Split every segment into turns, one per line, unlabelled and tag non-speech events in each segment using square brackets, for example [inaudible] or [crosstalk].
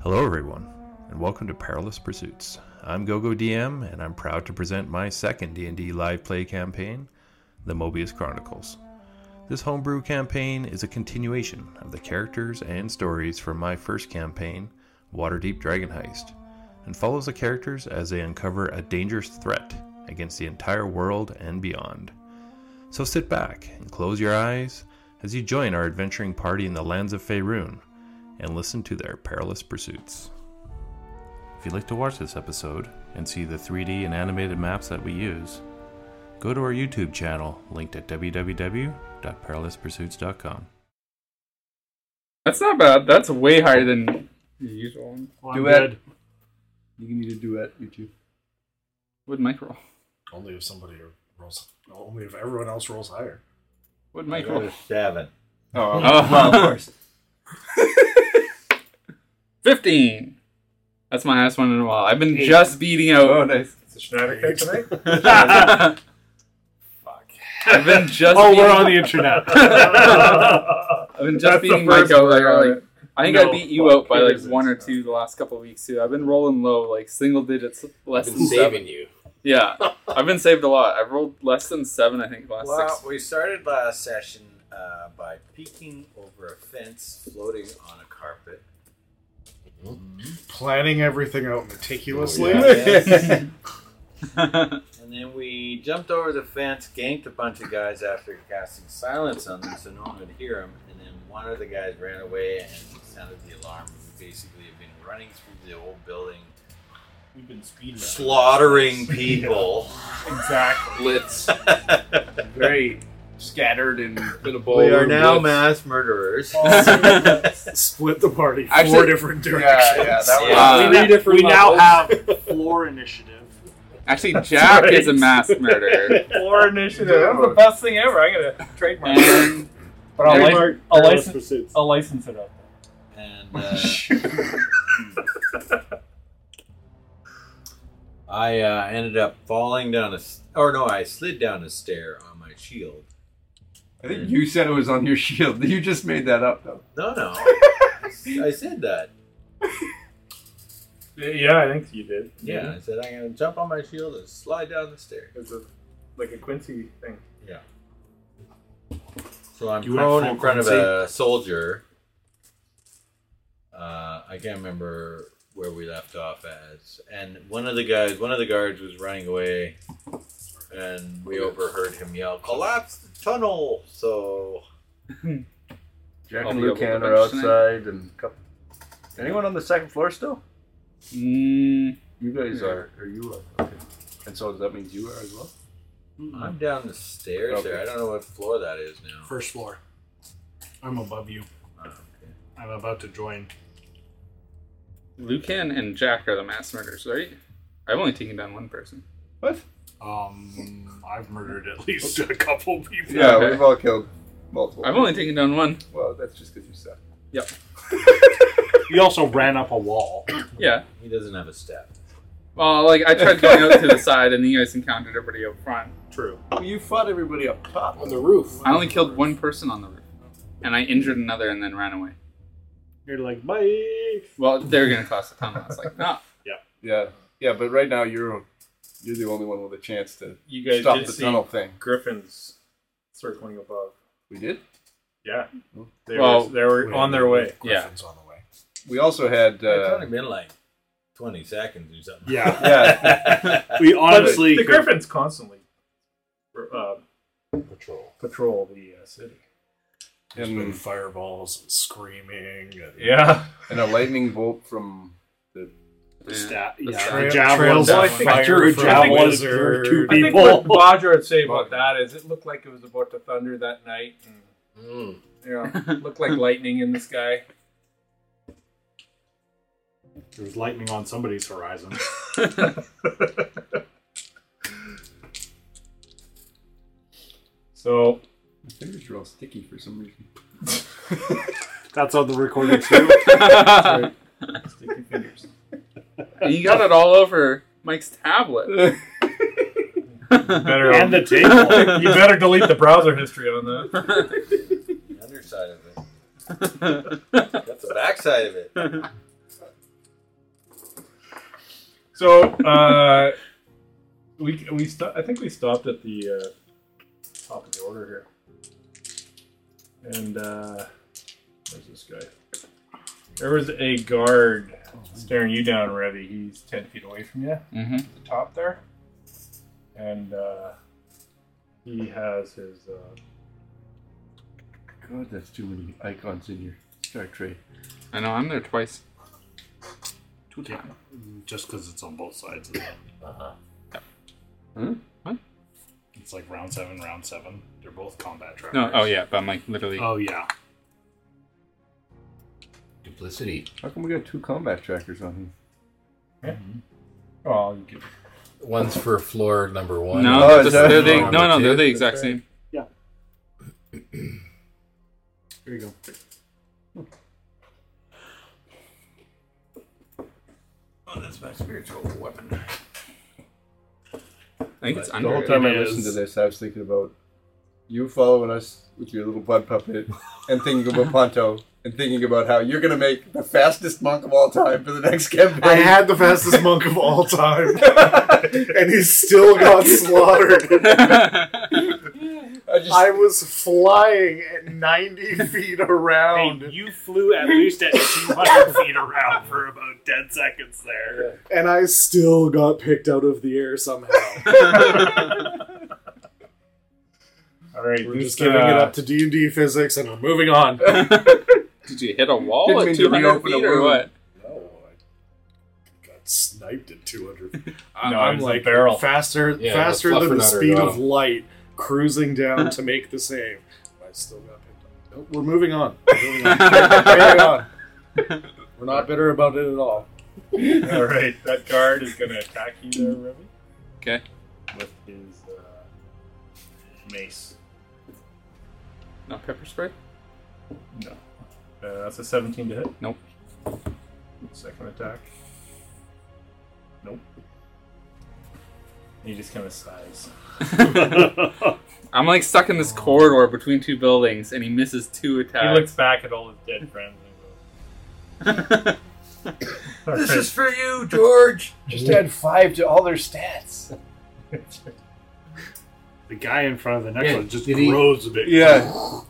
Hello, everyone, and welcome to Perilous Pursuits. I'm GoGo DM, and I'm proud to present my second D&D live play campaign, The Mobius Chronicles. This homebrew campaign is a continuation of the characters and stories from my first campaign, Waterdeep Dragon Heist, and follows the characters as they uncover a dangerous threat against the entire world and beyond. So sit back and close your eyes as you join our adventuring party in the lands of Faerun and listen to their perilous pursuits. If you'd like to watch this episode and see the 3D and animated maps that we use, go to our YouTube channel linked at www.perilouspursuits.com.
That's not bad. That's way higher than the usual. one.
Well,
Do
I'm
it.
good.
You can either do it, you two.
Would Mike roll?
Only if somebody rolls. Only if everyone else rolls higher.
Would Mike
Go
roll?
to seven.
[laughs] Oh,
Well, of
[laughs]
course.
15. That's my highest one in a while. I've been
Eight.
just beating out. [laughs]
Oh, nice.
It's a Schneider cake tonight.
I've been just.
Oh,
beating,
we're on the
[laughs]
internet.
I've been just
That's
beating
the
Mike
first
out. Like,
word on
like, I think
No,
I beat you out by
it
like
isn't.
one or two the last couple of weeks too. I've been rolling low, like single digits, less
been
than seven.
saving you. [laughs]
Yeah, I've been saved a lot. I've rolled less than seven, I think, the last
Well,
Uh, six.
we started last session uh, by peeking over a fence, floating on a carpet.
[laughs]
[laughs]
Planning everyking out meticulously.
Oh,
[laughs]
Yes.
[laughs]
and then we jumped over the fence, ganked a bunch of guys after casting silence on them so no one would hear them. And then one of the guys ran away and sounded the alarm. We basically have been running through the old building,
[laughs] We've been speed
[laughs] slaughtering people.
Exactly.
Blitz.
Very scattered and
Been a ball
We are
room
now
blitz.
mass [laughs] murderers.
Split the party four
Actually-
different directions. [laughs]
that
was-
Uh,
we, now, we now have
[laughs]
floor initiative.
Actually, Jack
right.
is a mass
[laughs]
murderer.
Floor initiative.
That was the
best thing ever. I gotta trademark.
And
But I'll,
Trademark
license, I'll, license, Oh. I'll license it up.
And uh, [laughs] I uh, ended up falling down a, s- or no, I slid down a stair on my shield.
I think you said it was on your shield. [laughs] You just made that up, though.
No,
[laughs]
no, I said that.
Yeah, I think you did.
Yeah, I said I'm gonna jump on my shield and slide down the stair.
It's a, like a Quincy thing.
So I'm
You went
prone
full
in front of
Quincy.
a soldier. Uh, I can't remember where we left off as, and one of the guys, one of the guards, was running away, and
Oh,
we overheard him yell, "Collapse the tunnel!" So
I'll
Jack and
be able to
Lucan are
finish tonight.
outside, and cup. anyone on the second floor still?
mm,
You guys are, or you are. Okay. And so that means you are as well.
I'm down the stairs there. I don't know what floor that is now.
First floor. I'm above you.
Ah,
Oh, okay.
I'm about to join.
Lucan and Jack are the mass murderers, right? I've only taken down one person.
What?
Um, I've murdered at least a couple people. [laughs]
Yeah,
Okay.
we've all killed multiple.
I've only taken down one.
Well, that's just because you suck.
He also ran up a wall.
Yeah.
He doesn't have a step.
Well, like I tried going out to the side, and you guys encountered everybody up front.
True.
You fought everybody up top.
On the roof.
I only killed one person on the roof, and I injured another, and then ran away.
You're like, bye.
Well, they were gonna cross the tunnel. I was like, no.
Yeah, yeah, but right now you're you're the only one with a chance to
You guys
stop
did
the
see
tunnel thing.
griffins circling above.
We did.
Yeah. They
Well,
were, they were on their way.
Griffin's on the way.
We also had.
it's
Uh,
only been like 20 seconds or
[laughs]
something.
[laughs]
Yeah.
[laughs] yeah,
We
honestly
the
could-
griffins constantly uh,
Patrol.
patrol the uh, city.
There's been
and,
fireballs and screaming. And
Yeah.
and a lightning bolt from
Yeah.
Stat,
The
yeah.
trail-
The javelin
trails
down
of
fire
fire
drew
from
javelins
the
through
wizard.
two
I think
people.
what Roger would say about that is it looked like it was about to thunder that night. And,
Mm.
you know, it looked like lightning in the sky.
There was lightning on somebody's horizon.
[laughs]
So
my fingers are all sticky for some reason.
That's on the recording too.
Sticky fingers.
And you got it all over Mike's tablet.
[laughs]
better
and the table.
[laughs]
[laughs]
you better delete the browser history on that.
Mm-hmm.
The underside of it. That's the backside of it.
So uh, we we sto- I think we stopped at the uh, top of the order here, and uh, where's this guy? There was a guard staring you down, Revy. He's ten feet away from you
Mm-hmm.
the top there, and uh, he has his. Uh,
God, that's too many icons in your Star Trek.
I know. I'm there twice.
Two times. Just because it's on both sides of that.
Uh-huh.
It's like round seven, round seven. They're both combat trackers.
No. Oh yeah, but I'm like literally.
Oh, yeah.
Duplicity.
How come we got two combat trackers on him?
oh, you can
One's for floor number one.
no,
Oh, is
this-
that-
they're the,
Number
no, no, they're
two?
the exact
That's
same.
Here you go.
Oh, that's my spiritual weapon.
I think it's
The whole
under.
time I
It
listened to
is.
this, I was thinking about you following us with your little blood [laughs] puppet and thinking about Ponto and thinking about how you're going to make the fastest monk of all time for the next campaign.
I had the fastest monk of
[laughs]
all time, and he still
[laughs]
got slaughtered.
I just,
I was flying at 90 [laughs] feet around,
you flew at least at [laughs] 200 feet around for about 10 seconds there.
and I still got picked out of the air somehow.
[laughs]
All right,
We're
this,
just giving it
uh,
up to D and D physics, and we're moving on.
Did you hit a wall
Didn't
at
mean to
200
reopen a
feet or
wound.
what?
No, I got sniped at 200.
No,
I'm
it's a
like
barrel.
faster,
Yeah,
faster
the
than the
fluffernutter
speed
got
of
him.
light, cruising down to make the save. I still got picked up. Nope, we're moving on. We're, moving on.
[laughs]
We're moving on. We're not bitter about it at all.
[laughs] All right, that guard is going to attack you there, Remy.
'Kay.
With his uh, mace.
No pepper spray. [laughs]
Uh, that's a 17 to hit.
Nope.
Second attack. Nope. He just kind of sighs.
I'm like stuck in this corridor between two buildings, and he misses two
He
Uh,
attacks.
looks back at all his dead friends. and goes,
This is for you, George.
just add five to all their
[laughs]
stats.
[laughs] The guy in front of the next
Yeah,
one just
did he-
grows a bit.
Yeah.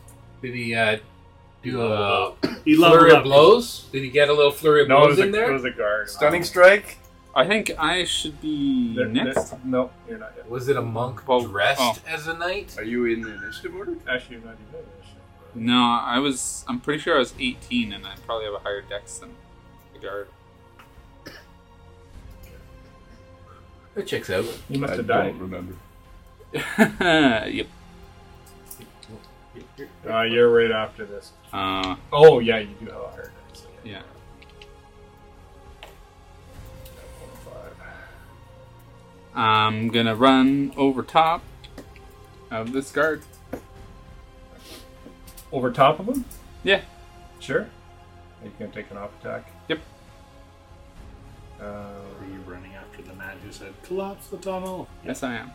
Did he uh, do a
He leveled
flurry of
up.
blows? Did he get a little flurry of
no, it
blows
was, a,
in
it
there?
was a guard.
Stunning strike?
[laughs] I think I should be
There- there-
next.
no, you're not yet.
Was it a monk
Well,
dressed
oh.
as a knight?
Are you in the initiative order?
Actually, you're not even there. actually.
No, I was. I'm pretty sure I was 18, and I probably have a higher dex than the guard. [laughs]
That checks out.
You must
I
have died.
don't remember.
yep.
Uh, you're right after this.
Uh,
Oh, yeah, you do have a higher dex. so
yeah. I'm gonna run over top of this guard.
Over top of him?
Yeah.
Sure. You can take an off attack.
Yep.
Uh,
Were you running after the man who said, collapse the tunnel?
Yes, I am.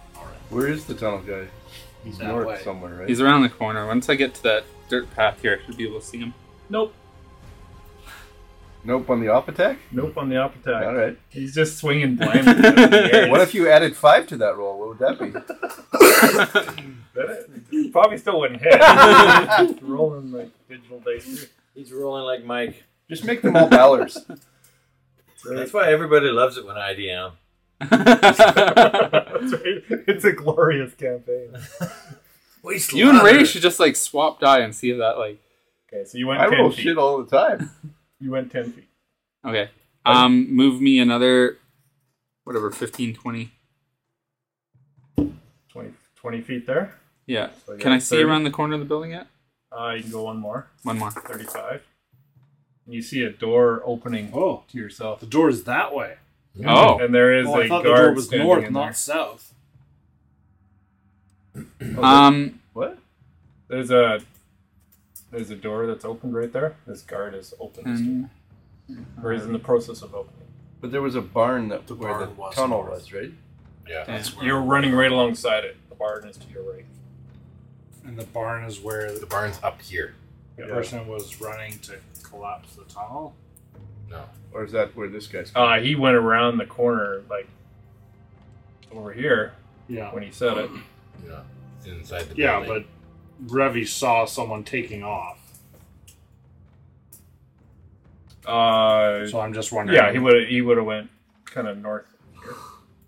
Where is the tunnel guy? He's
That
north
way.
somewhere, right?
He's around the corner. Once I get to that dirt path here, I should be able to see
[laughs]
him. [laughs]
nope.
Nope, on the off attack?
Nope on the off attack.
All right.
He's just swinging blindly. in the
[laughs]
air.
What if you added five to that roll? What would that be?
That- Probably still
[laughs]
wouldn't hit. Rolling like digital dice.
He's rolling like Mike.
Just make them all ballers.
That's why everybody loves it when I DM.
[laughs] That's right. It's a glorious campaign.
you and Ray should just like swap die and see if that like.
Okay, so you went
I
ten
roll
feet.
shit all the time.
You went ten feet.
Okay. Um, move me another, whatever, 15, 20.
20, 20 feet there.
Yeah.
So you
Can
got
I see
30.
around the corner of the building yet?
Uh, you can go one more.
One more.
Thirty-five. And you see a door opening
Oh,
to yourself.
the door is that way.
Oh.
And there is
Oh,
a
I thought the
guard
door was
standing
north,
in
not
there.
south.
Um,
What? There's a there's a door that's opened right there. This guard is open, this door,
and-
or is in the process of opening.
But there was a barn that
The
where
barn
the
was
tunnel
north.
was, right?
Yeah,
that's
You're running right alongside it. The barn is to your right.
And the barn is where
The
the
barn's up here.
person was running to collapse the tunnel.
No.
Or is that where this guy's?
Uh, he went around the corner, like over here,
Yeah.
when he said it.
Yeah. Inside the
Yeah,
building.
but Revy saw someone taking off.
Uh,
So I'm just wondering.
yeah, he would he would have went kind of north.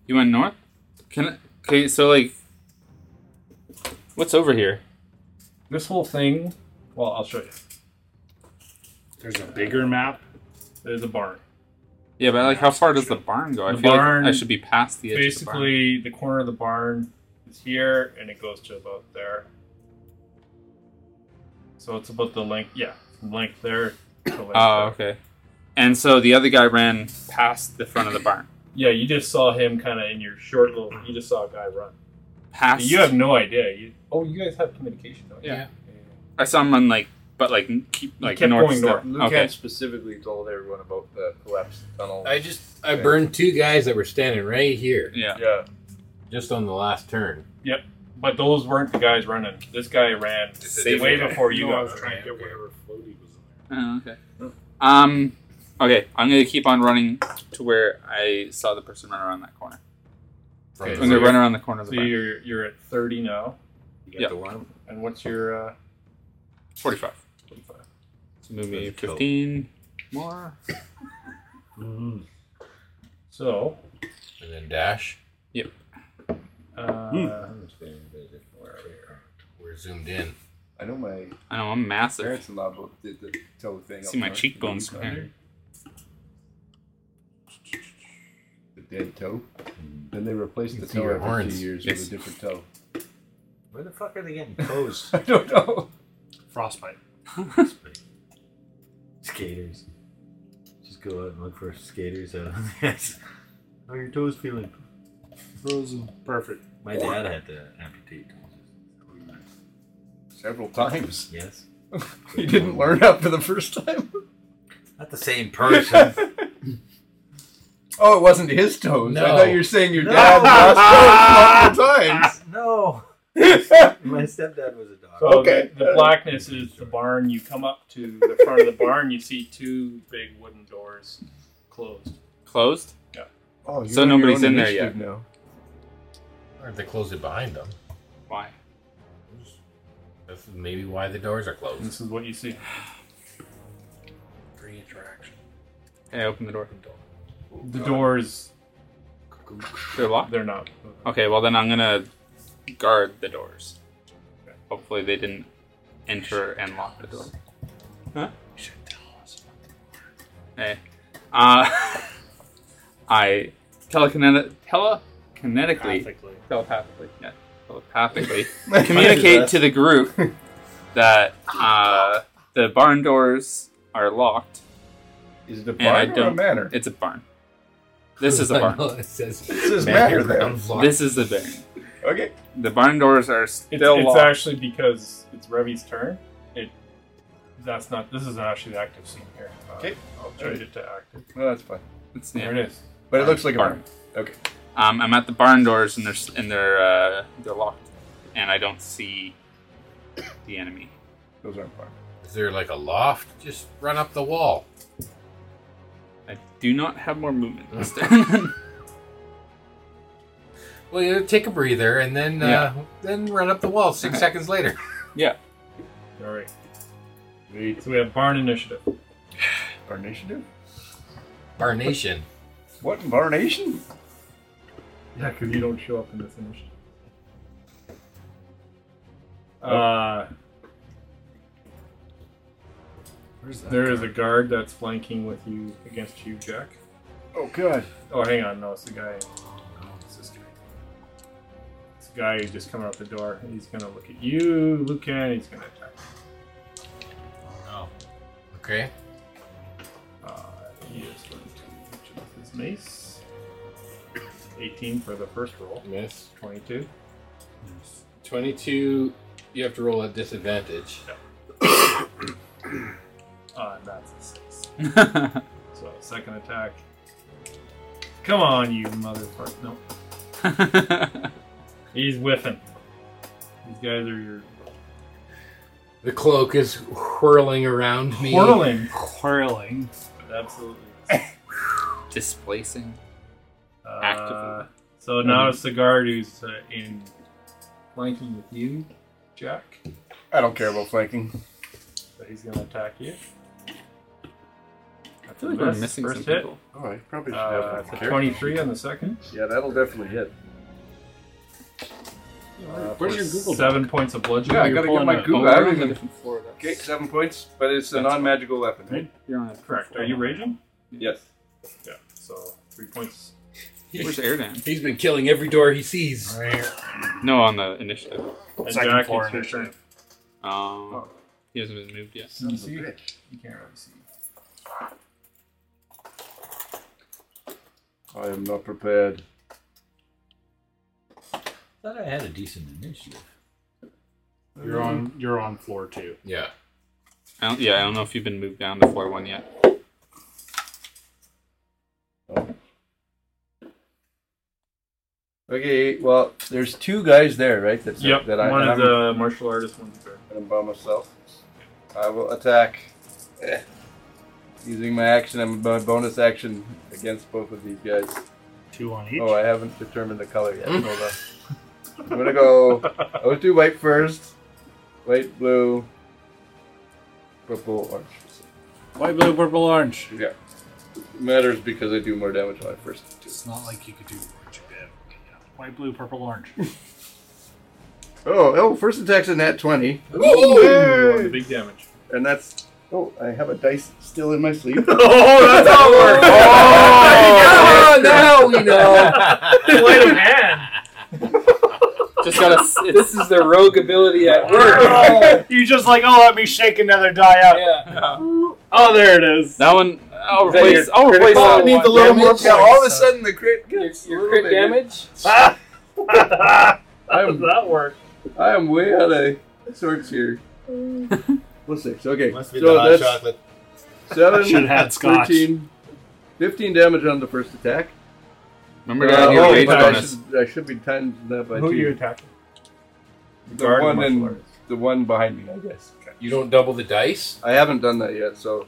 You went north? Can I, okay, so like, what's over here?
This whole thing. Well, I'll show you.
There's a bigger map.
There's a barn.
Yeah, but like, how far does the barn go? I
The
feel
barn-
like I should be past the edge of
Basically, the corner of the barn is here, and it goes to about there. So it's about the length. Yeah, from length there. To length
the barn. Oh,
there.
okay. And so the other guy ran past the front of the barn.
Yeah, you just saw him kind of in your short little. You just saw a guy run.
Past.
You have no idea. You, oh, you guys have communication. Don't you?
Yeah. I saw him run like, but like n- keep like
kept
north.
going
still.
Lucan
Okay.
specifically told everyone about the collapsed tunnel.
I just I
Yeah.
burned two guys that were standing right here,
Yeah.
yeah,
just on the last turn.
But those weren't the guys running. This guy ran
Same
way
guy.
before you
No, I was
guys.
trying to get
okay.
whatever floaty was in
Oh, okay. Um. Okay, I'm gonna keep on running to where I saw the person run around that corner.
From
Okay,
I'm
the-
gonna run around the corner of
So
the barn.
you're you're at thirty now.
You got
yeah.
the one.
And what's your uh,
45. Maybe 15 more.
so?
And then dash.
Hmm.
Uh,
We're zoomed in.
I know my
I know I'm massive.
parents-in-law both did the toe thing.
See
up
my
north.
cheekbones from here.
The dead toe. Then they replaced
You
the
can see
toe
your
after
horns.
two years
Yes.
with a different toe. [laughs]
Where the fuck are they getting toes? [laughs]
I don't know.
there. Frostbite.
skaters. Just go out and look for skaters out on the ice. How are your toes feeling?
Frozen. Perfect.
My dad had to amputate toes.
Several times. [laughs]
Yes.
He didn't learn after the first time.
Not the same person. [laughs]
Oh, it wasn't his toes. I
No.
thought you were saying your dad lost toes multiple times.
no.
[laughs]
My stepdad was a dog.
So
Okay.
The, the blackness is the barn. You come up to the front of the barn. You see two big wooden doors closed.
Closed?
Oh, you're
So
on your
nobody's
own
in there
initiative Now.
Or if they close it behind them.
Why?
That's maybe why the doors are closed.
This is what you see.
Hey, open the door.
The doors.
They're locked?
They're not.
Okay, well then I'm gonna guard the doors. Hopefully they didn't enter and lock the door. Huh? Hey. Uh, [laughs] I telekinetic, telekinetically,
Ethically.
telepathically, yeah,
[laughs]
telepathically communicate to the group that uh, the barn doors are locked.
Is it a
And I
barn or a
don't-
manor?
It's a barn. This is a
[laughs]
barn.
it says
[laughs]
This is manor there.
This is the barn.
Okay.
The barn doors are
It's,
still
it's
locked.
actually because it's Revy's turn. It. That's not. This is actually the active scene here. Uh,
Okay.
I'll change it to active.
Well, that's fine.
It's- yeah.
There it is.
But it looks like a
Barn.
barn. Okay.
Um, I'm at the barn doors and they're s- and they're uh, they're locked, and I don't see the enemy.
Those aren't barn.
Is there like a loft? Just run up the wall.
I do not have more movement this [laughs] turn.
Well, you take a breather and then
Yeah.
uh, then run up the wall six seconds later.
All right. So we have barn initiative.
Barn initiative?
Barnation.
What barnation?
Yeah, because you don't show up in this initiative. Uh, there is a guard that's flanking with you against you, Jack.
Oh god.
Oh, hang on, no, it's the guy. It's the guy who's just coming out the door. and He's gonna look at you, Lucan. He's gonna attack.
Okay.
Uh, he is going to reach with his mace. 18 for the first roll.
Miss.
22.
22, you have to roll at disadvantage.
Uh, and that's a six.
yeah.
So second attack. Come on, you motherfucker! No. He's whiffing. These guys are your
The cloak is whirling around me.
whirling.
Quarreling.
Absolutely.
Displacing.
Uh,
Actively. Mm-hmm.
So now it's the guard who's uh, in flanking with you, Jack.
I don't care about flanking.
So he's going to attack you.
I feel like we're missing some
first hit.
people.
All right, Oh, probably should have
Uh,
flanking.
it's a
Care.
23 on the second. Uh,
Yeah, that'll definitely hit. Uh,
Where's your Google?
Seven points of bludgeoning.
Yeah, I
You're
gotta get
pulling
my
a-
Oh,
Google. I
we're
don't
on a
even-
different floor. That's...
Okay, seven points, but it's a non-magical weapon.
Right.
You're on a different
Correct.
floor.
Are you raging?
Yes.
Yeah. So three points.
Where's Airdan?
He's been killing every door he sees.
No, on the initiative.
And
Second
Jack,
floor
it's your
initiative.
turn.
Um, He hasn't been moved yet.
Can you see? You can't really see.
I am not prepared.
thought I had a decent initiative.
You're on. You're on floor two.
Yeah.
I don't, yeah, I don't know if you've been moved down to floor one yet.
Okay, well, there's two guys there, right? That's
Yep.
That I,
one
and
of
I'm,
the martial artist ones. There.
and I'm by myself. I will attack eh, using my action and my bonus action against both of these guys.
Two on each.
Oh, I haven't determined the color yet. Hold [laughs] on. I'm gonna go. I would do white first. White, blue, purple, orange.
White, blue, purple, orange.
Yeah. Matters because I do more damage on my first two.
It's not like you could do orange again. White, blue, purple, orange.
Oh, oh, first attack's a nat 20.
One, the
Yay!
big damage.
And that's. Oh, I have a dice still in my [laughs] sleeve.
Oh, that's how it works.
[laughs] Oh,
now we know.
[laughs]
Sleight of hand.
[laughs] Just gotta. s- this is the rogue ability at work.
You just like, oh, let me shake another die out.
yeah.
Oh, there it is.
That one. I'll
that
replace.
your
I'll replace
critical
that
one?
one.
a little more
Yeah, all of a sudden the crit gets
Your
a
crit
little bigger. [laughs]
damage.
Ah! How does
I'm,
that work?
I am way out of sorts here. Plus six. Okay.
Must be
so
the hot
that's
chocolate.
seven,
Should've had scotch.
13, 15 damage on the first attack.
Remember
Uh,
to add
oh,
your rage
but I
bonus.
should, I should be times that by
Who are
two.
you attacking?
the
Guard or
one
martial
and
artist?
the one behind me, I guess.
You don't double the dice.
I haven't done that yet, so.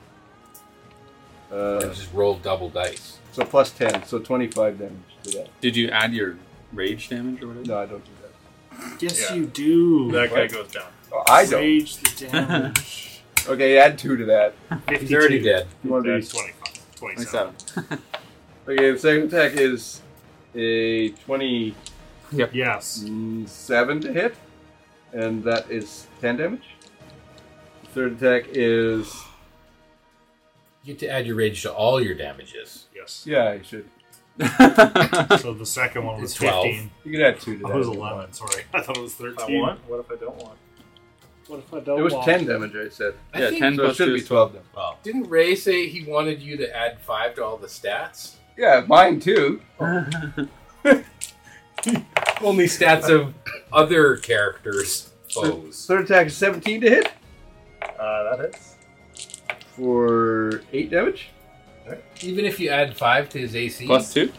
Uh,
You just roll double dice.
so plus ten, so twenty-five damage to that.
Did you add your rage damage or whatever?
No, I don't do that.
Yes,
Yeah.
you do.
That guy goes down.
Oh, I don't.
Rage the damage.
Okay, add two to that.
52.
He's already dead.
You want to
That's
be
25. 27.
Twenty-seven.
Okay, the second attack is a 27
Yes.
to hit, and that is 10 damage. The third attack is.
You get to add your rage to all your damages.
Yes.
Yeah, I should.
Hmm.
So the second one was
It's 12.
15.
You can add two to that.
I was 11, sorry. [laughs] I thought it was
If I
13.
want. What if I don't want?
What if I
It
don't
was
want?
10 damage, I said.
I
Yeah,
think-
ten
So it
plus
should
two.
be
is-
12 damage.
Well, didn't Ray say he wanted you to add five to all the stats?
Yeah, mine too.
Only stats of other characters' Oh. foes.
Third attack is 17 to hit
Uh, that hits.
for 8 damage.
Even if you add five to his
[laughs]
AC,
Plus [laughs] two.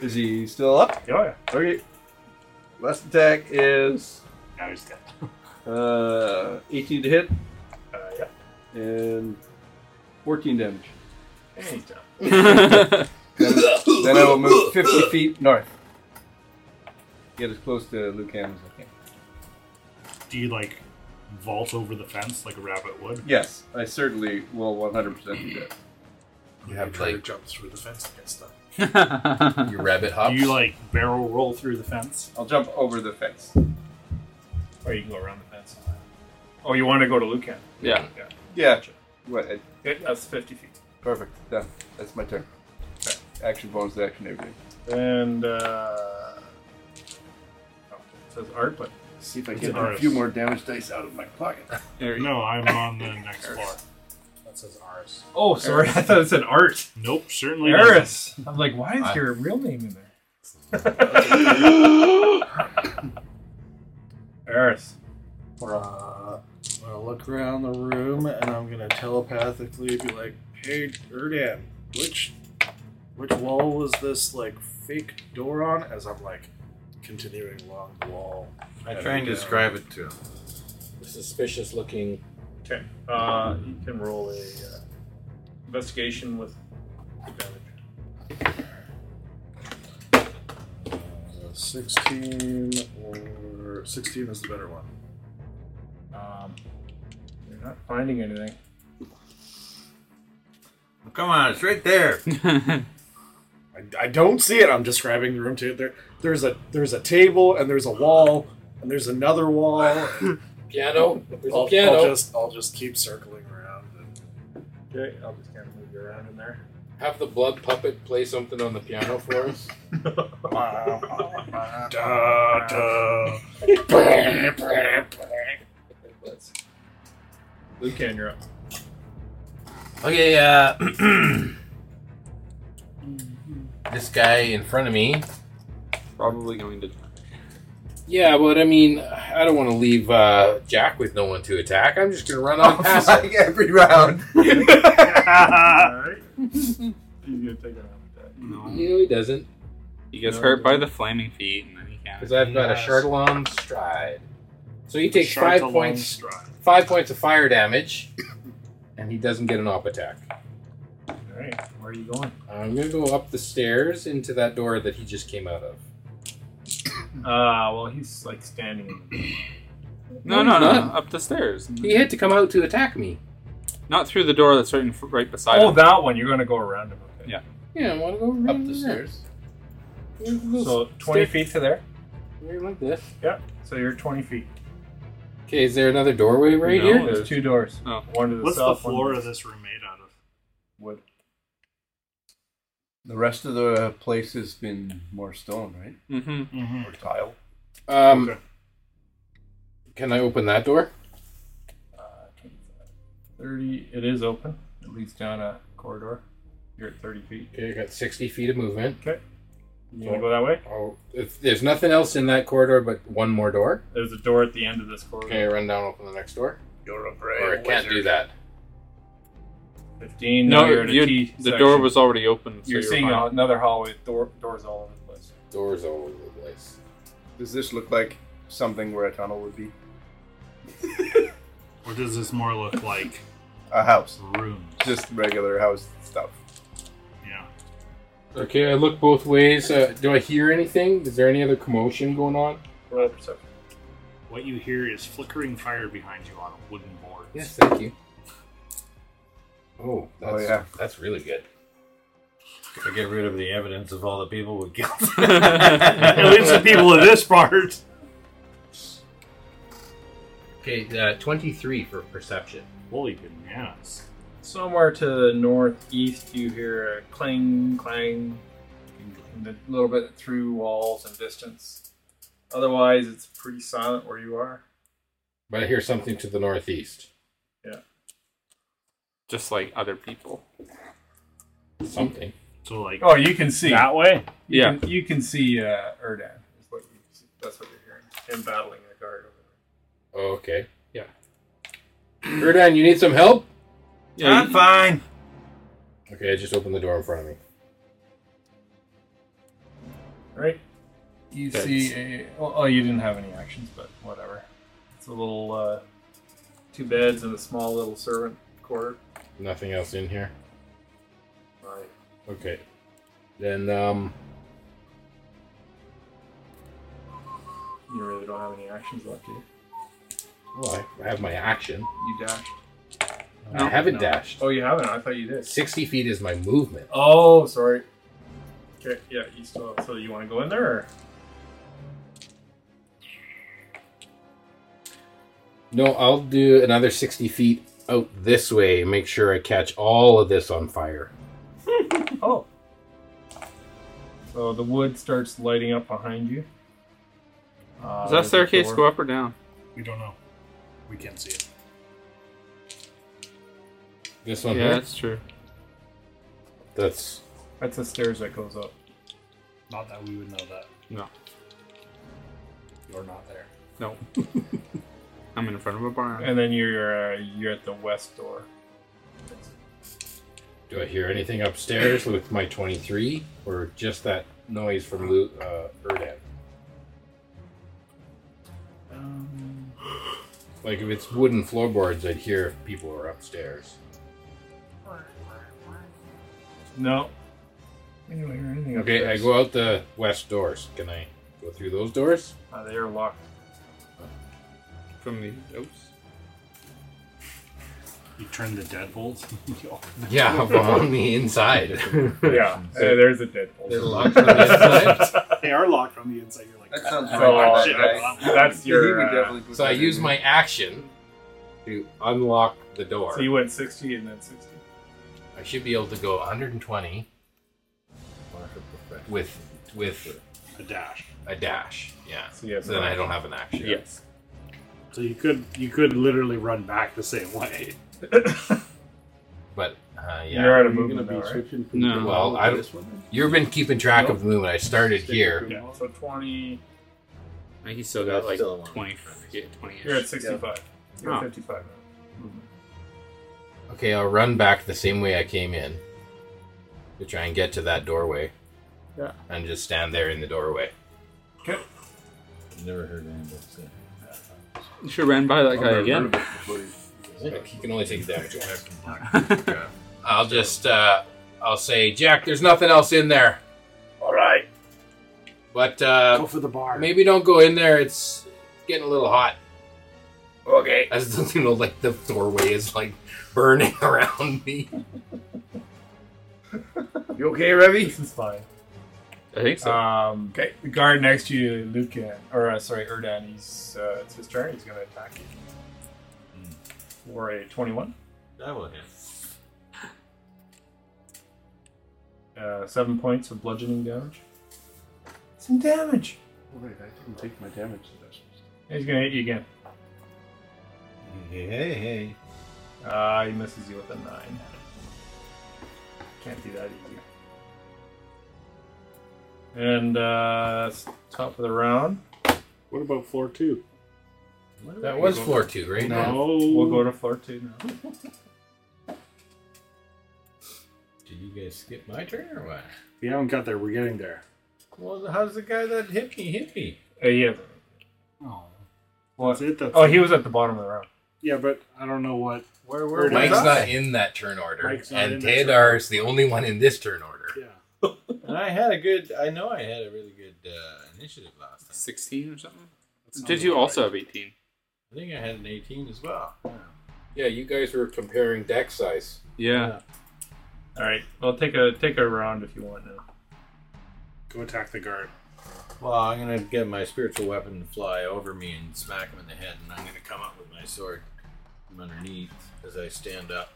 Is he still up?
Oh yeah.
Okay. Last attack is
Now he's dead.
uh, 18 to hit
Uh, yeah.
and 14 damage.
And he's down.
Then, then I will move 50 feet north. Get as close to Lucan as I can.
Do you like vault over the fence like a rabbit would?
Yes, I certainly will 100% do that.
you have
Try to
like
jump through the fence and get stuff.
your rabbit hops.
Do you like barrel roll through the fence?
I'll jump over the fence.
Or you can go around the fence. Oh, you want to go to Lucan?
yeah.
Yeah. What, uh,
Yeah, that's 50 feet.
perfect. Done. That's my turn. Uh, Action bonus, action everything.
And, uh. Oh, it says art, but.
See if I
get a few more
damage dice out of my pocket.
There you go.
No, I'm on the next floor.
That says ours.
Oh, sorry. [laughs] I thought it said art.
Nope, certainly doesn't.
Eris. I'm like, why is your real name in there? [laughs]
[laughs]
Eris.
Uh, I'm gonna look around the room and I'm gonna telepathically be like, "Hey, Erdan, which which wall was this like fake door on?" As I'm like continuing along the wall.
I
try and describe
it to him.
Suspicious looking.
Okay. Uh, you can roll a. Uh, investigation with advantage.
Uh, 16 or 16 is the better one.
Um, you're not finding anything.
Come on, it's right there. [laughs]
I, I don't see it. I'm describing the room to you. There, there's a there's a table and there's a wall and there's another wall. and
Piano. There's
I'll,
a piano.
I'll just I'll just keep circling around. And
Okay, I'll just kind of move you around in [laughs] there.
Have the blood puppet play something on the piano for us.
da, da.
Lucan, you're up.
Okay, uh. [clears throat] this guy in front of me.
Probably going [laughs] to.
Yeah, but I mean, I don't want to leave uh, Jack with no one to attack. I'm just going to run [laughs] on past him.
[laughs]
Like every round.
Alright. He's gonna take it out like
No.
No, he doesn't.
He gets
No,
hurt
no.
by the flaming feet, and then he can't.
Because I've got
Yes.
a Chardelon stride. So he takes five
Chardelon
points
stride.
five points of fire damage, and he doesn't get an op attack.
that. Alright, where are you going?
I'm gonna go up the stairs into that door that he just came out of.
Uh, well, he's like standing in the
No, no, no, up the stairs.
He had to come out to attack me.
Not through the door that's right, in, fr- right beside
Oh,
him.
that one. You're gonna go around him. Okay.
Yeah.
Yeah, I want to go right
Up
[laughs]
the
there.
stairs.
I'm gonna go
So 20
stair-
feet to there.
right like this.
Yeah. So you're 20 feet.
Okay, is there another doorway right
No.
here?
There's two doors.
Oh.
One to the
What's the
south.
floor
one to
of this room made out of?
the wood.
The rest of the place has been more stone, right?
Mm-hmm.
Or tile.
Um, Can I open that door?
Uh, 25, 30. It is open. It leads down a corridor. You're at 30 feet.
Okay, I got 60 feet of movement.
You wanna go that way?
Oh, if there's nothing else in that corridor but one more door,
There's a door at the end of this corridor.
okay, I run down, open the next door.
You're a
Or I
brave
can't do that.
15.
No,
now you're at a
you-
T
the
section.
door was already open. So
You're seeing
fine.
a- another hallway. Door, doors all over the place.
Doors all over the place.
Does this look like something where a tunnel would be?
Or does this more look like
A house.
rooms?
Just regular house stuff.
Yeah.
Okay, I look both ways. Uh, do I hear anything? Is there any other commotion going on?
Roll perception.
What you hear is flickering fire behind you on a wooden board.
Yes, thank you. Oh, that's,
Oh, yeah.
that's really good.
To get rid of the evidence of all the people we killed.
[laughs] At least the people of this part.
Okay, uh, 23 for perception.
Holy bananas.
Somewhere to the northeast, you hear a clang, clang, and a little bit through walls and distance. Otherwise, it's pretty silent where you are.
But I hear something to the northeast.
just like other people.
Something.
So like
Oh, you can see.
that way?
You
Yeah.
can, you can see uh, Erdan. Is what you see. That's what you're hearing. Him battling a guard over
Oh, okay.
Yeah.
Erdan, you need some help?
Yeah. you-
fine.
Okay, I just opened the door in front of me.
there. Right? You
That's-
see a. Well, oh, you didn't have any actions, but whatever. It's a little. Uh, two beds and a small little servant quarter.
Nothing else in here.
Right.
Okay. Then, um,
You really don't have any actions left, do you?
well, I have my action.
You dashed.
I haven't dashed.
Oh, you haven't? I thought you did.
60 feet is my movement.
Oh, sorry. Okay, yeah, you still. So you want to go in there? Or?
No, I'll do another 60 feet out this way and make sure I catch all of this on fire.
Oh. So the wood starts lighting up behind you. Uh,
Does
there's
that
a
staircase
door.
go up or down?
We don't know. We can't see it.
This one
Yeah,
here?
that's true.
That's
That's the stairs that goes up.
Not that we would know that.
No.
You're not there.
No. I'm in front of a barn.
And then you're uh, you're at the west door.
Do I hear anything upstairs with my 23 or just that noise from Lu- uh, Erdan?
Um,
Like if it's wooden floorboards, I'd hear if people are upstairs.
No. I don't hear anything.
Okay, I go out the west doors. Can I go through those doors?
Uh, they are locked.
From the oops.
You turn the deadbolt. [laughs]
Yeah, [laughs] well, on the inside.
yeah, uh, there's a deadbolt.
They're locked on the inside.
they are locked from the inside. You're like,
That sounds
"Ah,
right.
Oh,
shit,
[laughs]
that's-
I'm-
that's your.
would
Uh,
definitely put
So I
that
use
in.
my action to unlock the door.
so you went 60 and then 60.
I should be able to go 120 with with
a dash.
a dash. Yeah.
So you have
So then I don't have an action.
Yes.
So you could you could literally run back the same way.
[laughs]
But uh, yeah,
You're out
Are
of
you gonna
movement
be
now, right?
switching from
No.
the
Well,
wall
I-
to this one?
you've been keeping track of the movement. I started here.
Yeah, so 20.
And he's still
Yeah,
got like
still one.
20, yeah, 20
You're at
ish.
65. You're
Oh.
at 55
Okay, I'll run back the same way I came in to try and get to that doorway.
Yeah.
And just stand there in the doorway.
I've never heard anybody say.
You should ran by that guy again.
You can only [laughs] take damage once.
[laughs]
I'll just uh, I'll say, Jack, there's nothing else in there.
All right,
But uh,
go for the bar.
maybe don't go in there. It's getting a little hot.
Okay.
I still you [laughs] know like the doorway is like burning [laughs] around me.
You okay, Revy?
This is fine.
I think
Uh,
so.
Um, okay. The guard next to you, Lucan, or uh, sorry, Erdan, he's, uh, it's his turn. He's going to attack you. For a 21.
That will hit.
Uh, seven points of bludgeoning damage. Some damage.
Wait, I didn't take my damage suggestions.
He's going to hit you again.
Hey, hey, hey.
Uh, he misses you with a nine. Can't be that easy. And uh, s- top of the round,
What about floor two?
That was floor two, right?
No. we'll go to floor two now.
Did you guys skip my turn or what?
We haven't got there. We're getting there.
Well, how's the guy that hit me hit me?
Uh, yeah.
Oh,
What?
that's it. That's
Oh, he was at the bottom of the round.
yeah, but I don't know what.
Where
were we?
Mike's
Mike's
not in that turn order,
Mike's not
and
in that turn
Tedar is the only one in this turn order.
Yeah,
And I had a good. I know I had a really good uh, initiative last time.
16 or something?
that's not
Did you
right.
also have 18?
I think I had an 18 as well.
Yeah, you guys were comparing deck size.
Yeah.
All right. Well, take a take a round if you want now.
go attack the guard?
Well, I'm gonna get my spiritual weapon to fly over me and smack him in the head, and I'm gonna come up with my sword from underneath as I stand up.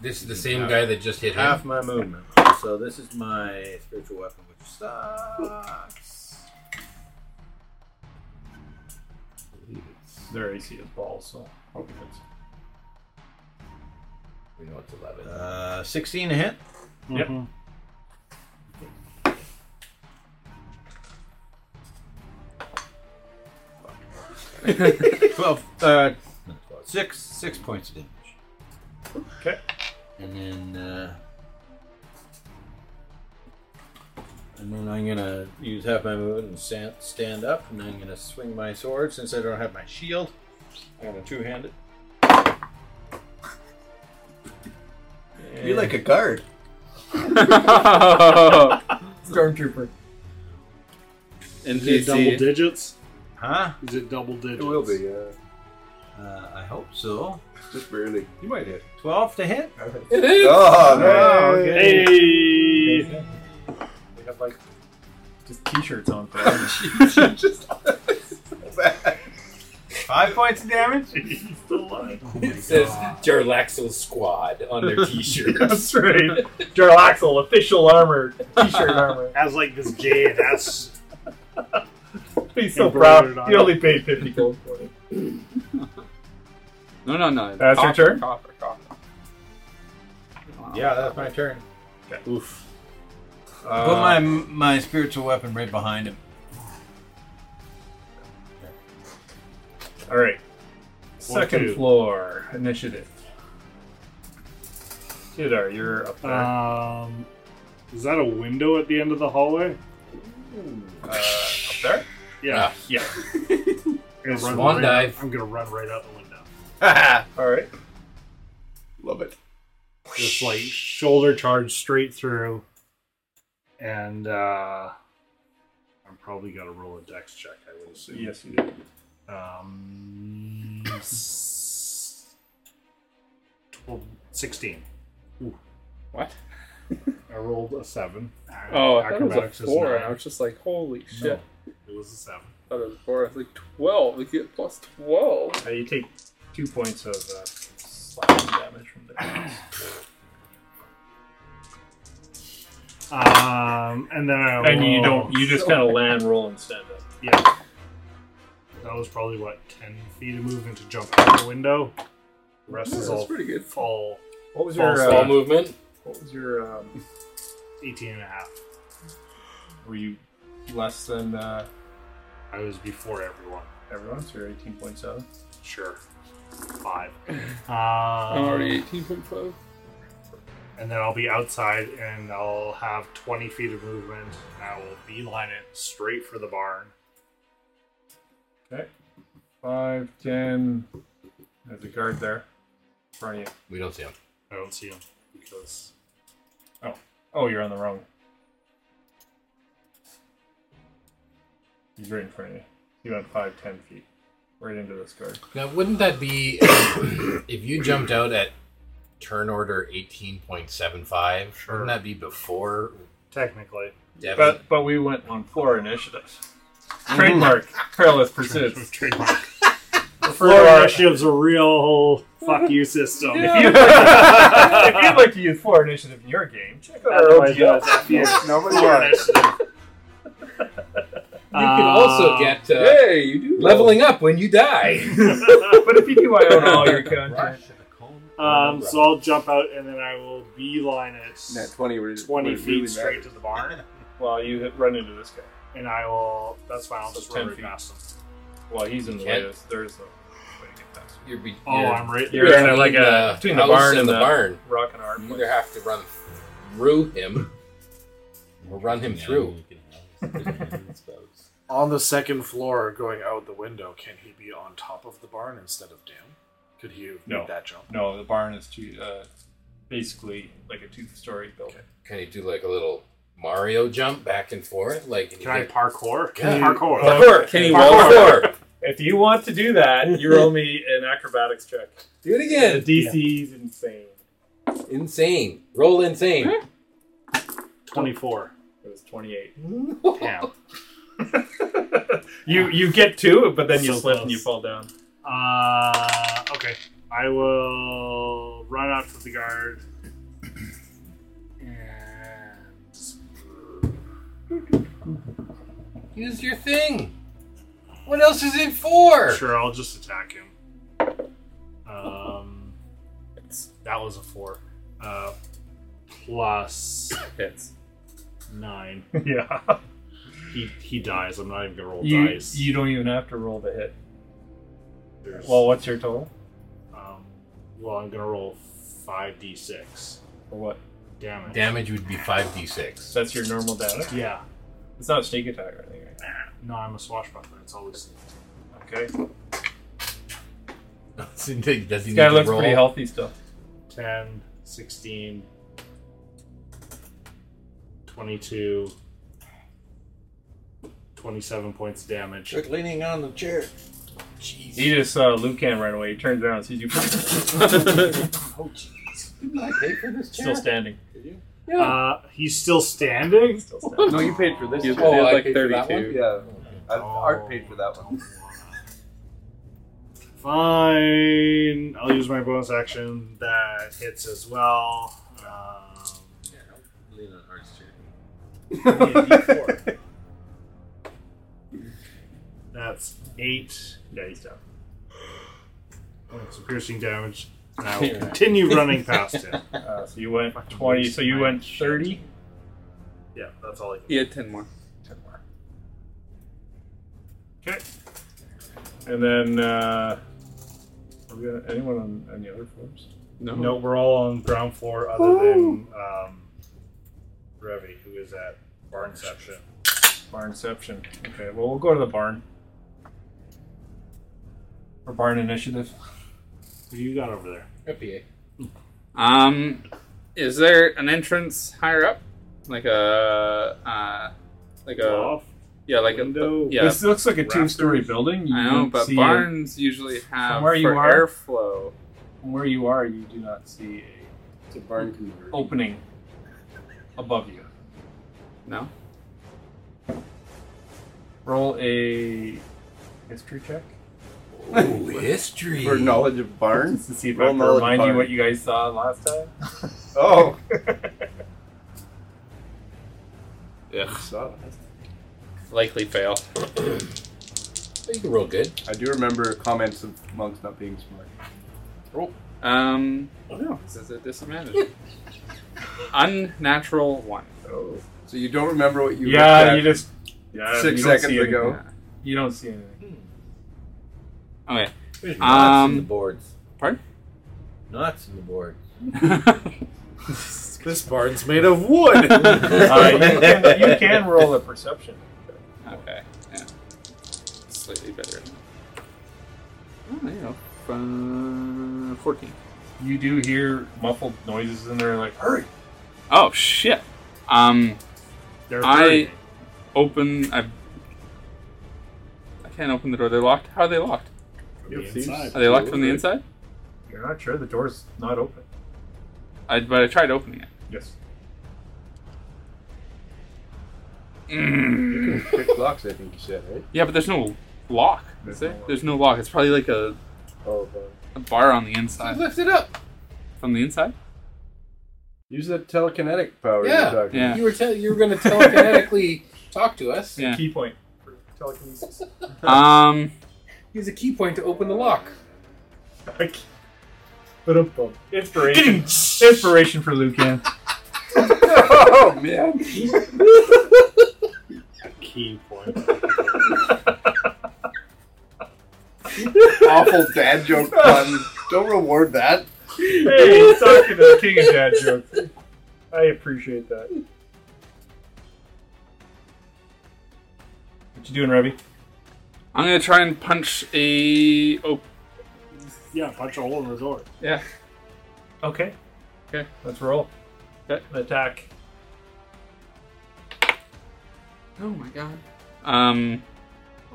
This is
Mm-hmm.
the same guy that just hit
Half
him.
my movement. So this is my spiritual weapon, which sucks.
Their AC is ball, so hope it's
We know it's eleven.
Uh, 16 to hit.
Yep.
[laughs] Twelve. Uh, not 12, six. Six points of damage.
Okay.
And then. Uh, and then I'm gonna use half my movement and stand, stand up, and I'm gonna swing my sword since I don't have my shield. I'm gonna two-hand it.
You're like a guard.
stormtrooper.
And
Is it double digits?
Huh?
Is it double digits?
It will be, yeah.
Uh, I hope so.
Just barely. You might hit.
Twelve to hit.
It is.
Oh, man.
Oh, okay.
Hey,
They have like just t-shirts on. For [laughs] him.
[laughs]
Oh.
Just
Five [laughs] points of damage.
[laughs] It says Jarlaxle Squad
[laughs]
on their
[laughs]
T-shirts.
That's right. Jarlaxle official armor, t-shirt armor.
has like this gay ass. [laughs]
He's so
Embroidered
proud.
on
He
it.
only paid fifty gold for it.
No, no, no.
That's your
Copper, Copper,
turn?
copper.
Yeah, that's my turn. Uh,
Oof.
Put my my spiritual weapon right behind him.
All right. Second
two.
floor initiative. Tidar, you're up there.
Um, is that a window at the end of the hallway?
Uh, up there.
Yeah, yeah. I'm gonna run
Swan
right
dive.
Up. I'm gonna run right out the window.
All right.
love it.
just like shoulder charge straight through. And uh, I'm probably gonna roll a dex check. I would assume.
Yes, you do.
Um, s- 12, 16.
What?
I rolled a seven.
Oh, I thought it
Acrobatics
was a
is
four,
nine.
and I was just like, holy
No,
shit.
it was a seven.
I thought it was a four. I was like, 12. We get plus 12.
Uh, you take two points of uh, slashing damage [sighs] from the
Um, and then I
and you
roll-
don't. You just kind of land, roll, and stand up.
Yeah. That was probably what ten feet of movement to jump out the window. The rest is all
That's pretty good.
fall
What was
your,
Small
uh,
movement.
What was your? Um,
18 and a half.
were you less than uh,
I was before everyone.
everyone? So you're eighteen point seven.
Sure. Five.
I'm already
Um,
18.5.
and then I'll be outside and I'll have 20 feet of movement and I will beeline it straight for the barn.
Okay. Five, ten. There's a guard there. In front of you.
We don't see him.
I don't see him because
Oh, you're on the wrong. He's right in front of you. He went five, ten feet. Right into this guard.
Now, wouldn't that be if you jumped out at turn order eighteen point seven five?
Sure.
Wouldn't that be before
technically. [laughs]
Devin?
But but we went on floor initiatives. Trademark.
[laughs]
Perilous pursuits.
[laughs]
Trademark. The
Floor
floor initiative's a real fuck you system.
[laughs] If you'd, like to,
[laughs]
if you'd like to use floor initiative in your game, check out our
Otherwise,
OTL.
that's a fuck
Nobody
floor
got it.
initiative.
you can also
Ah.
Uh,
get uh,
Hey, you do.
leveling up when you die.
[laughs]
But if you do, I own all your content.
Um, so I'll jump out and then I will beeline it
Nat 20 would-
20
would
feet
really
straight
matter.
to the
[laughs]
barn,
Well, you hit- run into this guy.
and I will. That's fine. I'll
So
just
10
run right
feet.
past him.
Well, he's in the
Can't-
way. There's no way to get past him.
You're, be-
Oh,
you're-
I'm right.
You're
you're
in a- like a- between the
house
barn and
the,
the-
barn.
Rock and hard.
You either have to run through him or run him through.
[laughs]
on the second floor, going out the window. Can he be on top of the barn instead of down? Could he have
No.
that jump?
No, the barn is two, uh, basically like a two-story building.
Can you do like a little Mario jump back and forth? Like
Can I parkour?
Can
I parkour?
Can you
Parkour.
parkour?
If you want to do that, you roll me an acrobatics
[laughs]
check.
Do it
The
again.
DC's insane.
Insane. Roll insane.
Twenty-four.
It was 28. Hmm?
Damn.
[laughs] you you get two, but then you
So
slip and
close.
you
[laughs]
fall down.
Uh, okay. I will run out to the
[clears throat]
guard and
[laughs] Use your thing. What else is it for?
Sure, I'll just attack him. Um, that was a four. Uh, plus
Hits.
nine.
yeah.
He he dies. I'm not even gonna roll
[laughs] You,
dice.
you don't even have to roll the hit.
There's-
Well, what's your total?
um, well, I'm gonna roll five d six
Or what?
damage.
Damage would be 5d6.
That's your normal damage.
Yeah.
It's not sneak attack or anything. right?
No, I'm a swashbuckler. It's always sneak attack.
Okay.
[laughs] Does he need
This guy
to
looks
roll?
pretty healthy still.
10, 16, 22, 27 points of damage.
Quit leaning on the chair.
He just saw Lucan run away. He turns around and sees you.
Did I pay for this
still
chair?
standing.
Uh, he's still standing?
Still standing.
No, you paid for this.
You
one.
did
I
like
paid for that
32.
Yeah. I, Art paid for that one.
Fine. I'll use my bonus action. That hits as well. Um,
Yeah, don't lean on Art's chair.
that's 8. Yeah, he's down. Points of piercing damage. And I will continue running past [laughs] him.
Uh, so you went 20. So you went 30.
Yeah, that's all I can
He had 10 more.
Okay. And then, uh, are we gonna, anyone on, on the other floors?
No.
No, we're all on ground floor other than um, Revy, who is at Barnception.
Barnception. Okay, well, we'll go to the barn. For barn initiative.
Who you got over there?
That'd be it.
Um, Is there an entrance higher up, like a uh, like a
Loft?
yeah, like
window.
a yeah?
This looks like a
rafters.
two-story building. You
I know,
don't
but
see
barns usually have
where you
for
are?
airflow.
a- from where you are, you do not see a
It's a barn converter.
opening above you.
No,
Roll a history check.
Ooh, history.
For knowledge of barns?
Just to see if
Roll
I can
knowledge
remind you
barn.
what you guys saw
[laughs]
last time. [laughs]
Oh.
Ugh,
Saw that.
likely fail.
You can roll good.
I do remember comments of monks not being smart.
Um, no, this is a disadvantage. Unnatural one.
Oh.
So you don't remember what you
yeah, you
looked at
just yeah,
six
you don't
seconds
see anything.
ago.
You don't see
[laughs]
Hmm.
anything.
Okay.
There's knots in the
Um,
boards.
pardon?
Knots in the boards.
This barn's made of
[laughs]
wood.
Uh, you, can, you
[laughs]
can roll a perception.
Okay. Yeah. Slightly better. Oh, there you go. Uh, 14.
You do hear muffled noises in there, like hurry.
Oh, shit. Um,
They're
I
hurrying.
open. I, I can't open the door. They're locked. How are they locked?
You have thieves?
Are they locked from the inside?
You're not sure. The door's not open.
I, but I tried opening it.
Yes.
Mm.
Quick locks, I think you said, right?
Yeah, but there's no lock.
There's
Is
no
there?
lock.
There's no lock. It's probably like a,
Oh, okay.
a bar on the inside.
Lift it up.
From the inside?
Use that telekinetic power you're
Yeah,
talking
Yeah.
You were tell you were going to telekinetically talk to us.
Yeah. [laughs]
Key point. for telekinesis.
Um,
Use a key point to open the lock.
Ba-dum-bum. Inspiration. Inspiration
[laughs]
for Lucan.
oh, man.
Key point.
[laughs] Awful dad joke pun. Don't reward that.
hey, he's talking to the king of dad jokes. I appreciate that. What you doing, Revy?
I'm gonna try and punch a. Oh,
Yeah, punch a hole in the door.
yeah.
Okay.
Okay.
Let's roll.
Okay.
An attack.
Oh my god. Um,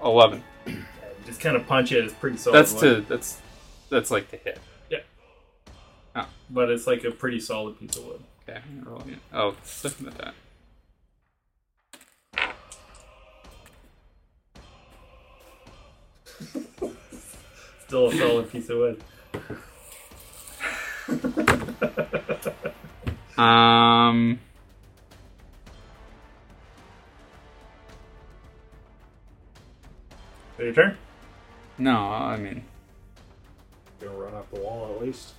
eleven.
You just kind of punch it. It's pretty solid.
That's
one,
to that's that's like to hit.
But it's like a pretty solid piece of wood.
Okay, I'm gonna roll again. Oh, it's looking at that.
Still a solid piece of wood.
Um.
Your turn.
No, I mean
Gonna run up the wall at least.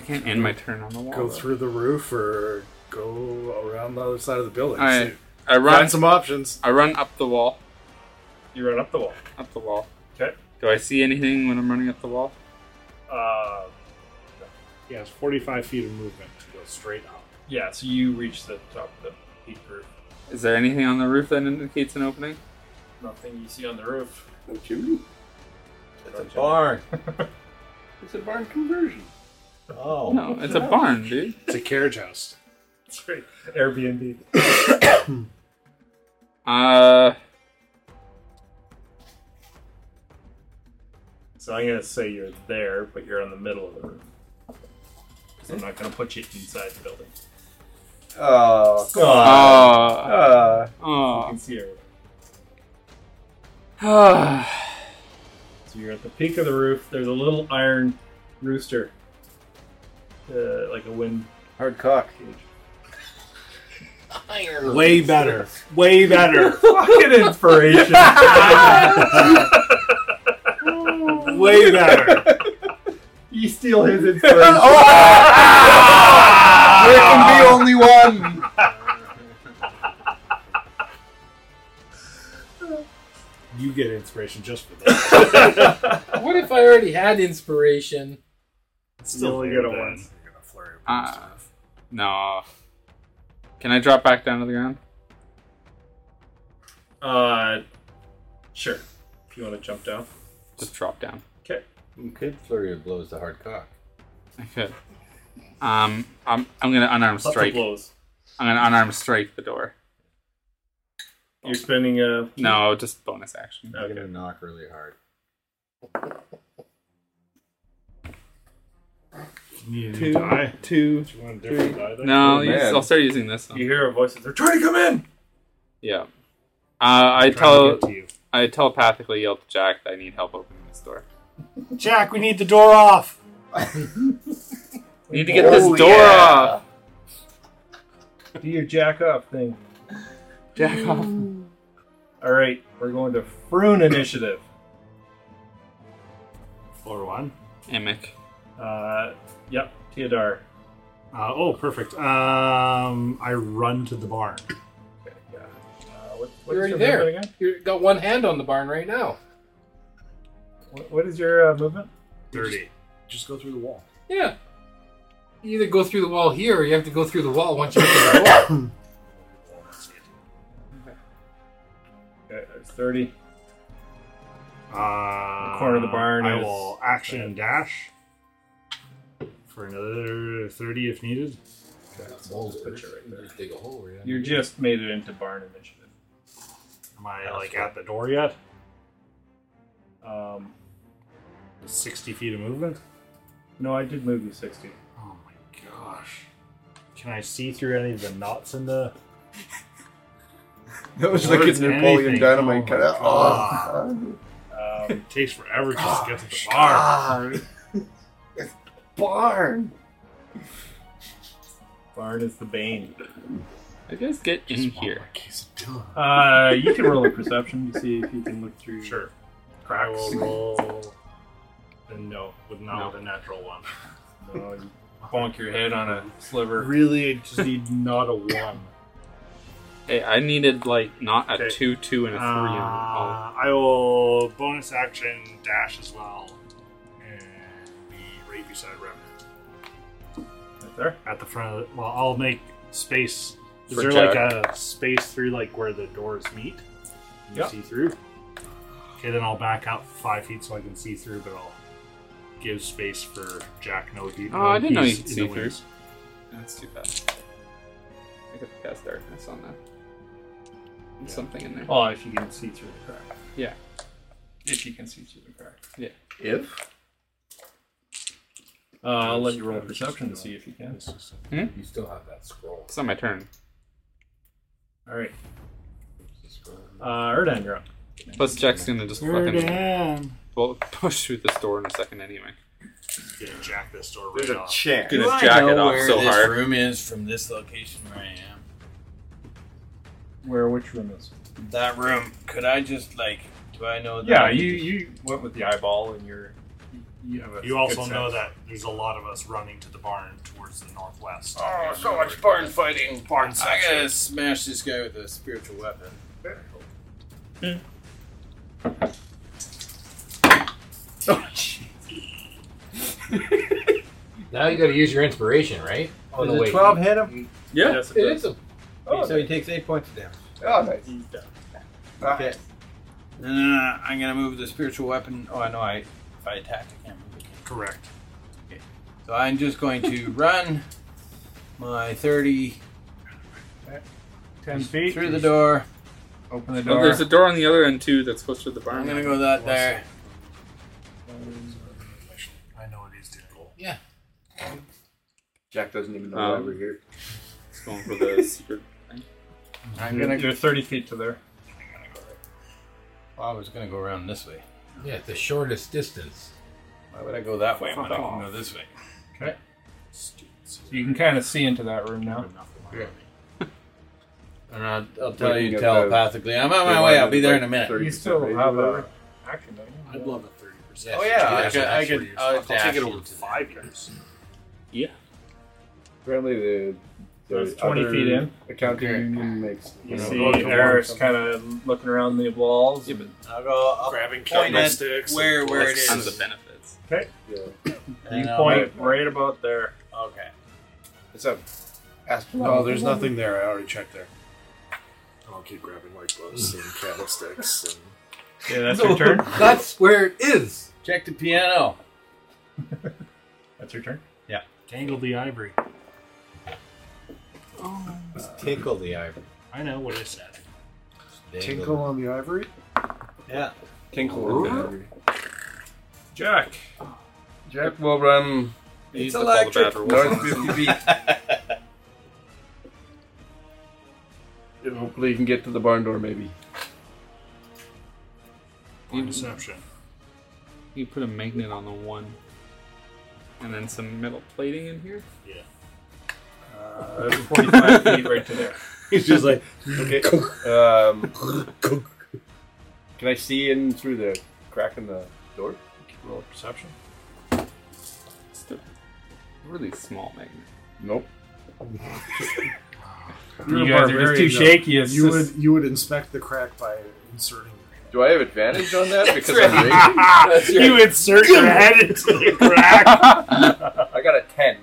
I can't end my turn on the wall.
go
though.
through the roof or go around the other side of the building.
I
Shoot.
I run
Find some options.
I run up the wall.
You run up the wall.
Up the wall.
Okay.
Do I see anything when I'm running up the wall?
Uh,
Yeah, it's 45 feet of movement to go straight up.
yeah. So you reach the top of the peak roof.
Is there anything on the roof that indicates an opening?
Nothing you see on the roof.
No chimney?
It's a barn.
[laughs] It's a barn conversion.
[laughs]
Oh.
No, it's a barn, dude.
It's a carriage house.
[laughs]
It's great. Airbnb.
Uh,
So I'm gonna say you're there, but you're on the middle of the roof. 'Cause I'm not gonna put you inside the building. Ah.
Oh, God.
uh,
Uh,
You
uh,
can see everything.
uh,
So you're at the peak of the roof. There's a little iron rooster, uh, like a wind
hard cock.
Way better. Way
[laughs]
better.
Fucking [laughs] inspiration.
[laughs]
Way better.
you steal his [laughs] inspiration.
There can
Ah.
Ah.
be only one.
You get inspiration just for that.
What if I already had inspiration?
Still you get a one.
uh, no. Can I drop back down to the ground?
Uh, sure. If you want to jump down.
Just drop down.
Okay.
You could flurry of blows the hard cock.
I could. Um, I'm I'm gonna unarmed
Lots of
strike.
blows.
I'm gonna unarmed strike the door.
You're spending a
No, just bonus action.
I'm gonna knock really hard.
You
Two,
die.
two,
Do you want a different die then?
No,
Oh,
you-
man.
I'll start using this.
You
One.
hear a voice. They're trying to come in.
Yeah. Uh, I
Trying to
tell
get to you.
I telepathically yell to Jack that I need help opening this door.
Jack, we need the door off.
We need to get this door off.
Do your jack off thing.
Jack off.
All right, we're going to Froon initiative.
Floor one.
Emic.
Uh, yep, Teodar.
Uh, oh, perfect. Um, I run to the barn.
Uh, what, what's
You're already
your
there.
movement again?
You got one hand on the barn right now.
What, what is your uh, movement?
Thirty.
Just go through the wall.
Yeah. You either go through the wall here, or you have to go through the wall once you get to the wall.
Okay, there's thirty.
Uh,
corner of the barn
I
is-
will action and dash for another thirty if needed.
That's a whole picture right there. Just dig a hole right
You just made it into barn initiative.
Am I like at the door yet?
Um,
Sixty feet of movement.
no, I did move you sixty.
Oh my gosh! Can I see through any of the knots in the?
That was like it's
Words,
Napoleon
anything.
Dynamite
Oh
cut
my
out.
God.
Oh.
[laughs] Um,
It takes forever just to get to the barn.
Barn.
barn is the bane.
I guys get in here.
Uh, you can roll a perception to see if you can look through.
Sure. I
Cracks.
will roll. And no, with not with a natural one.
No, you bonk your head on a sliver.
Really, I just need not a one.
Hey, I needed like not a
Okay.
two, two, and a
Uh,
three. on
I will bonus action dash as well, and be right beside Remnant
Right there.
at the front of. The, well, I'll make space. Is
For
there
Jack.
like a space through like where the doors meet? You
Yep.
see through. Okay, then I'll back out five feet so I can see through, but I'll give space for Jack. No, he,
Oh, I didn't know you
he's
could
in
see
the
through.
wings.
That's too bad. I could cast darkness on that. There's Something in there.
Oh, if you can see through the crack.
Yeah.
If you can see through the crack.
If
Uh, I'll let you roll perception to see if you can.
uh,
now. You still have that scroll.
It's not my turn.
All right. Uh, Erdan, you're up.
Plus, Jack's gonna just fucking well, push through this door in a second anyway.
Yeah, Jack this door
there's
right
a
Oh.
off.
chance.
Gonna
Do I
jack
know
it off
where
so
this
hard.
room is from this location where I am?
Where which room is?
That room. Could I just like? Do I know? That
Yeah, you you went with the eyeball and you're you have a
You also
good
know
sense.
that there's a lot of us running to the barn towards the northwest.
Oh, so much barn fighting.
Barn
I
section.
gotta smash this guy with a spiritual weapon.
Now you got to use your inspiration, right? Oh,
Does
no,
a
wait.
12 hit him?
Yeah.
Yes, it
It
does.
is a
Oh,
So he takes eight points of damage.
oh, nice. Ah.
Okay. No, no, no, I'm gonna move the spiritual weapon. Oh, I know. I if I attack, I can't move it.
Correct.
So I'm just going
[laughs]
to run my 30
Ten feet.
through the door.
Open the
Well,
door.
there's a door on the other end too that's close to the barn.
I'm gonna go that there.
I know what he's doing.
Jack doesn't even know
Um,
why we're here.
It's going for the secret.
I'm
you're,
gonna.
you're thirty feet to there.
I was gonna go around this way.
yeah, the shortest distance.
Why would I go that way? when I can go this way.
So you can kind of see into that room now.
[laughs] And I'll, I'll
We
tell
can
you
get
telepathically. I'm on my way. I'll be there in a minute.
30
You still
percent
have
raise or
a action. don't you?
I'd love a thirty percent.
Oh yeah, I could. I
That's where
could.
you're
I'll
supposed to
dash
get
you.
to that.
Five years.
Apparently the, the
So it's 20
other
feet in.
Accounting
Okay.
union makes.
You
know,
see,
goes along
Eris
some-
kind of looking around the walls. and
I'll go. I'll
Grabbing
point
counting
at
sticks.
where where it
Tons
is.
of benefits.
Yeah.
you
And I'll-
point right about there.
Okay.
It's a astronomical.
Oh,
No, there's nothing there. I already checked there. I'll keep grabbing my gloves and candlesticks and
Yeah, [laughs] that's your turn.
That's where it is.
Check the piano.
That's your turn.
Tangle the ivory.
Uh, Tinkle the ivory.
I know what I said.
Tinkle on the ivory.
Yeah.
Tinkle ivory.
Jack.
Jack will run
It's
to pull the
electric.
battery wall.
north 50 feet. [laughs] And Hopefully, he can get to the barn door, maybe.
Interception.
You put a magnet on the one, and then some metal plating in here.
Uh, 45 feet right to there.
He's just like, okay. Um, can I see in through the crack in the door?
Roll perception.
Just a really small magnet.
Nope.
You guys are just too shaky. It's
You
just-
would you would inspect the crack by inserting.
Do I have advantage on that because I'm raging?
You insert
[laughs]
your head [laughs] into the crack.
[laughs]
I got a ten.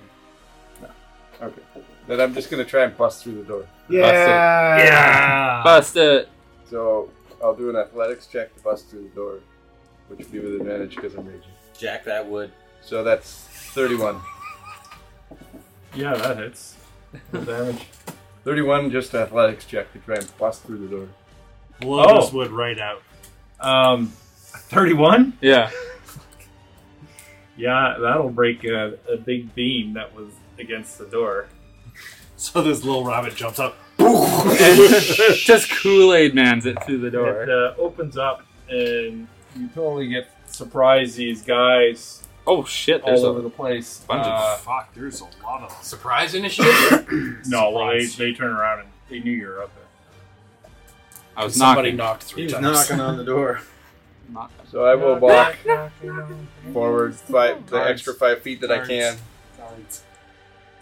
Okay. Then I'm just gonna try and bust through the door.
Yeah.
yeah.
Bust it.
So I'll do an athletics check to bust through the door, which would be with advantage because I'm raging.
Jack that wood.
So that's 31.
Yeah, that hits. Roll damage.
31 just athletics check to try and bust through the door.
Blow
Oh.
this wood right out.
Um, 31?
Yeah. [laughs]
Yeah, that'll break a, a big beam that was against the door.
So this little rabbit jumps up.
just Kool Aid mans it through the
It
door.
uh, opens up, and you totally get surprised these guys
Oh shit! There's
all
a
over the place.
bunch
Uh,
of
Fuck, there's a lot of them.
Surprise [laughs] initiative?
no, well, they, they turn around and they knew you were up there.
I was
Somebody
knocking.
knocked three
He's
times.
knocking on the door.
Knocking.
So I will walk forward five, the extra five feet that I can.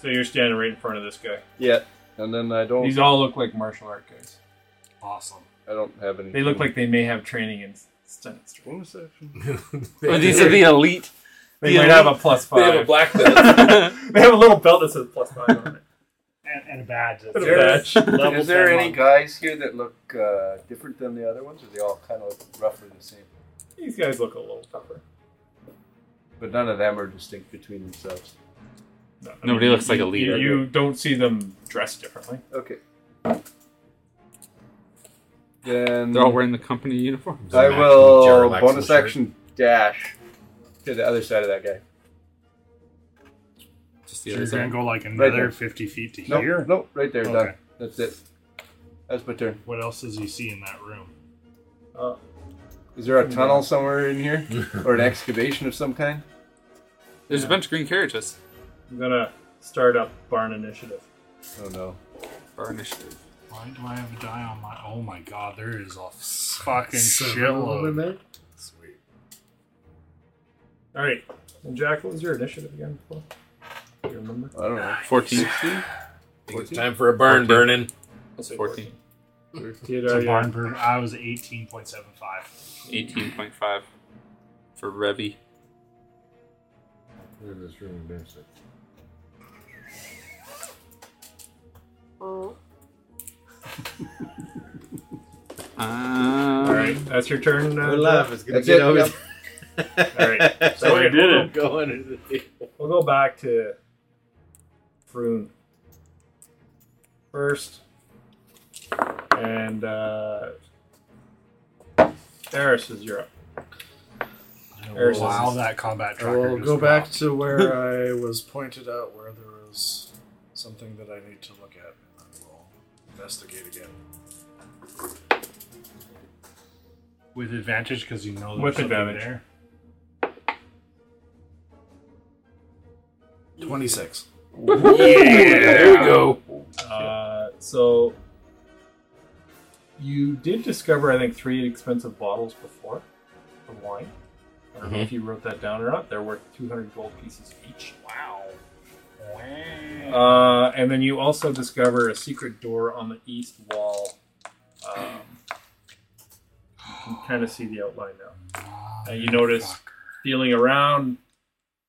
So you're standing right in front of this guy.
Yeah. And then I don't.
These all look like martial art guys.
Awesome.
I don't have any.
They look like they may have training in stun and strength.
bonus action.
Oh, these are the elite.
They
The
might
elite-
have a plus five.
They have
[laughs]
a black belt.
they have a little belt that says plus five on it.
And, and a badge.
Put a badge.
Level
Is there
10
any
on.
guys here that look uh, different than the other ones? Or they all kind of look roughly the same?
These guys look a little tougher.
But none of them are distinct between themselves.
No, I
Nobody looks like a
you-
leader.
You, you don't see them dressed differently.
Okay. Then
They're all wearing the company uniform. [laughs]
I
Max
will
with Jarlaxle
bonus
shirt.
action dash to the other side of that guy.
Just the
So
other
you're
side.
gonna go like
Right
another
there.
fifty feet to
No,
here.
no, right there, done.
Okay.
That's it. That's my turn.
What else does he see in that room?
Uh,
Is there a tunnel somewhere in here, or an excavation of some kind?
There's a bunch of green carriages.
I'm gonna start up barn initiative.
Oh no!
Our initiative.
Why do I have a die on my? Oh my god, there is a fucking
Several of them in
shitload.
there.
Sweet.
All right. And Jack, what was your initiative again? Paul? Do you remember?
I don't know.
14.
It's time for a barn burning.
14.
Did
So
I, uh,
barn burn- I was eighteen point seven five.
18.5 for Revy.
Look at this room eventually.
[laughs] Um,
All
[laughs]
right, that's your turn. Uh,
Good laugh. It's gonna
That's
get
it,
over.
yep.
Alright, so we did it.
Go under the table.
We'll go back to Froon first, and uh, Eris is your up. There's
Wow,
this-
that combat
I
tracker.
will
just
go back
dropped.
to where I was pointed out, where there was something that I need to look at, and I will investigate again.
with advantage because you know there's
With
something
advantage.
there.
Twenty-six.
There we go.
Uh, so you did discover, I think, three expensive bottles before of wine. I don't know if you wrote that down or not. They're worth 200 gold pieces each. Wow. Uh, and then you also discover a secret door on the east wall. Um, you can kind of see the outline now. And you notice, feeling around,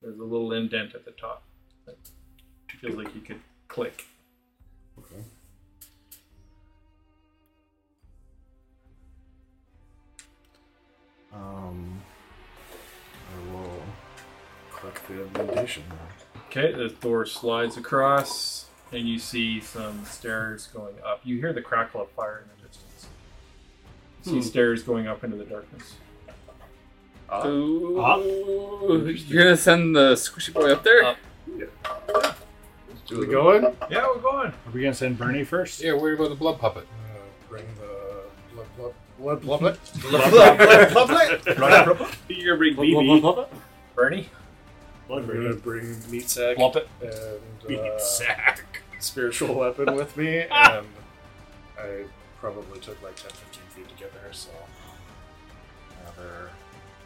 there's a little indent at the top. That feels like you could click.
Um, I will click the indentation.
Okay, the door slides across, and you see some stairs going up. You hear the crackle of fire in the distance. You
Hmm.
see stairs going up into the darkness.
Ooh,
Ah.
You're gonna send the squishy boy up there?
Up.
we going?
Yeah, we're going.
Are we gonna send Bernie first?
Yeah, worry about the blood puppet.
Uh, bring the blood, blood, blood, blood,
You're gonna bring BB. Bernie.
I'm gonna bring meat sack
Plop it.
and
Meat
uh,
sack.
[laughs] spiritual weapon with
[laughs]
me, and I probably took like 10, 15 feet to get there, so another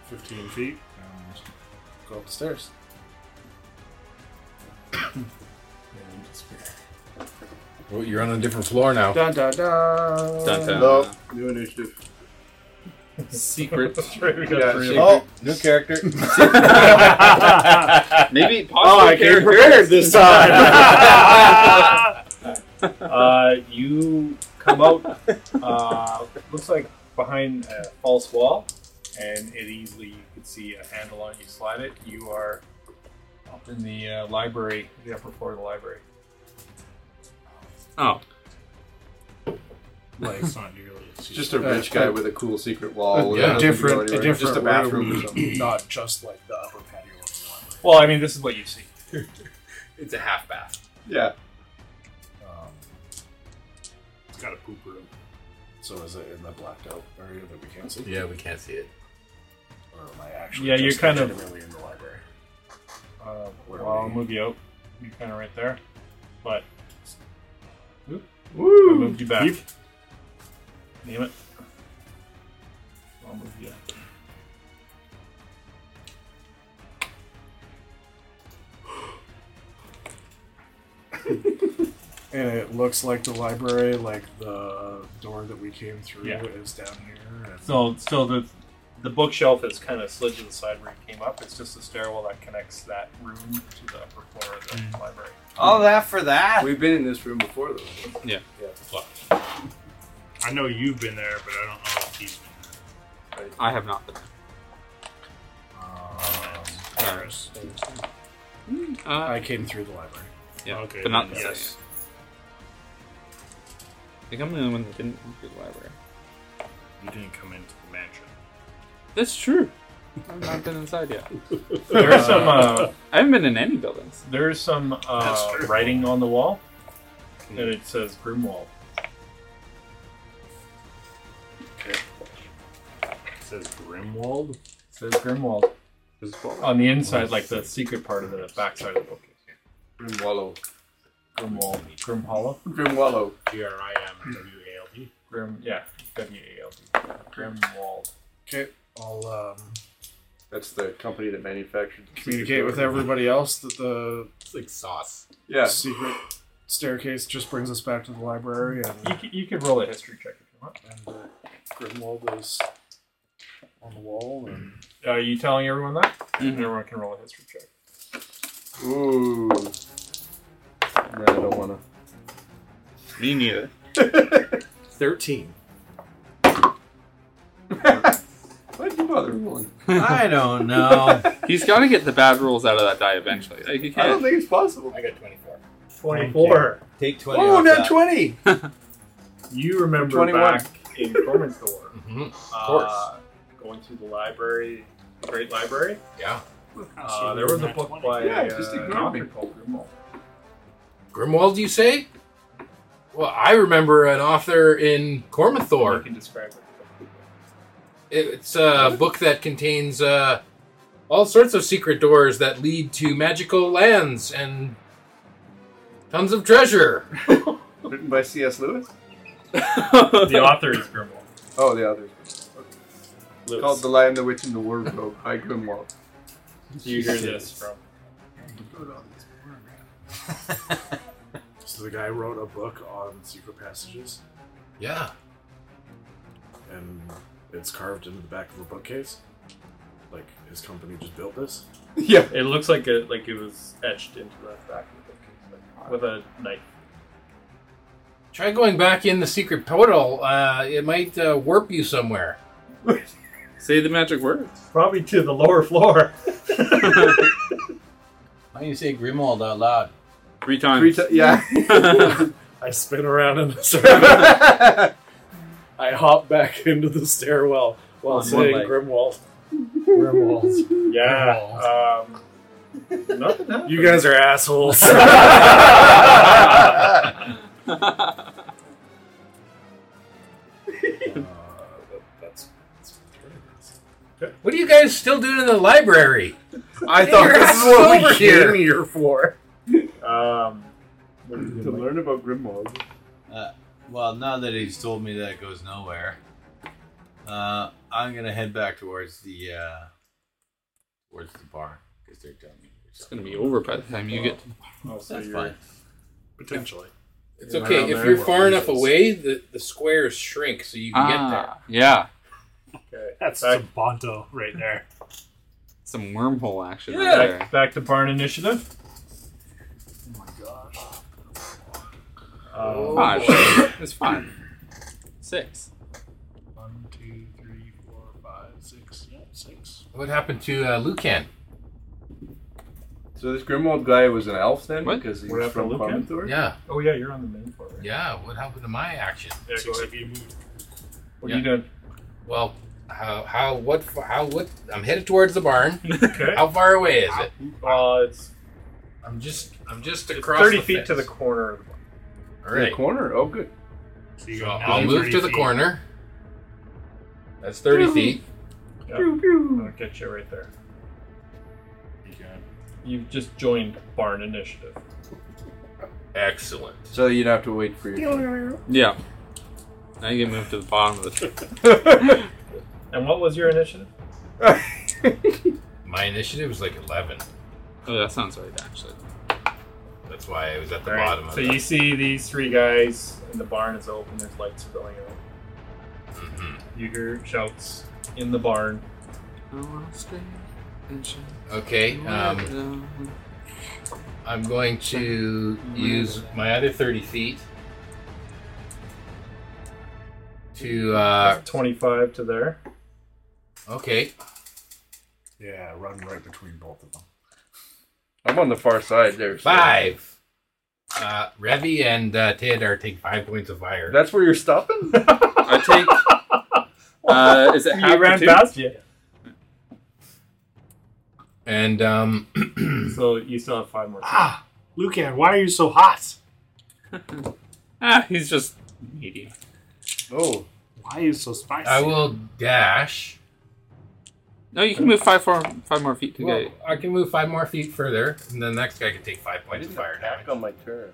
15 feet and go up the stairs.
Well, you're on a different floor now.
Dun dun dun.
Dun,
[laughs]
dun.
No, new initiative.
[laughs] Secret.
Yeah,
three
secret.
of
oh, new character.
[laughs]
[laughs]
Maybe possible
Oh, I came prepared this time.
[laughs] Uh, you come out. Uh, looks like behind a false wall, and it easily you could see a handle on. it, You slide it. You are up in the uh, library, the upper floor of the library.
Oh,
[laughs]
Like it's not nearly. As
Just a rich guy with a cool secret wall.
Yeah.
that doesn't go
different, Uh, a
anywhere.
different
just a bathroom or
room,
[laughs]
something.
[laughs] not just like the upper patio. of the library.
Well, I mean, this is what you see.
[laughs] it's a half bath.
Yeah,
Um,
it's got a poop room.
so is it in the blacked out area that we can't see?
Yeah, we can't see it.
Or am I actually?
Yeah, you're
just
kind of-
legitimately in the library.
Uh,
Where
well,
are
I'll
we?
move you out. You're kind of right there, but I
Woo!
moved you back. Name it. I'll move you. up.
And it looks like the library, like the door that we came through,
Yeah.
is down here. And
So, so the the bookshelf is kind of slid to the side where you came up. It's just a stairwell that connects that room to the upper floor of the library.
All that for that?
we've been in this room before though.
I know you've been there, but I don't know if he's been
I have not.
there. Paris.
Uh,
Um, I came through the library.
yeah,
okay,
but not
then
the
yes.
second. I think I'm the only one that didn't come through the library.
You didn't come into the mansion.
That's true. I've not been inside yet.
There is some uh,
I haven't been in any buildings.
there is some uh, writing on the wall, and it says Grimwald.
It says Grimwald.
It says Grimwald on the inside, like the secret part of the backside of the book.
Grim Wallow.
Grimwald, Grim Hollow,
Grim Wallow.
G R I M W A L D.
Grim yeah, W A L D, Grimwald.
Okay, I'll um,
That's the company that manufactured. the
communicate
secret
with
door.
everybody else that the
It's like sauce.
Yeah,
secret staircase just brings us back to the library, and,
You c- you could roll a history check if you want.
and uh, Grimwald is on the wall. And
Are you telling everyone that? Everyone can roll a history check.
Ooh. No, I don't wanna.
Me neither.
Thirteen.
Why'd you bother rolling?
[laughs] I don't know.
He's got to get the bad rolls out of that die eventually. Like he
I don't
can't.
think it's possible.
I got twenty-four.
Twenty-four.
[laughs] Take twenty.
Oh,
off
not
that.
twenty.
You remember
21.
[laughs] back in Corman's Door,
Mm-hmm.
uh, going to the library, the Great Library.
Yeah.
Uh, there was a book by
Yeah, just
uh,
ignore
an
me.
author called Grimwald.
Grimwald, you say? Well, I remember an author in
You
Cormathor.
can describe it.
It's a book that contains uh, all sorts of secret doors that lead to magical lands and tons of treasure.
Written by C.S. Lewis.
[laughs]
The author is
[laughs]
Grimwald.
Oh, the others.
Lewis.
Called The Lion, the Witch, and the Wardrobe by Grimwald.
you hear this from?
so the guy wrote a book on secret passages,
Yeah.
and it's carved into the back of a bookcase. Like his company just built this.
yeah.
It looks like it, like it was etched into the back of the book like, with a knife.
Try going back in the secret portal. Uh, it might uh, warp you somewhere.
Say the magic words.
[laughs]
Probably to the lower floor.
Why don't you say Grimald out loud?
Three times.
[laughs] Three ti-
[laughs]
yeah.
[laughs]
I spin around in a circle. I hop back into the stairwell while
On one
saying
leg.
Grimwald. Grimwald. uh,
Yeah. Um, nothing happened.
You guys are [laughs] assholes.
What are you guys still doing in the library?
[laughs] I thought
[laughs]
this is what we
here.
here for.
Um, to learn about Grimwald.
Uh, well, now that he's told me that it goes nowhere, uh, I'm gonna head back towards the uh, towards the bar because they're telling me there's
It's gonna
something.
be over by the time you get.
[laughs]
Oh, so
That's
you're-
fine.
Potentially.
It's
Yeah,
okay.
around
If
there.
you're far enough away, the, the squares shrink so you can get there.
Ah, yeah.
Okay.
That's
Back-
some Bonto right there.
Some wormhole action.
Yeah.
Right there.
Back, back to barn initiative. Oh my gosh.
Ah, sure. It's fine. Six.
One, two, three, four, five, six. Yep, six.
What happened to uh, Lucan?
So this Grimwald guy was an elf then,
What?
because he
We're
was
after
from
Lucan?
Common
Yeah,
oh yeah, you're on the main floor. Right?
yeah. What happened to my action?
Yeah, go
Six
ahead.
if you move.
What are you doing?
Well, how how what how what? I'm headed towards the barn. [laughs]
Okay.
How far away is it?
Uh, it's
I'm just I'm just
it's
across
thirty
the
feet to the
fence.
corner of the barn.
All right.
corner. Oh, good.
So you
So
go
I'll
another
move
30
to the
feet.
corner. That's thirty feet.
Yeah. I'm gonna get you right there. You've just joined barn initiative.
Excellent.
So you'd have to wait for your.
Yeah. Now you get moved to the bottom of the.
[laughs]
And what was your initiative?
My initiative was like eleven.
Oh, that sounds right, actually.
That's why I was at the
All right,
bottom of
So
the
you see these three guys, and the barn is open. There's lights filling out.
Mhm.
You hear shouts in the barn.
Okay. Um, I'm going to use my other 30 feet to, uh,
Twenty-five to there.
okay.
Yeah, run right between both of them.
I'm on the far side there. so-
Five. Uh, Revi and uh, Teodar take five points of fire.
That's where you're stopping.
I [laughs] take. Uh, is it
He
half
ran
to two?
past [clears throat]
[clears throat]
you.
And, um,
So you still have five more.
Ah, Lucan, why are you so hot?
Ah, he's just media.
Oh,
Why are you so spicy?
I will dash.
No, you can move five, four, five more feet to
Well,
get.
I can move five more feet further, and the next guy can take five points of fire
attack
damage.
on my turn.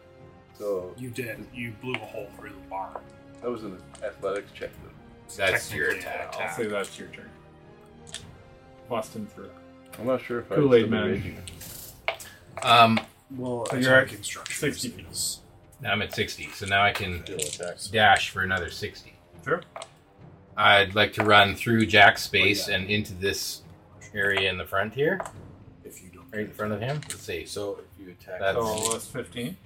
So
You did. You blew a hole through the bar.
that was an athletics check.
That's your
Technically,
attack.
yeah.
I'll say that's your turn. Bust him through.
I'm not sure if I
Kool-Aid
still be
man.
raging.
Um,
Well,
So you're at
attacking structures
60 feet.
is-
now I'm at 60, so now I can
Still attacks.
dash for another 60.
Sure.
I'd like to run through Jack's
Oh,
space and into this area in the front here,
If you don't.
right in front of him. Let's see.
So if you attack,
That's-
So that's fifteen.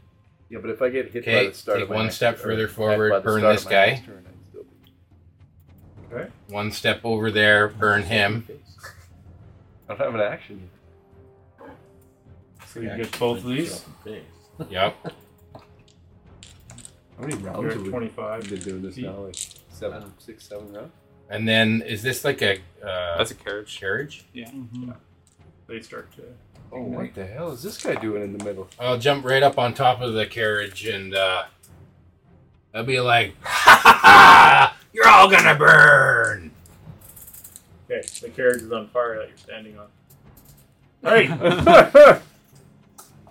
Yeah, but if I get hit
Okay,
by the start
take
of my
one
next
step
turn-
further
attacked
forward,
by the
burn
start
this
of my
guy.
next turn, I'd still be-
One step over there,
[laughs]
burn him.
I don't have an action. yet.
So you get both of these.
Yep.
How many rounds
You're
have
at
we
twenty-five.
I've been doing this
feet.
now? Like seven, Um, six, seven rounds.
And then is this like a uh,
That's a carriage.
carriage?
They start to.
Oh, what the hell is this guy doing in the [laughs] middle?
I'll jump right up on top of the carriage and uh, I'll be like, [laughs] ha ha ha! You're all gonna burn!
Okay, the carriage is on fire that you're standing on.
[laughs]
Hey,
[laughs] Uh,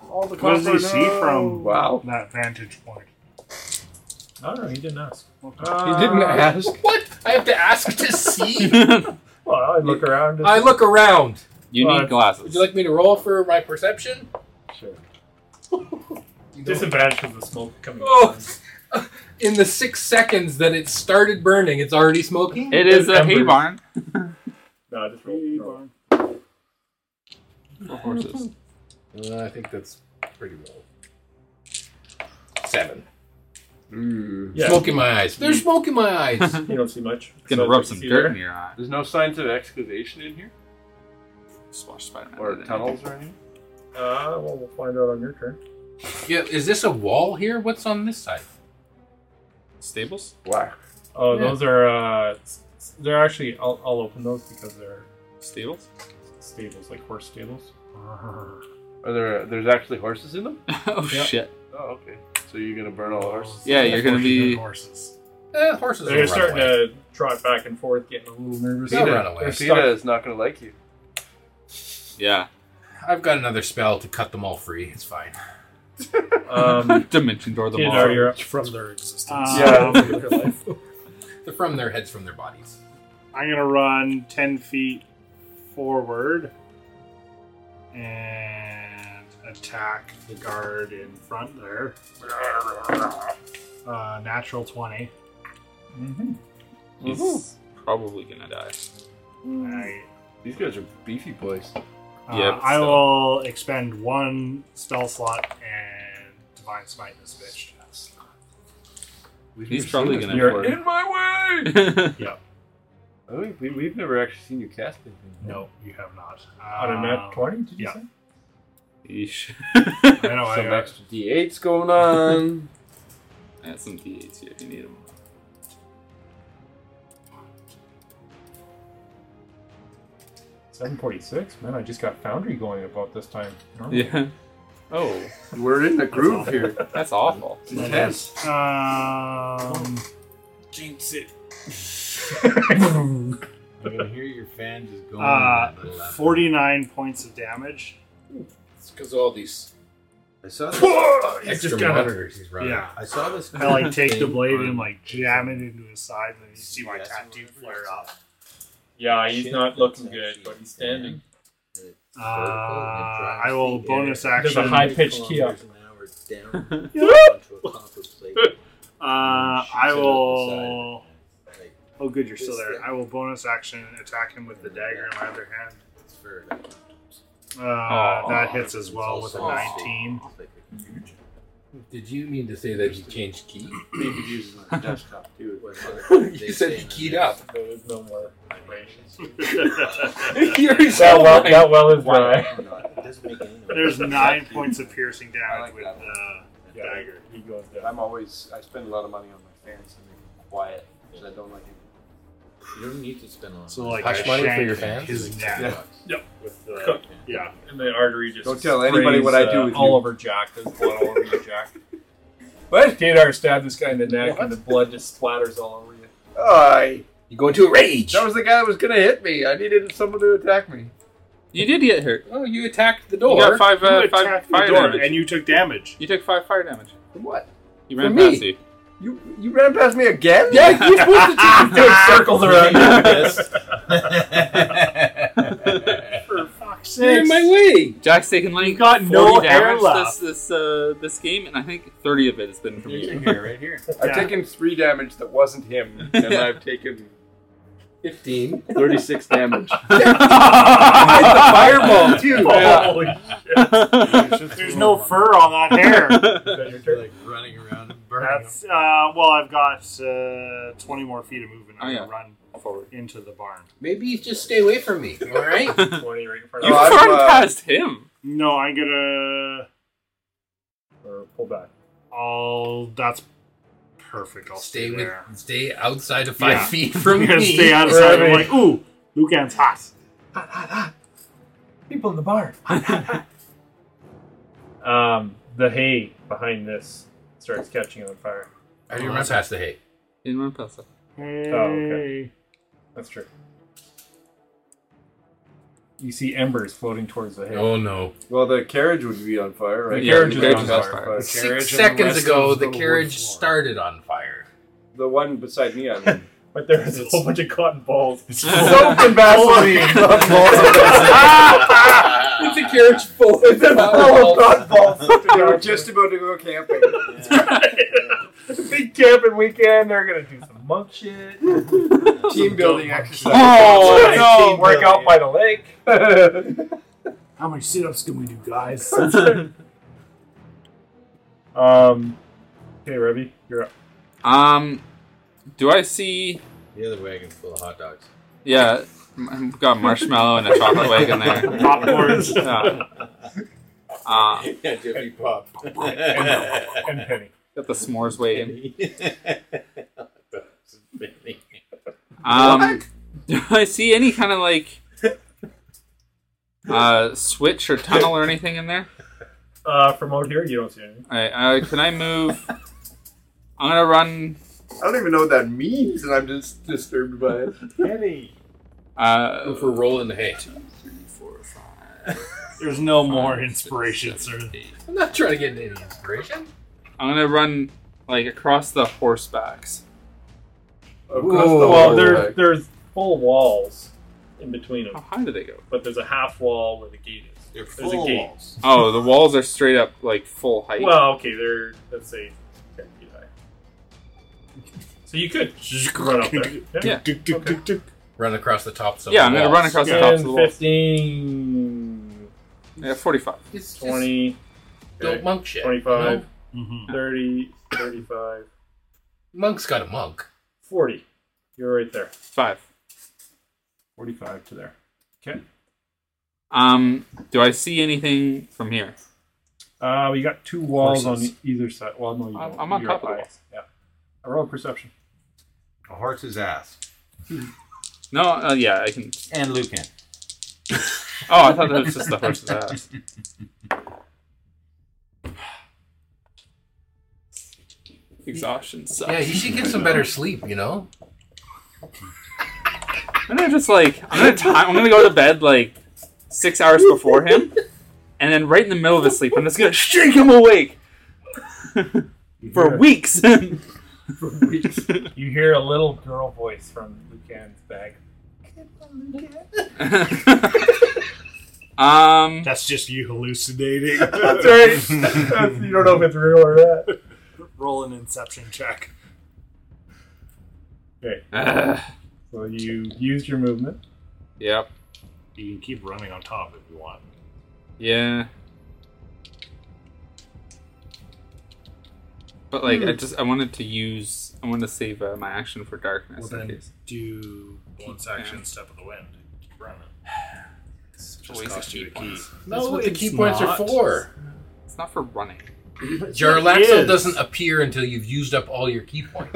All the
What does he
copper,
see
no!
from
Wow.
that vantage point?
I don't know. He didn't ask.
He didn't
Uh,
ask.
What? I have to ask to see?
[laughs] Well, I look around. and-
I look around.
you
Well,
need glasses.
Would you like me to roll for my perception?
Sure.
Disadvantage because the smoke coming.
Oh.
from-
In the six seconds that it started burning, it's already smoking?
it is a hay
Embers.
barn.
No, just roll. roll.
For horses.
Uh, I think that's pretty well. Seven.
Ooh.
Yeah,
Smoke in my eyes. Mm. There's smoke in my
[laughs]
eyes.
you don't see much.
Gonna
So
rub
you
some
see
dirt
there.
in your eye.
There's no signs of excavation in here
Splash Spider-Man.
or
did it.
tunnels or anything.
Uh, well, we'll find out on your turn.
Yeah, is this a wall here? What's on this side?
Stables?
Oh,
Yeah.
those are. Uh, s- s- they're actually. I'll, I'll open those because they're
Stables?
stables, like horse stables.
Are there? There's actually horses in them.
[laughs] oh
Yeah.
shit.
Oh, okay. So you're gonna burn all the horses.
Yeah, you're gonna be.
horses.
Eh, horses
They're
will run
starting
away.
to trot back and forth, getting a little nervous.
They'll
Peter.
run away.
stuck.
Peta is not gonna like you.
Yeah.
I've got another spell to cut them all free. It's fine.
[laughs]
Um,
Dimension door them
Kedar,
all.
you're up.
from their existence. [laughs]
Um,
They're from their heads, from their bodies.
I'm gonna run ten feet forward and attack the guard in front there. Uh, natural twenty.
He's probably gonna die.
I,
These guys are beefy boys.
uh,
Yeah, but
I
still.
will expend one spell slot and divine smite this bitch.
We've
He's
never
probably
seen this
gonna-
before.
You're in my way.
[laughs]
I think we, we've never actually seen you cast anything.
No, you have not.
On a
Um,
nat twenty, did you
yeah.
say?
Yeesh.
I know. I,
Some
uh,
extra D8s going on.
I got some D8s here if you need them.
Seven forty-six. Man, I just got Foundry going about this time. Normally.
Yeah. Oh,
[laughs] We're in the groove [laughs] here.
that's [laughs] awful.
It's intense.
Um,
Jinx it. I can hear your fan just going.
uh,
Little-
49 points of damage.
It's because all these
I saw
[laughs]
this,
He's
extra
just kinda-
monitors he's running.
Yeah.
I saw this.
I like take the
thing
blade
on-
and like jam it into his side, and then you see my
Yes.
tattoo flare up.
Yeah, he's
Shit,
not
that's
looking
actually-
good, but he's standing.
Uh, I will bonus
There's
action.
a high pitched key up.
Down onto
[laughs]
a copper plate.
Uh, I will.
Like,
Oh, good, you're still there. I will bonus action attack him with the dagger in my other hand.
it's very good.
Uh, that hits as well with
It's
a
also
19.
It's like a huge-
Did you mean to say that he changed key?
Maybe use it on the desktop too.
[laughs]
They
you said
say
he
on
keyed
the-
up.
There is no more.
[laughs]
he already
That
said
well,
mine.
that well is
Why
dry.
not?
It doesn't make any noise.
There's nine points of piercing
I
damage
like
with
that one.
the
Yeah.
dagger.
He goes down.
I'm always. I spend a lot of money on my fans and make them quiet because I don't like it.
You don't need to spend on.
So like
Hush
I
money for
shanked
your fans?
His neck
Yeah.
with the yeah.
And the artery just.
Don't tell anybody
sprays,
what I do with
uh,
you.
all over Jack. There's blood all over you,
[laughs]
Jack. What? Kadar stabbed this guy in the neck, and the blood just splatters all over you.
I,
You go into a rage.
that was the guy that was gonna hit me. I needed someone to attack me.
You did get hurt.
Oh, you attacked the
You
door.
got five, uh,
You
five
attacked the
fire
door
damage.
and you took damage.
You took five fire damage.
From what?
You ran
For me?
past you.
You you ran past me again?
yeah,
[laughs]
you supposed to take
Doing Ah, circles around [laughs]
[laughs]
For fuck's
You're in my way.
[laughs] Jack's taken like
You got
40
no air
damage
left.
this this uh, this game, and I think 30 of it has been from you.
here, right here.
I've
Yeah.
taken three damage that wasn't him, and I've [laughs] taken
Fifteen.
thirty-six damage.
[laughs]
[laughs]
fireball
too.
Holy [laughs] shit. There's no fur
[laughs]
on that hair.
like running around and burning.
That's uh, well, I've got uh, 20 more feet of movement. I'm
Oh,
gonna run
Forward.
into the barn.
Maybe you just stay away from me. All
[laughs]
right.
Twenty right in front
You
of
Oh,
us.
I'm,
farmed
uh,
past him.
No, I'm gonna.
Oh,
Or pull back.
I'll. That's perfect. I'll stay,
stay with.
there.
Stay outside of five
Yeah. [laughs]
feet
I'm
[laughs] from
gonna
me.
stay out of sight. I'm like, ooh, Lucan's hot.
People in the barn. [laughs] um, the hay behind this starts catching on fire.
I do run past the hay.
Didn't run past him.
Hey.
okay. That's true. You see embers floating towards the hay.
Oh no!
Well, the carriage would be on fire, right?
The carriage
the
is
carriage
on
is on
fire.
fire.
But
Six seconds ago, the carriage started on fire.
the one beside me, I mean.
But there is a whole bunch of cotton balls.
Soap and Vaseline. Not
It's a carriage full of
[laughs] They were just about to go camping.
[laughs] It's a big camping weekend. They're gonna do some monk shit.
Team building exercise.
[laughs]
Oh,
no! Work out by the lake. [laughs]
How many sit-ups can we do, guys?
Um. Okay, Revy, you're up.
Um, do I see?
[laughs] The other wagon full of hot
[laughs]
dogs.
Yeah, m- I've got marshmallow and a chocolate wagon there.
Popcorns.
Yeah. Uh,
Yeah, Jiffy [laughs]
[laughs]
Pop.
And [laughs] Penny.
got the s'mores waiting.
[laughs]
Um,
What?
do I see any kind of like uh, switch or tunnel or anything in there?
Uh, from out here, you don't see anything.
All right, uh, can I move? I'm gonna run.
I don't even know what that means, and I'm just disturbed by it.
Uh,
If we're rolling the hay.
There's no more inspiration, sir.
I'm not trying to get any inspiration.
I'm gonna run like across the horsebacks.
Of
Well,
wall.
there, there's full walls in between
How
them,
high do they go?
but there's a half wall where the gate is.
They're
There's a gate.
Oh, the walls are straight up like full height.
Well, okay, they're let's say ten feet high. So you could run
[laughs]
up there.
Yeah.
Run across the top.
yeah, I'm gonna run across the tops of the
10,
walls.
15,
Yeah, 45.
It's 20.
20,
Don't monk shit.
25,
No?
Mm-hmm.
30, 35,
Monk's got a monk.
40. You're right there.
Five.
45 to there. Okay.
Um, do I see anything from here?
Uh, we got two walls
Horses.
on either side. Well, no, you
I'm-
don't.
I'm on
You're
top of the
high.
walls.
Yeah. I roll perception.
A horse's ass.
No, uh, yeah, I can.
And Lucan.
[laughs] Oh, I thought that was just the horse's ass. Exhaustion sucks.
Yeah, you should get some better sleep. You know.
I'm gonna just like I'm gonna time. I'm gonna go to bed like six hours before him, and then right in the middle of his sleep, I'm just gonna shake him awake for weeks. [laughs]
You hear a little girl voice from Lucan's bag.
um,
That's just
[laughs]
you hallucinating. [laughs]
[laughs] That's right. [laughs] That's- you don't know if it's real or not.
Roll an inception check.
uh,
So you used your movement.
yep,
You can keep running on top if you want.
yeah. But like,
Hmm.
I just I wanted to use I want to save uh, my action for darkness
Well,
in
then
case.
do one
going.
action step of the wind. Run it. It's
a waste of key
[laughs]
points.
That's
No,
what the
it's
key points are
not.
for.
It's not for running.
Jarlaxle
is.
doesn't appear until you've used up all your
[laughs]
key points.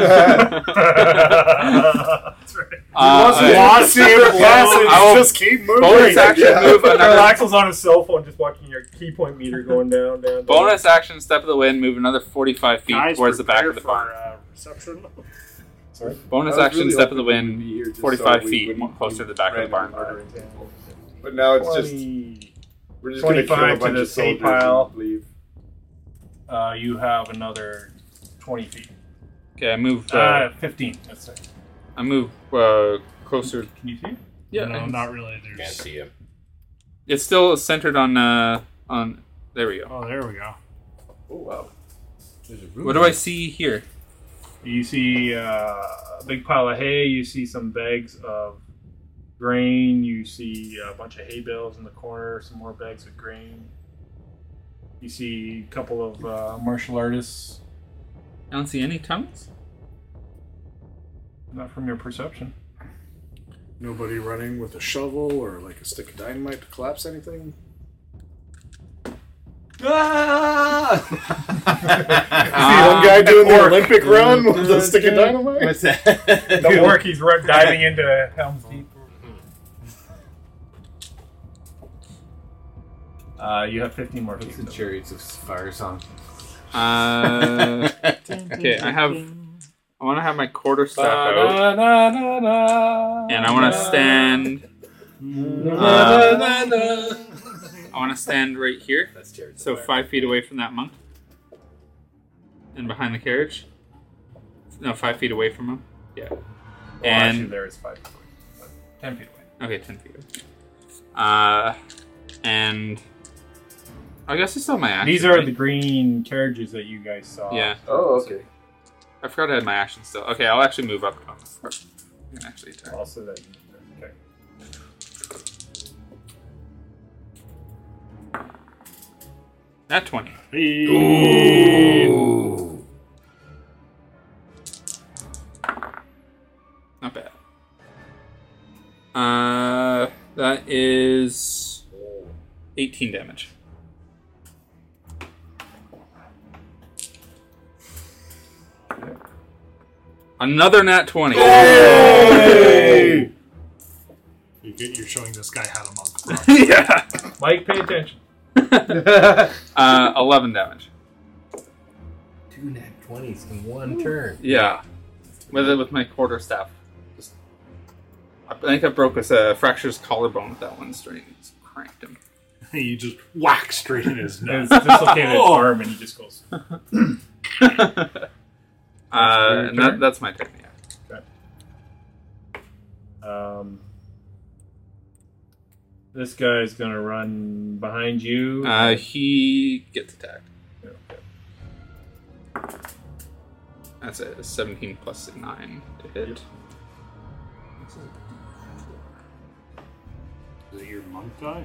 That's right.
Uh,
Wasn't [laughs] lost it, wasn't.
I will-
Just keep moving.
bonus action move
[laughs]
another
Axel's on his cell phone, just watching your key point meter going down, down. down.
Bonus action, step of the wind, move another 45 feet
Guys,
towards the back of the
prepare
barn.
for, uh, [laughs] reception.
Bonus
I was
action,
really
step of the
hoping we'd
wind,
be here just so
45
we
feet
wouldn't
closer to the back of the barn.
random murdering people. But now it's just
Twenty.
we're just gonna kill
25
a
to
bunch
the
of soldiers
same pile.
and leave.
Uh, you have another twenty feet.
Okay, I move. Uh,
Uh, fifteen. That's right.
I move uh, closer.
Can you see?
Yeah,
no,
and-
not really.
Can't
There's.
see him.
It's still centered on uh on. There we go.
Oh, there we go.
Oh wow.
What do I see here?
You see uh, a big pile of hay. You see some bags of grain. You see a bunch of hay bales in the corner. Some more bags of grain. You see a couple of uh, martial artists.
I don't see any tunnels.
Not from your perception.
Nobody running with a shovel or like a stick of dynamite to collapse anything.
Ah!
[laughs]
See one guy doing the Olympic run with a stick of dynamite.
What's that?
The
[laughs] Uh,
orc he's run- diving into Helm's Deep. Uh, you have 15 more feet.
It's the chariots of fire song. [laughs]
Uh, okay, I have. I want to have my quarter staff out, and I want to stand. Uh, I want to stand right here.
That's Jared.
So five feet away from that monk, and behind the carriage. No, five feet away from him. Yeah,
Well, actually,
and
there is five feet away. but 10 feet away.
okay, ten feet. Away. Uh, and I guess I still have my action.
These are
right?
the green carriages that you guys saw.
yeah.
Oh okay.
I forgot I had my action still. Okay, I'll actually move up. to him. I can actually attack.
Also, that. Okay.
That twenty.
Ooh.
Not bad. Uh, that is eighteen damage. Another nat 20.
You get, you're showing this guy how to monk. rock.
yeah.
Mike, pay attention.
[laughs] Uh, 11 damage.
Two nat 20s in one turn.
Yeah. With it, with my quarter staff. Just, I think I broke his uh, fractured his collarbone with that one string. It's cranked him.
[laughs] you just whack straight in his [laughs]
And
nose.
it's dislocated
[laughs]
his arm, and he just goes.
Uh, and that,
turn?
that's my turn. Yeah.
Um, this guy's gonna run behind you.
Uh, he gets attacked.
Yeah, okay.
That's a 17 plus 9 to hit.
Is it your monk guy?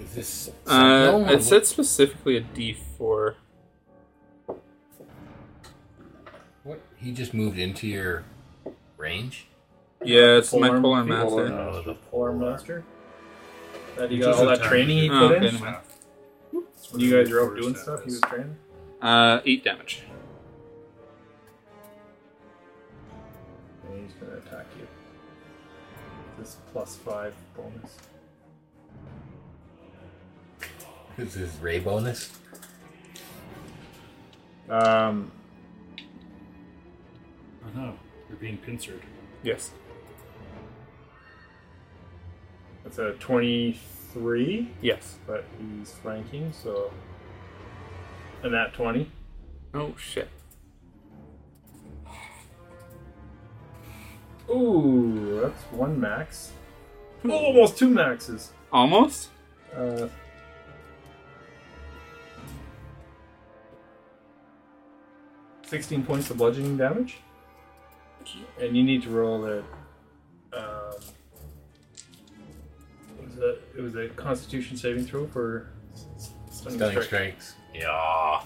Is this
Uh,
Sentinel or
it said specifically a d4.
what? He just moved into your range.
Yeah, it's my
Form,
polar
form.
master.
Oh, the
Polar monster. That he
Which
got
is
all
a
that
time.
training he
Oh,
put
okay,
in.
never mind.
When you guys were out doing stuff, he was training.
Uh, 8 damage.
And he's gonna attack you. This plus five bonus.
Is his ray bonus?
Um,
Oh, no. You're being pincered.
Yes.
that's a twenty-three,
Yes.
but he's flanking, so. And that twenty.
Oh, shit.
Ooh, that's one max. Oh, almost two maxes.
Almost?
Uh, Sixteen points of bludgeoning damage, and you need to roll a. Um, it was a it was a Constitution saving throw for stunning,
Stunning
strike.
strikes. Yeah.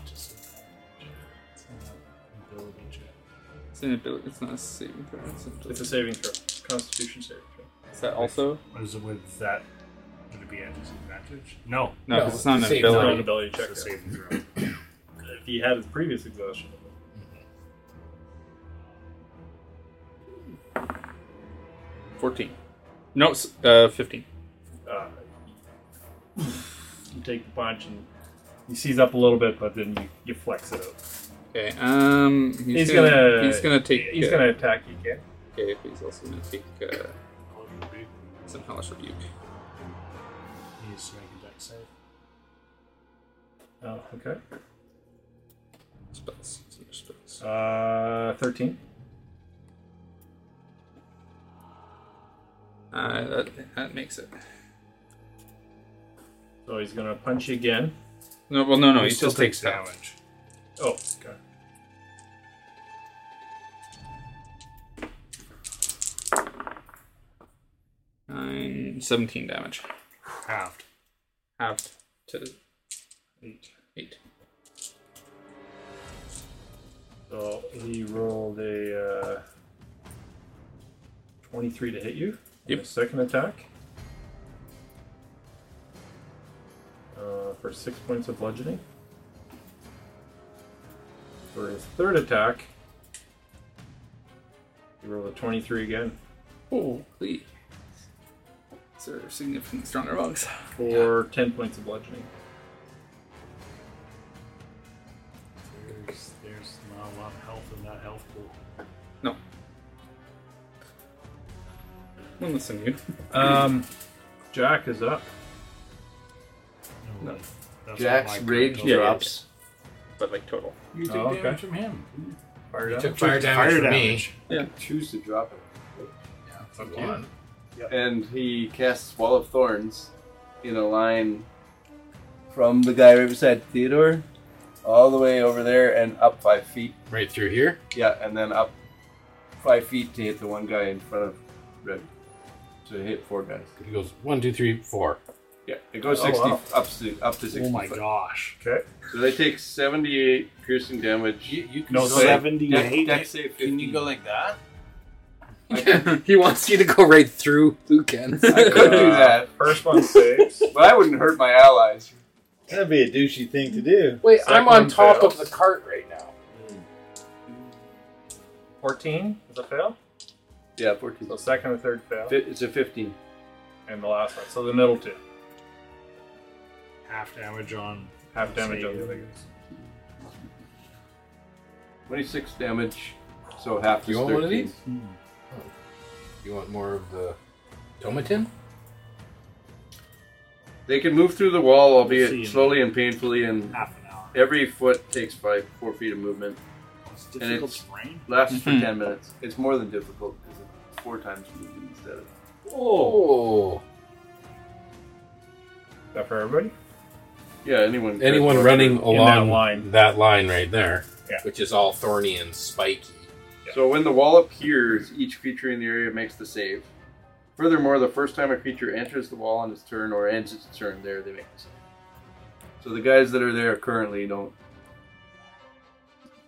It's an ability. It's not a saving throw. It's, a,
It's a saving throw, Constitution saving throw.
is that also?
What is it with that? Would it be at disadvantage? No.
No,
No,
'cause it's not
it's
an
a saving
It's not
ability.
an ability check.
It's a saving throw.
If he had his previous exhaustion.
Fourteen. No, s- uh, fifteen.
uh, you take the punch and he sees up a little bit, but then you, you flex it out.
Okay. Um, he's,
He's
gonna,
gonna-
he's gonna take.
He's
uh,
gonna attack you again.
Okay, but he's also gonna take uh, some hellish rebuke.
[laughs] He's to make a deck save.
Oh, okay.
Spells. Some spells.
Uh, thirteen.
Uh, that, that makes it.
So he's gonna punch you again.
No, well, no, no. He,
He still
still takes
takes
damage.
Oh, okay.
Nine, 17 damage.
Halved.
Halved to eight. Eight.
So he rolled a uh, twenty-three to hit you.
Yep.
His Second attack. Uh, for six points of bludgeoning. For his third attack, he rolled a twenty-three again.
Holy. These are significantly stronger bugs.
for 10 points of bludgeoning.
There's, there's not a lot of health in that health pool.
No. One less than you.
Um, Jack is up.
No, that's
Jack's
not my
rage
character.
yeah.
drops.
But like total.
You
take Oh, okay. damage
from him.
He took fire damage
fire
from
damage.
Choose to drop it.
me. One.
And he casts Wall of Thorns in a line from the guy right beside Theodore all the way over there and up five feet.
Right through here.
Yeah, and then up five feet to hit the one guy in front of Red. To hit four guys.
He goes one, two, three, four.
Yeah, it goes
Oh,
60
wow.
up to up to 60.
Oh my
foot.
gosh.
Okay.
So they take 78 piercing damage.
You, you can
No,
go
so-
like,
78.
Dex save
can
15.
you
[laughs]
go like that?
[laughs] he wants you to go right through Lucan.
I
[laughs]
could do that,
First one saves.
but I wouldn't hurt my allies.
That'd be a douchey thing to do.
Wait,
Second
I'm on top
fails.
of the cart right now.
14 is a fail.
Yeah, 14.
So second or third fail.
Fi- It's a 15.
And the last one. So the middle two.
half damage on
Half damage on the
save.
other guys.
26 damage, so half
You
is
want
13.
one of these? You want more of the tomatin?
They can move through the wall, albeit
See you.
slowly and painfully, and
half an hour.
every foot takes five, four feet of movement.
It's
And
difficult
it's-
terrain.
Mhm.
Lasts
Mm-hmm.
for 10 minutes. It's more than difficult because it's four times movement instead of.
Oh.
Is that for everybody?
Yeah, anyone.
Anyone
could.
running along that line.
line.
right there,
Yeah.
which is all thorny and spiky.
So when the wall appears, each creature in the area makes the save. Furthermore, the first time a creature enters the wall on its turn or ends its turn there, they make the save. So the guys that are there currently don't.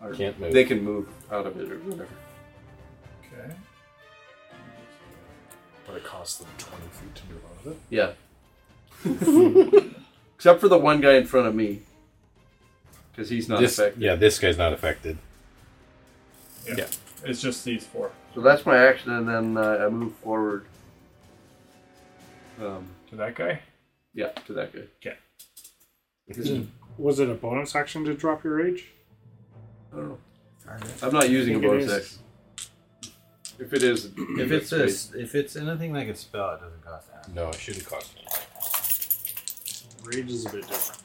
are-
Can't move.
They can move out of it or whatever.
Okay.
But it costs them 20 feet to move out of it.
[laughs] Yeah. Except for the one guy in front of me. Because he's not
This-
affected.
yeah, this guy's not affected.
It's just these four.
So that's my action, and then uh, I move forward. Um,
To that guy?
yeah, to that guy. Hmm.
Was it a bonus action to drop your rage?
I don't know. I'm not using a
think it
bonus
is.
action. If it is,
If
that's
it's
great.
this, if it's anything like a spell, it doesn't cost that.
No, it shouldn't cost me.
Rage is a bit different.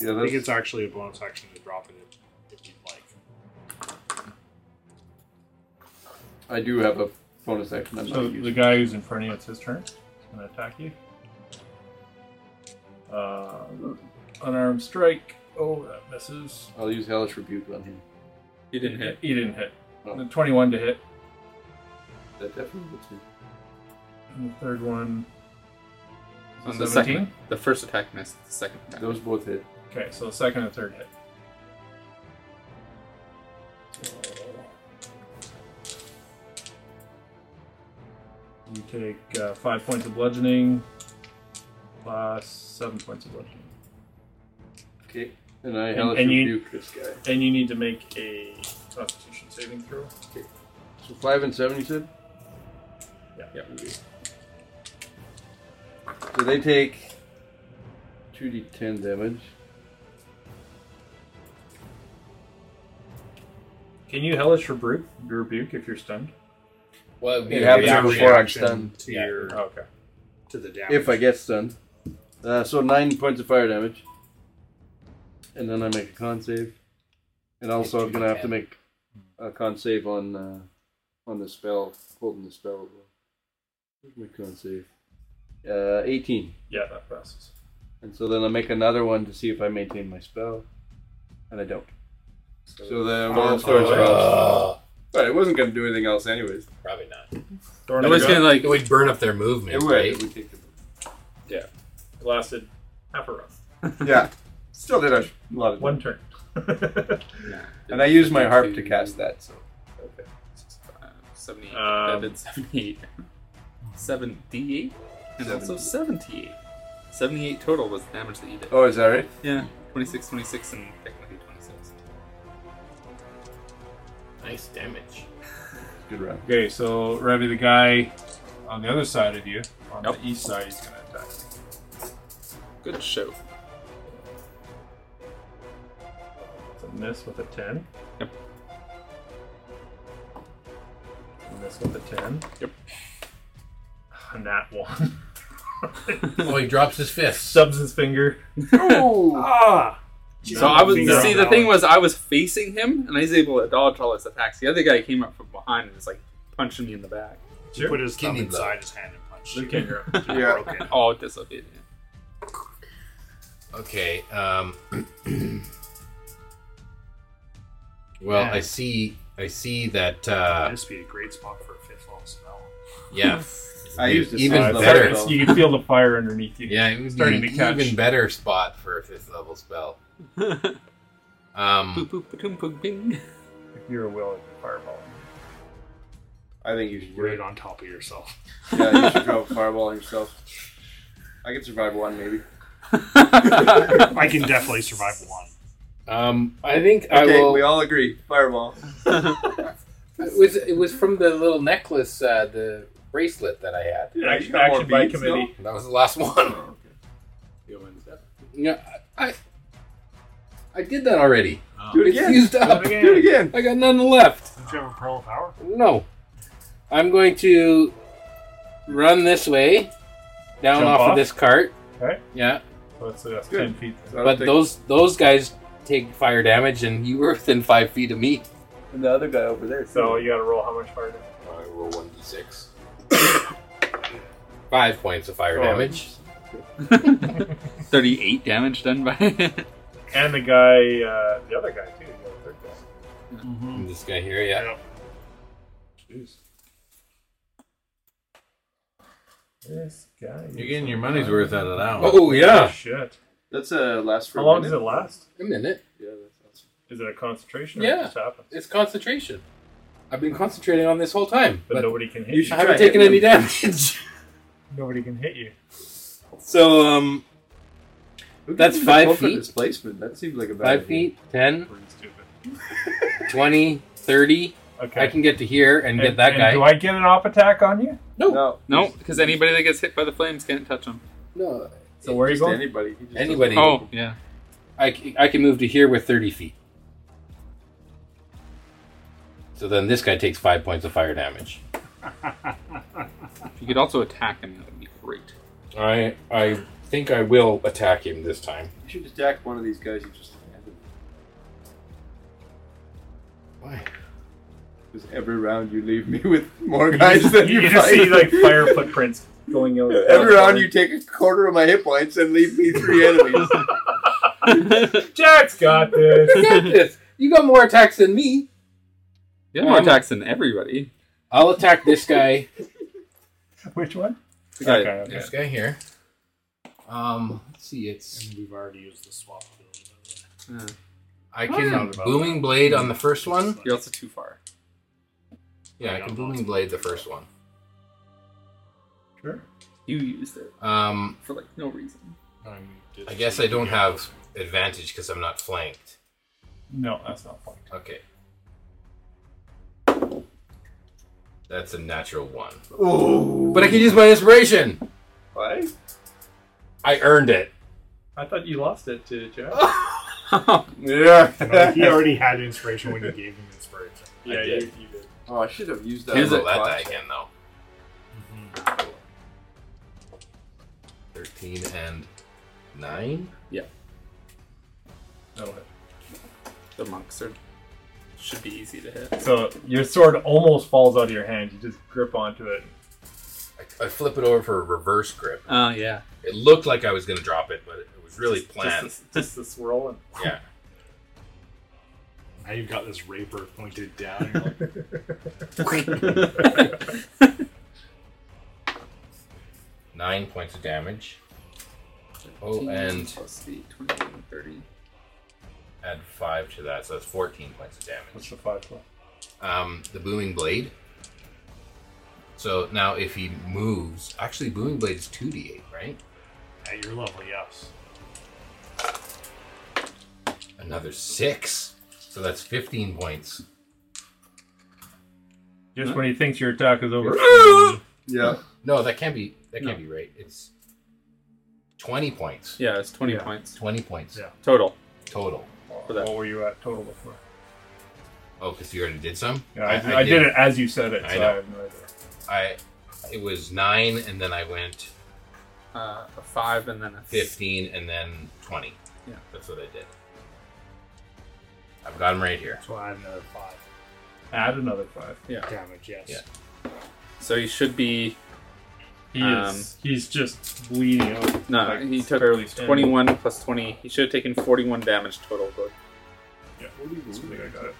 yeah,
I think
that's,
it's actually a bonus action to drop it if, if you'd like.
I do have a bonus action. I'm not
So the
using.
guy who's in front of you, it's his turn. He's gonna attack you. Uh, unarmed strike. Oh, that misses.
I'll use hellish rebuke on him.
He didn't hit.
He didn't hit.
Oh.
The 21 to hit.
That definitely hits me.
And the third one.
On
is
the
a
second, the first attack missed. The second attack.
Those both hit.
Okay, so the second and third hit. You take uh, five points of bludgeoning, plus seven points of bludgeoning,
Okay, and I
And-
hellish
and you-
rebuke this guy.
and you need to make a Constitution saving throw.
So five and seven, you said.
Yeah.
So they take 2d10 damage.
Can you hellish rebuke, rebuke if you're stunned?
Well, it'd be
It
a
happens
reaction.
before I'm stunned.
to
Yeah.
your
Oh, okay.
to the damage.
If I get stunned. Uh, so nine points of fire damage. And then I make a con save. And also I'm going to have to make a con save on uh, on the spell, holding the spell. as well. Where's my con save? Uh, 18.
Yeah, that passes.
And so then I make another one to see if I maintain my spell. And I don't. So the wall starts
Uh,
But it wasn't going to do anything else anyways.
probably not.
Thorn
I
of
was
God
gonna like.
It would burn up their movement, right?
would take the-
lasted half a round.
Yeah. Still did a lot of
One turn. [laughs]
Nah,
And I used my harp to cast that, so.
Okay. Seventy-eight. that
Um,
did seventy-eight. [laughs] Seventy-eight, and also seventy-eight. Seventy-eight total was the damage that you did.
Oh, is that right?
Yeah, 26, 26, and technically twenty-six.
Nice damage.
Good round.
Okay, so Revy, the guy on the other side of you, on
Yep.
the east side, he's gonna attack.
Good show.
It's a miss with a ten.
Yep.
Miss with a ten. [laughs]
Yep.
And that one. [laughs]
Oh, he drops his fist.
Subs his finger.
ah,
[laughs] So I was
Finger
see
on
the
that
thing was I was facing him and I was able to dodge all his attacks. The other guy came up from behind and was like punching me in the back.
he put his thumb
Kidney blow.
inside his hand and punched.
Luke
you. [laughs]
Kinger.
Yeah.
Broke it.
Oh, disobedient.
Okay. Um, [clears throat] well, I
Yeah.
see. I see that. Uh,
This would be a great spot for a fifth level spell.
yeah.
[laughs] I used this
even
as a
better.
spell.
you can feel the fire underneath you.
Yeah, it would be
Starting
an
to catch.
even better spot for a fifth level spell.
Boop
Um,
boop ba-doom, boop
[laughs]
bing. [laughs]
If you're a will, you're fireball.
[laughs] I think you should do
Right
it.
on top of yourself. [laughs]
Yeah, you should throw a [laughs] fireball on yourself. I could survive one, maybe.
I can definitely survive one.
um, I think I
Okay,
will.
we all agree. Fireball.
It was it was from the little necklace, uh, the bracelet that I had.
Action, action by
No,
committee.
that was the last [laughs] one. Yeah, I I did that already.
Do it
It's
again.
used up.
again.
Do it again.
I got none left.
Don't you have a pearl of power?
No, I'm going to run this way, down
Jump
off,
off?
of this cart.
Right.
Yeah,
That's, uh, that's
Good.
ten feet.
I don't
but
think-
those those guys take fire damage, and you were within five feet of me.
and the other guy over there. too.
So you gotta roll how much fire? damage?
I roll one d six. Five points of fire
Oh.
damage.
38 damage done by it.
And the guy, uh, the other guy too. The other third guy.
And This guy here, yeah.
Jeez. This guy.
You're
is-
getting your money's worth out of that one.
Oh yeah,
Shit.
That's uh, last for
How
a
long does
minute.
it last?
a minute.
Yeah, that's awesome.
Is it a concentration? Or
Yeah.
It just happens.
It's concentration. I've been concentrating on this whole time,
But,
but
nobody can hit
You
you.
I
should-
haven't
try it.
taken any damage. [laughs]
Nobody can hit you.
So, um,
Who gives
That's
him the
five
culprit
feet.
Displacement. That seems like a bad
five
idea.
feet, 10,
Pretty stupid.
20, 30.
Okay.
I can get to here and, get
And-
that
and
guy.
Do I get an op attack on you?
No,
No, because anybody that gets hit by the flames can't touch him.
no,
So where are you
just
going?
anybody. He just
Anybody.
Oh, yeah.
I, c- I can move to here with 30 feet. So then this guy takes five points of fire damage.
If you could also attack him, that would be great.
I I think I will attack him this time.
doesn't- You should attack one of these guys. You just
Why?
because every round you leave me with more guys than you,
You just
fight.
see like fire footprints going out.
[laughs] Every round you take a quarter of my hit points and leave me three enemies.
Jack's got
[laughs]
this.
[laughs] you got more attacks than me.
You have more
Um,
attacks than everybody.
I'll attack this guy.
Which one?
The guy-
Okay, okay.
This guy here. Um, let's see. It's
And we've already used the swap ability. by the way.
I
yeah.
can booming blade on the first one.
You're also too far.
Yeah, I can booming blade the first one.
Sure.
You used it
Um,
for like no reason.
I guess I don't have advantage because I'm not flanked.
No, that's not fun.
Okay. That's a natural one. But I can use my inspiration.
Why?
I earned it.
I thought you lost it to Jack.
No,
Yeah.
[laughs]
he already had inspiration when you gave him inspiration.
yeah,
did.
You, you did.
oh, I should have used that.
Here's
on
that
my
die
box.
again, though. Thirteen and nine.
No hit.
The monks are should be easy to hit.
So your sword almost falls out of your hand. You just grip onto it.
I, I flip it over for a reverse grip.
Oh yeah,
It looked like I was going to drop it, but it, it was really
Just-
planned.
Just, the- just the swirl and
yeah.
Now you've got this rapier pointed down. You're like,
[laughs]
[laughs]
Nine points of damage. Oh,
15
and-
plus the 20 and 30.
Add five to that, so that's 14 points of damage.
What's the five plus?
Um, the booming blade. So now if he moves, actually, booming blade is 2d8, right?
At your level, yes.
Another six. So that's 15 points.
Just when he thinks your attack is over.
Yeah.
No, that can't be. That can't be right. It's 20 points.
Yeah, it's 20 points
20 points
Yeah.
total.
total.
For that.
What were you at total before?
Oh, because you already did some.
Yeah, I, I did it as you said it.
I
so
know.
I have no idea.
I it was nine, and then I went
Uh, a five and then a fifth.
15 and then 20.
Yeah.
That's what I did. I've got him right here.
So I have another five
Add another five.
damage. Yes.
Yeah.
So you should be
He is.
Um,
He's just bleeding out.
no.
Like,
he took
barely standing.
21 plus 20. He should have taken 41 damage total. But,
I think I
[laughs]
got it.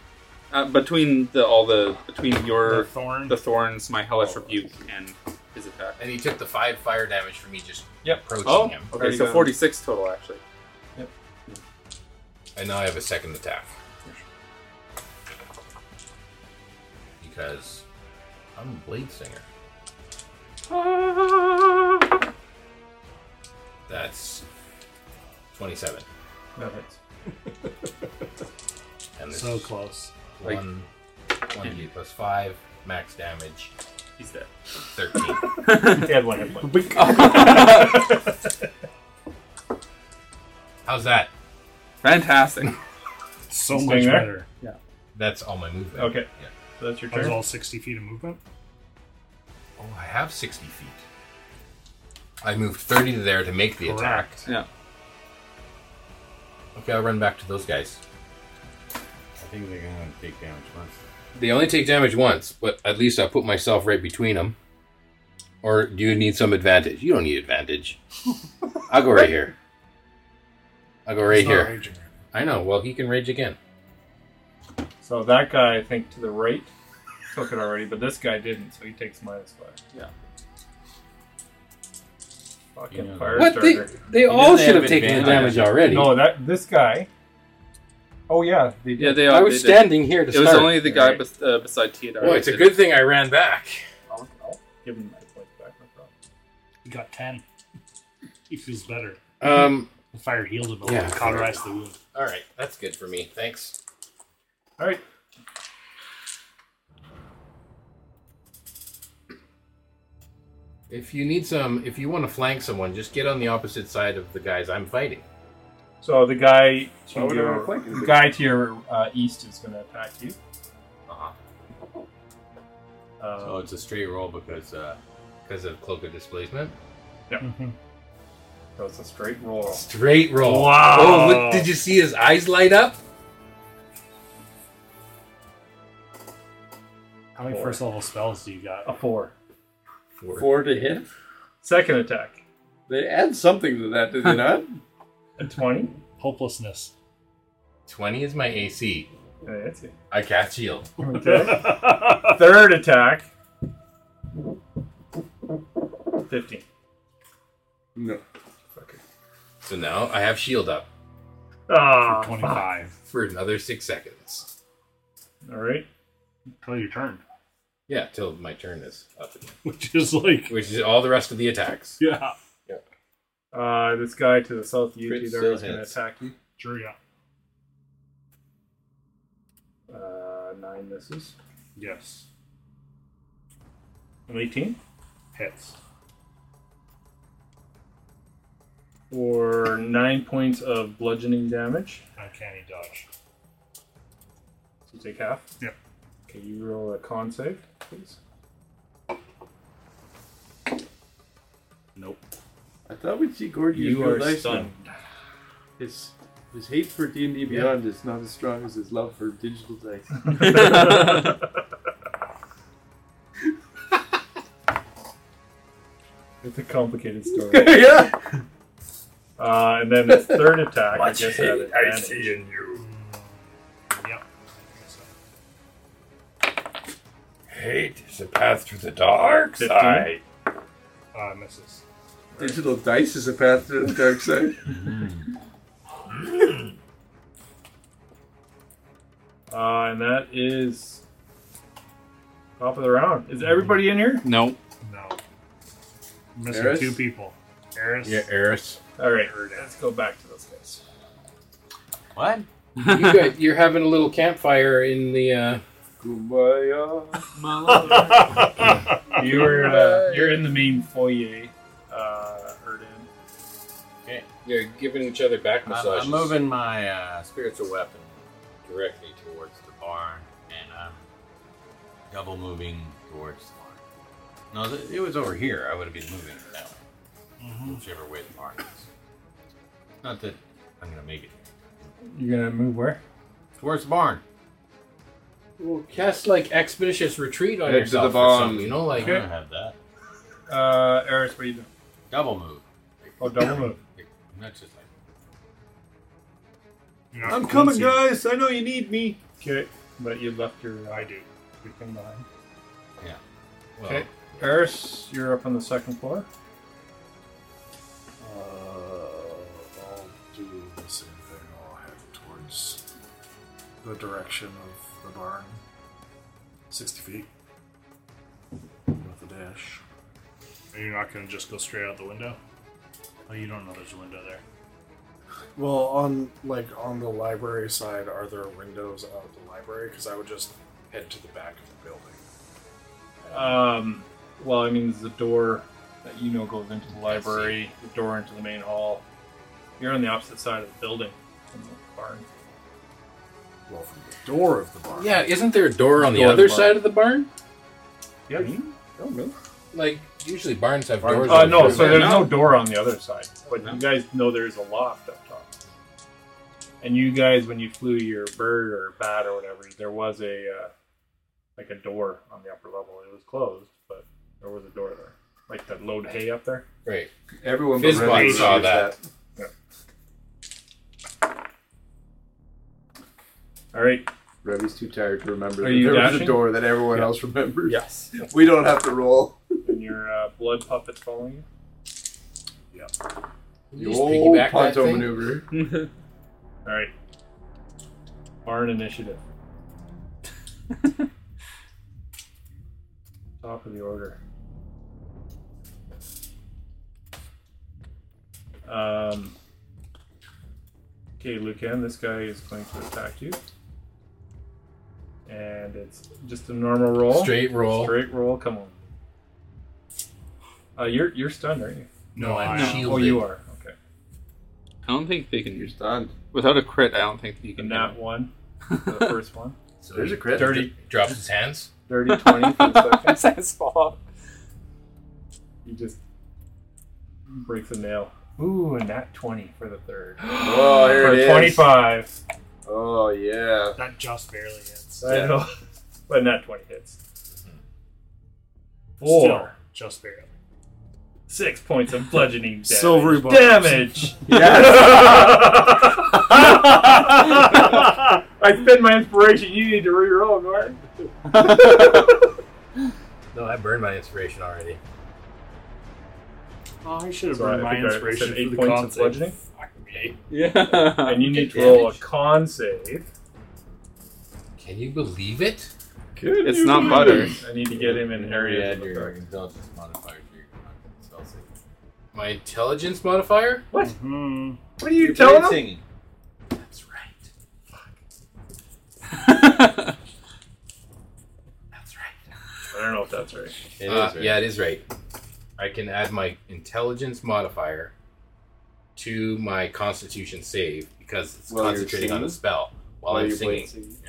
uh, between the all the between
The
your
thorn.
the thorns, my hellish rebuke, and his attack.
And he took the five fire damage from me just
Yep.
approaching
Oh,
him.
okay.
Already
So
done.
46 total actually.
And now I have a second attack. Because I'm a blade singer. That's 27.
That hits.
[laughs] And there's
So close.
Like-
one,
1d8 plus 5, max damage,
He's
[laughs]
dead.
13.
[laughs]
Dead like a bug.
How's that?
[laughs] Fantastic.
So
Staying
much
there?
better.
That's all my movement.
Okay. So that's your
That was
turn.
all 60 feet of movement.
Oh, I have 60 feet. I moved 30 to there to make the attack.
Correct.
Yeah.
Okay, I'll run back to those guys.
I think they're going to take damage once.
They only take damage once, but at least I put myself right between them. Or do you need some advantage? You don't
[laughs]
need advantage. I'll go right here. I'll go right
It's not
here.
raging right
I know. Well, he can rage again.
So that guy, I think, to the right took it already, but this guy didn't, so he takes minus five.
Yeah.
Fucking
Yeah.
fire
What? They,
starter.
they all
doesn't
should
have
have taken the
advantage.
damage already.
No, that this guy. Oh yeah, they
Yeah,
did.
they all.
I
they
was
did.
standing here to
It was
start.
only the guy bes- uh, beside T.
Boy, it's a good thing I ran back.
I'll, I'll give him my points back. No problem.
He got 10. He feels better.
Um,
The fire healed him a
Yeah,
little, cauterized the wound.
[laughs] all right, that's good for me. Thanks.
All right.
If you need some, if you want to flank someone, just get on the opposite side of the guys I'm fighting.
So the guy to
Oh,
Why would I
your
wanna flank him?
the guy to your uh, east is going to attack you.
Uh-huh.
Uh,
So Oh, it's a straight roll because uh,
Because of cloak of displacement.
so it's a straight roll.
Straight roll.
Wow.
Oh, look, did you see his eyes light up?
How many
Four.
first level spells do you got? Oh,
A four.
Four to hit.
Second attack.
They add something to that,
[laughs]
did they not?
A twenty.
[laughs] Hopelessness.
20 is my AC.
Yeah, that's it.
I cast shield.
Okay. [laughs]
Uh,
Third attack. Fifteen.
No.
So now I have shield up
Ah, fuck.
25.
for another six seconds.
All right.
Until your turn.
Yeah, till my turn is up again.
Which is like,
Which is all the rest of the attacks.
yeah.
Uh, this guy to the south of you,
Crit
Tidar, is
still
going to
hits.
attack you.
Sure, yeah.
Uh, nine misses.
Yes.
An 18?
Hits.
Or nine points of bludgeoning damage.
Uncanny dodge.
So you take half.
Yep.
Okay, you roll a con save, please.
Nope.
I thought we'd see Gordy use
You
real
are
dice now.
stunned.
His his hate for D and D Beyond is not as strong as his love for digital dice.
[laughs] It's a complicated story.
yeah.
uh, and then its third attack, I guess, at
I
advantage.
see in you. Yep.
hate is a path to the dark
15?
side.
Uh, misses.
Digital dice is a path to the dark side.
Uh, and that is top of the round. Is everybody in here?
No.
No. Missing
Eris?
two people. Eris.
Yeah, Eris.
All right, let's go back to
[laughs]
those guys.
What?
You got, you're having a little campfire in the. Uh,
Kumbaya.
You were uh, you're in the main foyer, uh, Erdan.
you're giving each other back
I'm,
massages.
I'm moving my uh, spiritual weapon directly towards the barn, and I'm double moving towards the barn. No, th- it was over here. I would have been moving it that way,
Mm-hmm.
whichever way the barn is. Not that I'm gonna make it
You're gonna move where?
towards the barn.
Well, cast like expeditious retreat on
Head to
yourself.
the
or
bomb.
something, you know, like
I don't have that.
Uh, Eris, what are you doing?
Double move.
Oh,
[laughs]
double move.
Not just like
You're not
I'm coming,
quincy.
guys. I know you need me.
Okay, but you left your
I
uh,
do.
your thing behind.
well,
Okay. Eris, you're up on the second floor.
Uh, I'll do the same thing. I'll head towards the direction of the barn. 60 feet. With the dash.
And you're not going to just go straight out the window? Oh, you don't know there's a window there.
Well, on like on the library side, are there windows out of the library? Because I would just
head to the back of the building.
Um, well, I mean, there's the door that you know goes into the library, the door into the main hall. You're on the opposite side of the building from the barn.
Well, from the door of the barn.
Yeah, isn't there a door on the
Door to
other
the barn.
side of the barn?
Yeah, you don't know.
Like usually barns have
Barn-
doors.
Uh,
on
no,
them.
so there's no door on the other side, but you guys know there's a loft up top. And you guys, when you flew your bird or bat or whatever, there was a uh, like a door on the upper level. It was closed, but there was a door there, like to load hay up there.
Right.
Everyone but
Fizzbot
Rennie
saw
knows
that.
All right,
Remy's too tired to remember.
Are
that
you
there was
dashing?
a door that everyone else remembers.
Yes.
We don't have to roll.
and your uh, blood puppet's following you.
Can
The
you just
old
piggyback that
Ponto
thing?
maneuver.
All right. Barn initiative. Top of the order. Um. Okay, Lucan, this guy is going to attack you. And it's just a normal roll.
Straight roll.
Straight roll, come on. Uh, you're you're stunned, aren't you?
No, I'm
No.
shielded.
Oh, you are. Okay.
I don't think they can
You're
use
stunned.
without a crit. I don't think you
And
can.
that one, for the first one.
So
There's
he
a crit.
Dirty
drops his hands.
Dirty
[laughs]
20 for the
[laughs]
second.
That's fall.
He just breaks a nail. Ooh, and that 20 for the third.
Oh, here
for
it is.
25.
Oh yeah.
That just barely hits.
I know. [laughs] But not 20 hits.
Still,
Four.
just barely.
Six points of bludgeoning damage.
Silvery bars.
Damage! [laughs] I spend my inspiration. You need to reroll, Gordon.
No, I burned my inspiration already.
Oh, I should have
So I
burned my
think I said
inspiration
eight
for the
points
con
of
save.
bludgeoning?
Fuck me.
[laughs]
Yeah.
And you need to
Take
roll a
damage.
con save.
Can you believe it?
It's not butter.
I need to get him in
You
areas.
add
of
your
effect.
intelligence modifier to your con spell save.
My intelligence modifier?
Mhm.
What are you
You're
telling
bird
him?
singing.
That's right.
[laughs]
That's right.
I don't know if that's right.
It is,
Uh,
right?
Yeah, it is right. I can add my intelligence modifier to my constitution save because it's
While you're
concentrating on the
singing?
spell while,
While
I'm
you're
singing.
playing singing.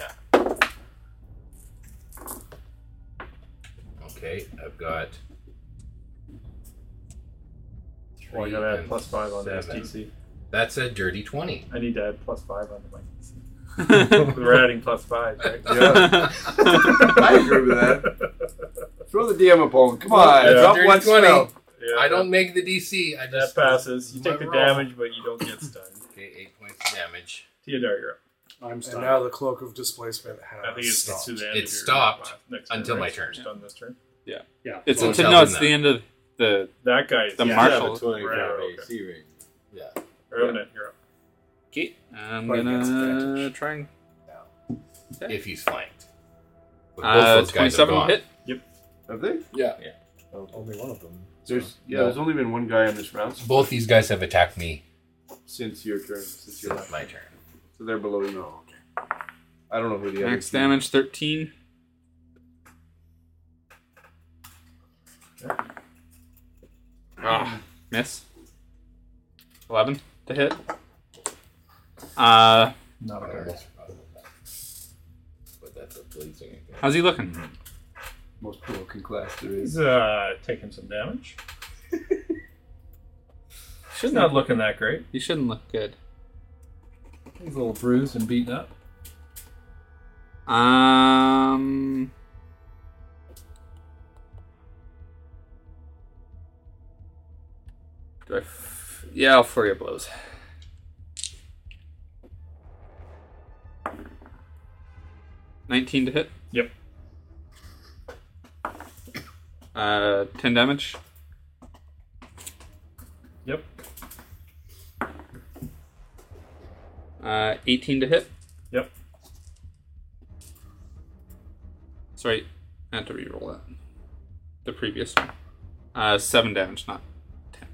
Okay, I've got.
Well, I
three
gotta add
and
plus five on the
seven.
STC.
That's a dirty 20.
I need to add plus five on the
[laughs]
mic. We're adding plus five, right?
Yeah. I agree with that. Throw the DM a bone. Come on.
Yeah.
Drop
Dirty
one
20.
spell.
Yeah,
[laughs] I don't make the DC. I
That
just
passes. You
My
take the
roll.
damage, but you don't get stunned.
Okay, eight points of damage.
Theodore, you're up.
I'm
And
stunned.
now the cloak of displacement has.
I think it's
stopped.
to the end. of
It
your
stopped
last- next
until
turn,
my
right?
turn.
Done this turn.
It's
Well,
until
tell
no.
them
It's
that.
the end of the.
That guy is
The
yeah.
You have a
Marshall.
25
Right, okay.
AC ring.
Revenant, you're up.
Okay. I'm
Probably gets
gonna
advantage.
try and
If he's flanked. But both
uh,
those guys have
twenty-seven will
gone.
hit.
Have they?
Only one of them.
There's yeah. There's only been one guy on this round
Both these guys have attacked me.
since your turn. Since your
It's my turn.
So they're below you. I don't know who the other
Max
two-
damage thirteen. Ah, miss. Eleven to hit. Uh,
Not
I
a
almost forgot about that. But that's a blade singing thing.
how's he looking?
Most broken class there is.
He's uh, taking some [laughs] damage. He's not looking that great.
He shouldn't look good.
He's a little bruised and beaten up.
Um. Do I? F- yeah, I'll flurry of blows. Nineteen to hit.
Yep.
Uh, ten damage.
Yep.
Uh, eighteen to hit.
Yep.
Sorry, I had to re-roll that. The previous one. Uh, seven damage, not ten.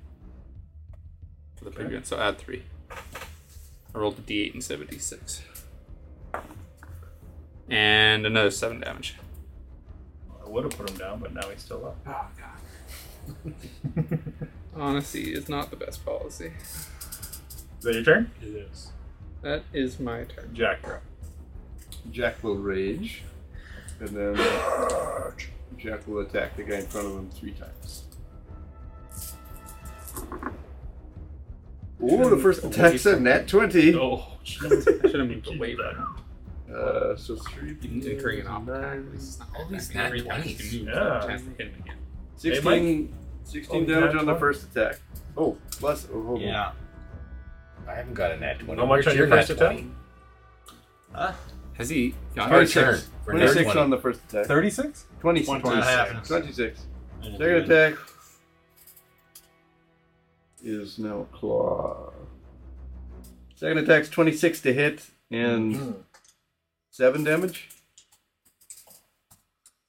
For the previous, so add three. I rolled a d8 instead of a d6.
and another seven damage.
I would have put him down, but now he's still up.
Oh god. Honesty is not the best policy.
Is that your turn?
It is.
That is my turn.
Jack, you're up.
Jack will rage, and then Jack will attack the guy in front of him three times. Oh, the first attack's a nat 20.
Oh,
Should [laughs] have moved away from him.
Uh, so three.
You can do Korean off attack,
nine,
at least it's not
All these
attacking every
nat
time you can move,
20s.
Yeah.
you have a chance to hit him again.
16, 16
Oh,
damage
nat
on the
20.
first attack. Oh, plus. Oh, hold on.
Yeah.
I haven't got a nat 20.
How much
Where's
on your
nat
first attack?
20?
Has he got
Our
it?
26.
turn.
We're nat
26
20.
on the first attack.
36?
26.
That happens.
26.
And if
Second
you-
attack is now claw. Second attack's 26 to hit and
Mm-hmm.
7 damage.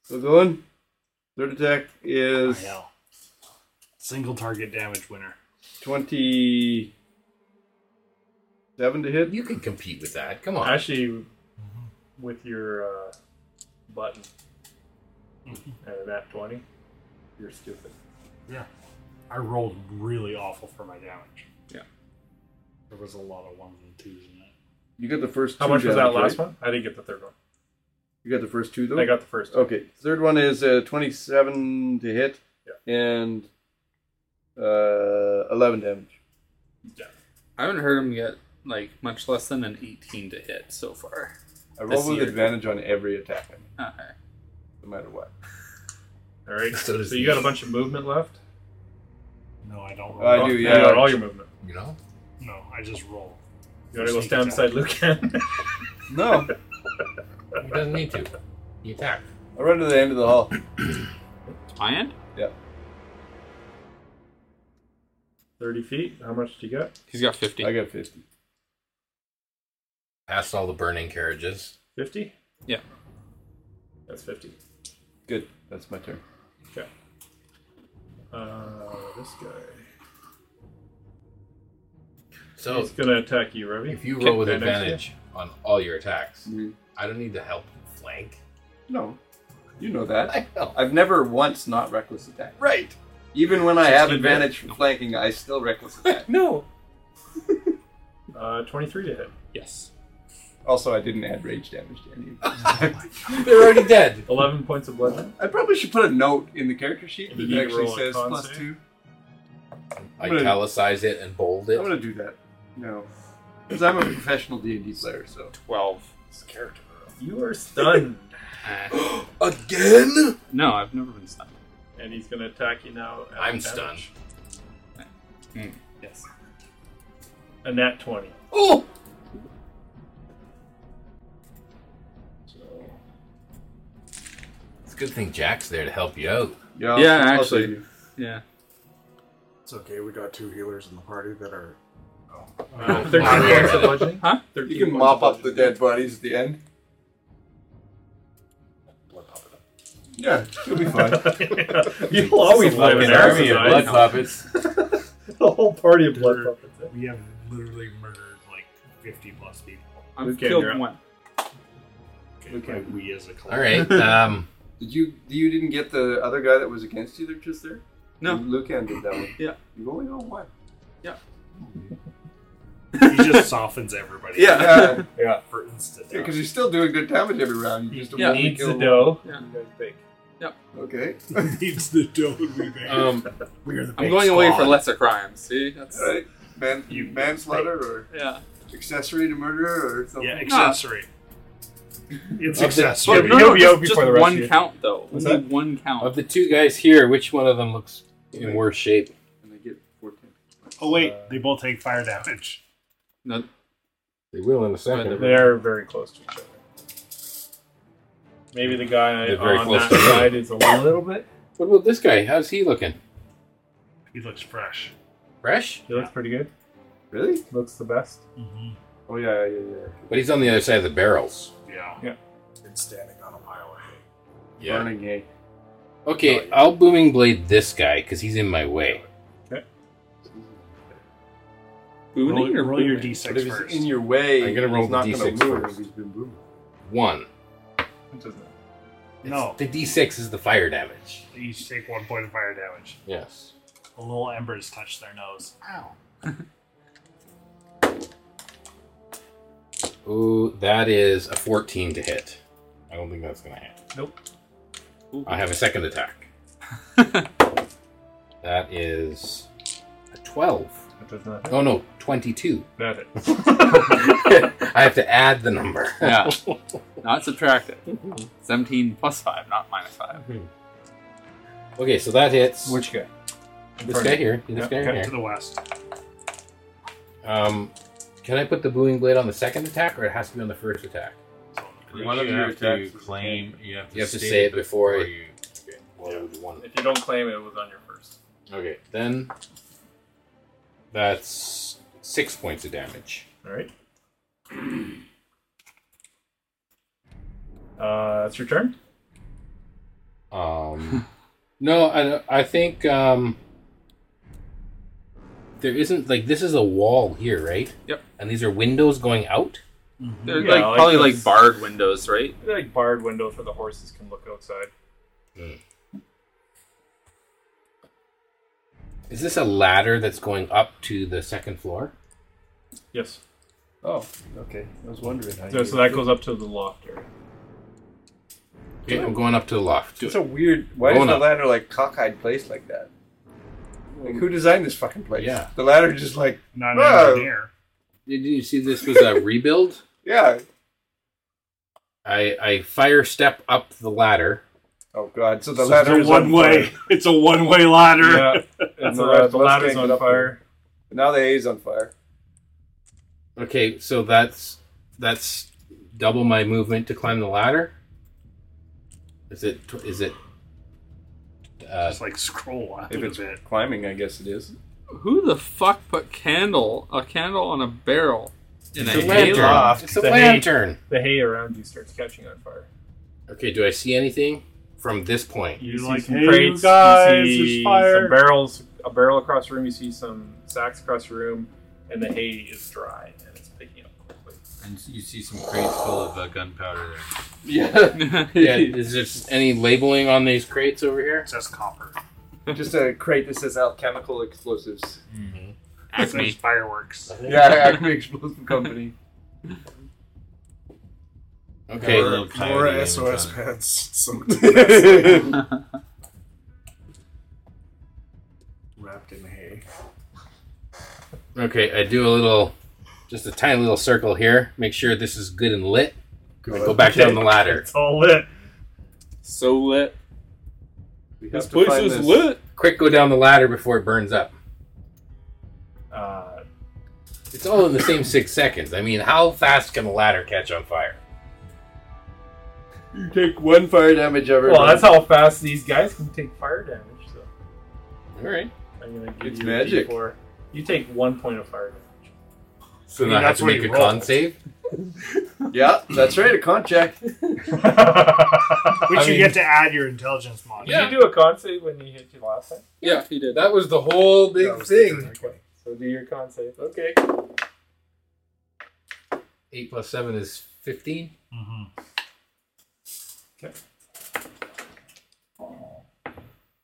Still going. Third attack is
Hell. Single target damage winner.
27 to hit.
You can compete with that. Come on.
Actually, with your uh, button and that 20, you're stupid.
I rolled really awful for my damage.
Yeah.
There was a lot of ones and twos in that.
You got the first two.
How much was that
damage,
last
right?
one? I didn't get the third one.
You got the first two, though?
I got the first one.
Okay. Third one is uh, 27 to hit and uh, 11 damage.
I haven't heard him get like much less than an 18 to hit so far. Uh,
I
This
roll with
year.
advantage on every attack,
Okay.
no matter what.
All right.
So
So,
does
you
the-
got a bunch of movement left?
No, I don't roll.
I
Oh,
do,
you
yeah.
got all your movement.
You know?
no, I just roll.
You want to go
Sneak
stand
attack.
beside [laughs] Lucan?
No,
He doesn't need to. He attacked.
[laughs] I run to the end of the hall.
My end?
30 feet. How much do you got?
He's got 50.
I got 50.
Past all the burning carriages.
50?
Yeah.
That's 50.
Good. That's my turn.
Okay. Uh, this guy.
So Oh.
He's going to attack you, Revy.
if you roll with
Kick that next
advantage on all your attacks,
Mhm.
I don't need to help flank.
No, you know that.
I know.
I've never once not reckless attack.
Right.
Even when I have
16
advantage from flanking, I still
[laughs]
reckless attack.
No.
year. Uh, 23 to hit.
Yes.
Also, I didn't add rage damage to any of them.
[laughs] They're already dead.
11 points of bludgeoning.
I probably should put a note in the character sheet
And
that
you
actually
roll a
says
con
plus
save?
two. I'm gonna-
Italicize it and bold
I'm
it.
gonna do that. No, because I'm a professional D and D player, so
12.
You are stunned.
Uh,
[gasps] Again?
no, I've never been stunned.
[laughs] and he's going to attack you now. at
I'm
advantage.
stunned.
Yes.
A nat
[laughs]
20.
Oh! It's a good thing Jack's there to help you out.
yeah.
Yeah,
I'll
actually.
save you.
Yeah.
It's okay. We got two healers in the party that are.
Oh.
Uh, 13 points of bludgeoning.
Huh?
13
you can
points
mop
of
up the
bludgeoning.
dead bodies at the end. Yeah, you'll be [laughs] fine.
[laughs]
[laughs] You'll always live in army of blood
puppets.
[laughs] The whole party of blood puppets.
We have literally murdered like 50 plus people.
I've
Okay,
killed
you're up.
one.
Okay, like, we as a collective. [laughs]
All right. Um,
Did you you didn't get the other guy that was against you? They're just there.
No.
Lucan did that one.
Yeah.
You only got one.
He just [laughs] softens everybody.
yeah,
yeah. For instant.
because you're still doing good damage every round. You just don't
Yeah.
only
Needs
kill
the
one.
dough.
Yeah.
You guys bake.
Yep.
Okay.
needs the dough we make.
Um,
we are the
[laughs] I'm
big
going away for
squad.
lesser crimes. See? That's,
All right. Man, you manslaughter or
Yeah.
accessory to murder or something.
Yeah, accessory. It's accessory.
Well,
be-
no,
you'll
no,
be out
just,
before the
just
rest
one
of you.
count, though.
What's
Only
that?
one
of
count.
the two guys here, which one of them looks in worse shape?
And they get fourteen.
Oh wait, they both take fire damage.
No,
They will in a
second.
They are very close to each other. Maybe the guy
They're very
on
close
that
to each other.
side is a little bit.
What about this guy? How's he looking?
He looks fresh.
Fresh?
He looks pretty good.
Really?
Looks the best.
Oh yeah, yeah, yeah.
But he's on the other side of the barrels.
Yeah.
It's standing on a mile away.
Burning hay.
Okay, I'll booming blade this guy because he's in my way.
booning
Roll,
or
roll your
booming?
d6
But if it's
first.
in your way,
I'm gonna roll
it's not
the
going
D6
to move.
first.
He's been booming.
One.
difference, isn't it?
No.
The D6 is the fire damage.
Each take one point of fire damage.
Yes.
The little embers touch their nose. Ow.
Ooh, that is a 14 to hit. I don't think that's going to hit.
Nope.
I have a second attack. that is a 12.
That does not hit.
Oh no, 22.
That hit.
[laughs]
I have to add the number.
Yeah. not subtract it. 17 plus 5, not minus 5.
[laughs] Okay, so that hits
Which guy? In
this
front of
guy
you.
here. This
Yep,
guy
Head to
here.
the west.
Um, can I put the bluing blade on the second attack, or it has to be on the first attack?
One of
you
your
have to
attacks is
claim. You have to,
You have to
state
say it
that
before. I-
you.
Okay, well, it was one.
If you don't claim it, it was on your first.
Okay, then that's six points of damage.
All right. Uh, that's your turn.
Um, no, I I think um, there isn't like this is a wall here, right?
Yep.
And these are windows going out.
They're
Yeah,
like,
like
probably
those-
like barred windows, right?
They're like barred windows where the horses can look outside.
Is this a ladder that's going up to the second floor?
Yes.
Oh, okay. I was wondering. How
So, so that goes up to the loft area.
Okay, I'm going up to the loft. Do
It's
it.
a weird. Why
Going
is the
up.
ladder like cockeyed placed like that? Like who designed this fucking place?
Yeah.
The ladder just like
Not
Whoa.
an engineer.
Did you see this was a rebuild?
yeah.
I I fire step up the ladder.
Oh god. So the
So
ladder
it's
is
a one
on
way.
fire.
[laughs] It's a one way ladder.
Yeah. and
the
the,
red
the
bus
ladder's
can't
on
get up
fire.
[laughs] Now the A is on fire.
Okay, so that's that's double my movement to climb the ladder. Is it tw- is it
[laughs]
uh,
Just like scroll out
If
a
it's
bit.
climbing, I guess it is.
Who the fuck put candle a candle on a [laughs] barrel in
It's a
a
lantern.
halo?
It's a
the
lantern.
The hay around you starts catching on fire.
Okay, do I see anything from this point? [laughs]
You
You see
like,
some
"Hey, you
crates,
guys,
you
there's
see
fire."
some barrels, a barrel across the room. You see some sacks across the room, and the hay is dry and it's picking up quickly.
And you see some crates full of uh, gunpowder there.
Yeah.
[laughs]
Yeah, is there any labeling on these crates over here?
It says copper.
just a crate that says alchemical explosives.
It says
Acme.
fireworks.
Yeah, Acme [laughs] Explosive Company.
Okay,
Or a little coyote
More
in
SOS
front.
pants. Some [laughs] wrapped in hay.
okay, I do a little, just a tiny little circle here. Make sure this is good and lit. I go back down the ladder.
It's all lit.
So lit.
We
This
have to
place
find
is lit.
Quick, go down the ladder before it burns up.
Uh,
It's all in the same six seconds. I mean, how fast can a ladder catch on fire?
You take one fire damage every
well,
round.
that's how fast these guys can take fire damage. So
All right.
I'm gonna give
It's
you
magic.
a D4. You take one point of fire damage. [laughs]
So
I mean,
now I have
that's
to
what
make a
you
con
roll.
save.
Yeah, that's right, a contract.
Which
I
you
mean-
get to add your intelligence mod.
Did you do a con save when you hit you last time?
Yeah, he did. That was the whole big thing.
Okay. So do your con save. Okay.
Eight plus seven is fifteen.
hmm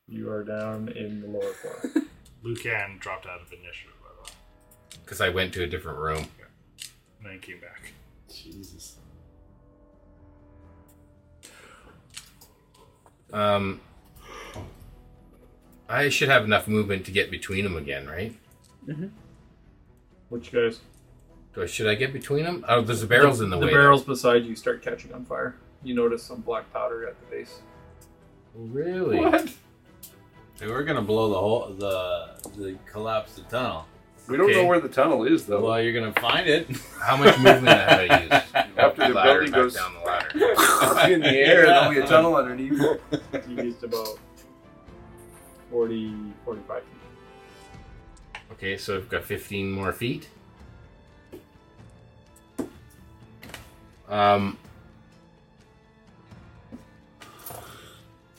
You are down in the lower floor.
Lucan dropped out of initiative, by the way,
Because I went to a different room.
and then came back.
Jesus.
Um, I should have enough movement to get between them again, right?
Which guys?
Do I, should I get between them? Oh, there's the barrels in the, way.
barrels beside you start catching on fire. You notice some black powder at the base.
Really?
They were gonna blow the whole the the collapse the tunnel.
We don't
Okay.
know where the tunnel is, though. [laughs]
Well, you're gonna find it.
[laughs] How much movement have I used?
[laughs] After the
Ladder,
building
back
goes-
down the
[laughs]
ladder.
Up in the air, there'll be a tunnel [laughs] underneath.
You used about 40, 45 feet.
Okay, so I've got 15 more feet. Um,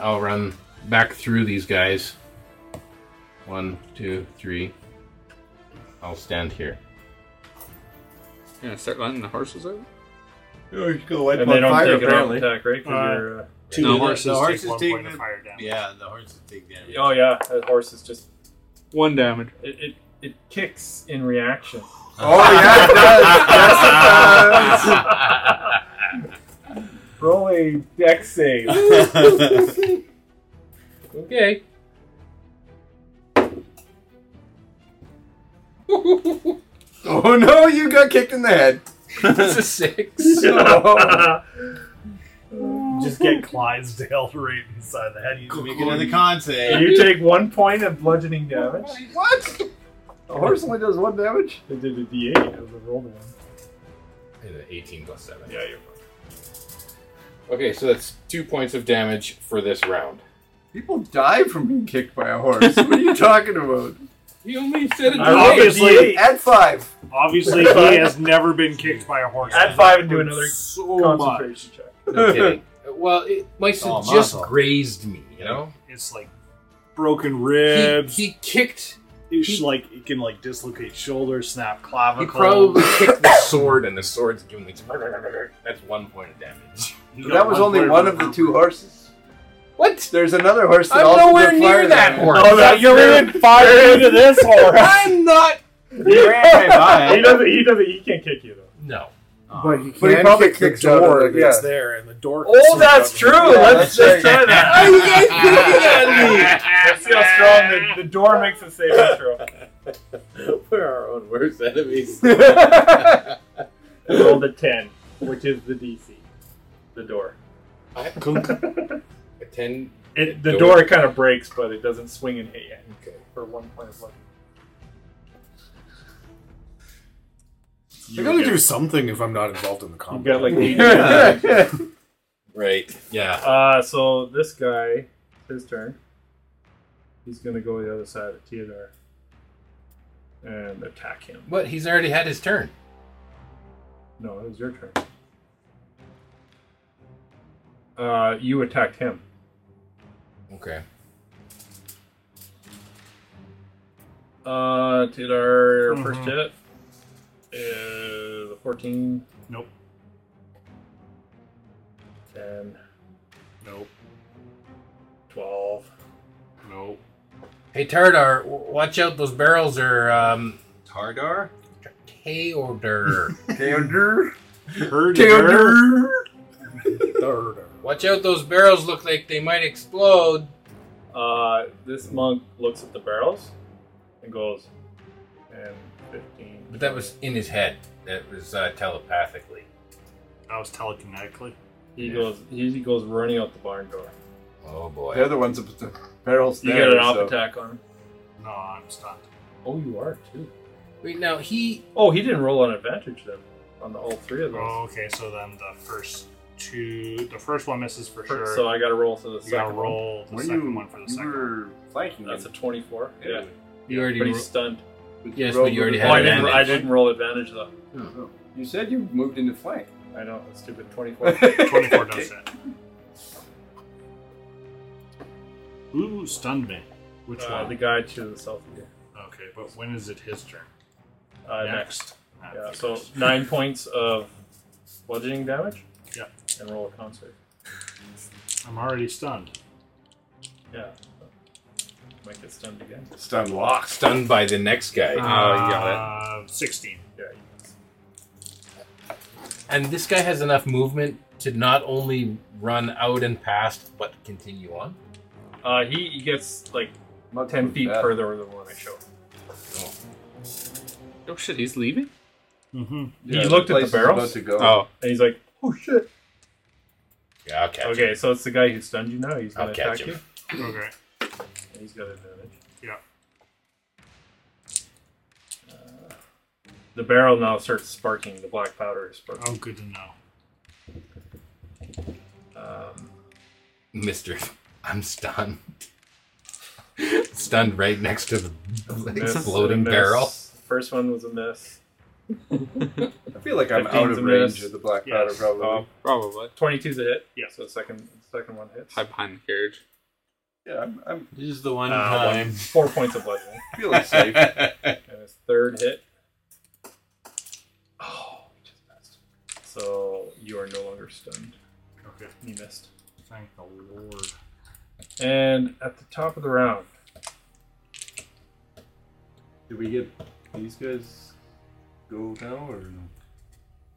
I'll run back through these guys. One, two, three. I'll stand here.
You're gonna start letting the horses out?
And they don't take an arm
apparently.
attack, right? 'Cause
Uh,
you're, uh,
two No, the- horses the take horses one take point of
fire damage. Yeah, the horses take damage.
Oh yeah, that horse is just
one damage.
It it, it kicks in reaction. [laughs]
Oh, yeah, it does. Yes, it
does. Roll a dex save.
[laughs]
[laughs]
Okay.
[laughs] Oh no, you got kicked in the head.
It's a six.
Just get Clydesdale right inside the head. You
Make another con save.
You take one point of bludgeoning damage.
What? A horse only does one damage?
It did a D8. It was a rolled one.
And an 18 plus 7.
Yeah, you're fine.
Okay, so that's two points of damage for this round.
People die from being kicked by a horse. what are you talking about?
You only said it
I rolled a
[laughs]
D8.
at five.
Obviously, he has never been kicked by a horse.
Add five and do another
so
concentration check.
[laughs]
[laughs]
No kidding. Oh, Well, it, my
It's all
son just
muscle.
grazed me, you know?
It's like broken ribs.
He, he kicked.
It's
he-
like it can like dislocate shoulders, snap
He
clavicle.
probably kicked the sword, and the sword's doing like. That's one point of damage.
You got
That was only
point
one of the two horses.
What?
There's another horse that
I'm
also
nowhere
did
near
fire
that
damage.
horse.
Oh, that you're in
[laughs]
fire into this horse.
I'm not.
[laughs]
he doesn't. He doesn't. He can't kick you though.
No.
But he,
But he
can
probably
kick the
kicks out of
door
it,
that's
yeah.
there, and the door.
Oh, that's true. Let's
that's
just try that.
Are you guys looking at me?
[laughs] Let's see how strong the, the door makes a saving throw.
We're our own worst
[laughs]
enemies.
[laughs] I rolled a ten, which is the DC. The door.
I, a 10.
It, the
Door.
door, kind of breaks, but it doesn't swing and hit you.
Okay.
For one point of luck.
I gotta do something if I'm not involved in the
You
combat.
got [laughs] like eight.
[laughs]
Right. Yeah.
Uh, so this guy, his turn. He's gonna go the other side of Theodore and attack him.
But he's already had his turn.
No, it was your turn. Uh, you attacked him.
Okay.
Uh, Theodore, your first hit is a fourteen.
Mm-hmm. Nope.
Ten.
Nope.
Twelve.
Nope.
Hey, Tardar, w- watch out. Those barrels are. Um,
Tardar?
Tardar.
Theodore.
Heard
Theodore.
Third.
[laughs] watch out. Those barrels look like they might explode.
Uh, this monk looks at the barrels and goes, and fifteen.
But that was in his head. That was uh, telepathically.
That was telekinetically.
He goes. He, he goes running out the barn door.
Oh, boy.
They're the ones that put the barrels
You
there.
get an op
so-
attack on him.
No, I'm stunned.
Oh, you are too.
Wait, now he.
Oh, he didn't roll on advantage then on the, all three of those.
Oh, okay, so then the first two, the first one misses for
First-
sure.
So I got to roll for the
you
second
gotta
one.
roll the
Were
second
you-
one for the
you
second. one.
were flanking
That's a
him.
twenty-four. Yeah,
You already.
but he's
ro-
stunned.
yes,
rolled
but you already
with
had
Oh, I didn't.
advantage.
I didn't roll advantage though.
You said you moved into [laughs] flank.
I know. That's
[laughs]
stupid. Twenty-four.
[laughs]
Uh,
24 does it. Ooh, stunned me. Which
uh,
one?
the guy to the south of you.
Okay, but when is it his turn?
Uh, next.
next.
Yeah. So nine points of bludgeoning damage.
Yeah.
And roll a con save.
I'm already stunned.
Yeah. Might get stunned again.
Stun lock.
stunned by the next guy.
Ah.
uh, got it. 16.
Yeah.
And this guy has enough movement to not only run out and past, but continue on.
Uh, he, he gets like
Not
ten feet
bad.
further than what I showed.
Oh shit, he's leaving?
Mm-hmm.
Yeah,
he looked at
place
the
is
barrels
about to go.
Oh.
and he's like, "Oh shit!"
Yeah, okay.
Okay, so it's the guy who stunned you now. He's gonna
I'll
attack
catch him.
you.
Okay.
And he's got advantage.
Yeah.
Uh, The barrel now starts sparking. The black powder is sparking.
Oh, good to know.
Um,
Mister, I'm stunned. [laughs] stunned right next to the
miss,
exploding
miss.
barrel.
First one was a miss.
I feel like I'm out
15's a
of
miss.
range of the black powder,
Yes.
probably.
Oh.
Probably.
Twenty-two's a hit.
Yeah.
So the second second one hits.
Hide behind the carriage.
Yeah, I'm, I'm
This is the one
Uh, one- four points of bludgeoning.
feeling safe.
And his third hit. Oh, he just missed. So you are no longer stunned.
Okay.
You missed.
Thank the Lord.
And at the top of the round,
Did we get these guys go now or no?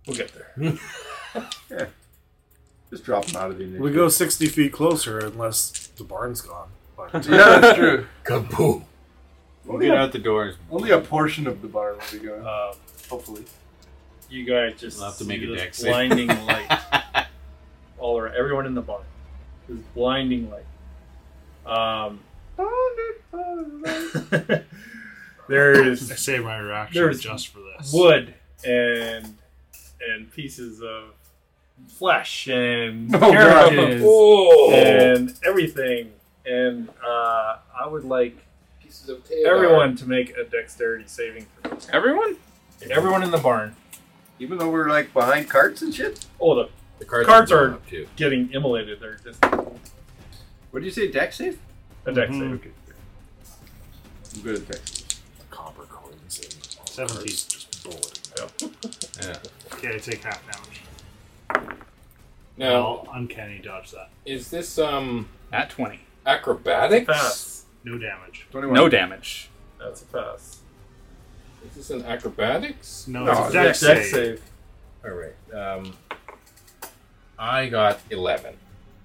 we'll get there.
Yeah. Just drop them out of the initiative.
We go 60 feet closer unless the barn's
[laughs]
gone. But
[laughs] Yeah, that's true.
[laughs] Kaboom!
We'll get out the doors.
Only a portion of the bar will be going.
Um,
Hopefully.
you guys just
We'll have to make
see
a
this
dex save. [laughs]
blinding light all around. Everyone in the barn. This blinding light.
[laughs]
Um,
There's
I save my reaction
There's
just for this.
wood and and pieces of flesh and
Oh, God.
carriages
Oh.
and everything. And uh, I would like
Pieces of tail.
everyone to make a dexterity saving throw.
Everyone?
Everyone in the barn.
Even though we're like behind carts and shit?
Oh, the
The cards,
Cards
blown
are-
up too.
getting immolated. They're just
What did you say, deck safe?
a dex
Mhm.
save.
I'm good at deck safe.
copper coins and all the
17.
cards Just bullet.
Yeah.
Okay, I take half damage.
Now,
I'll uncanny dodge that.
is this um
At 20.
acrobatics?
Pass.
No damage.
21.
No damage.
That's a pass. Oh,
Is this an acrobatics?
No,
No,
it's a dex
Dex save.
save.
All right. Um, I got eleven.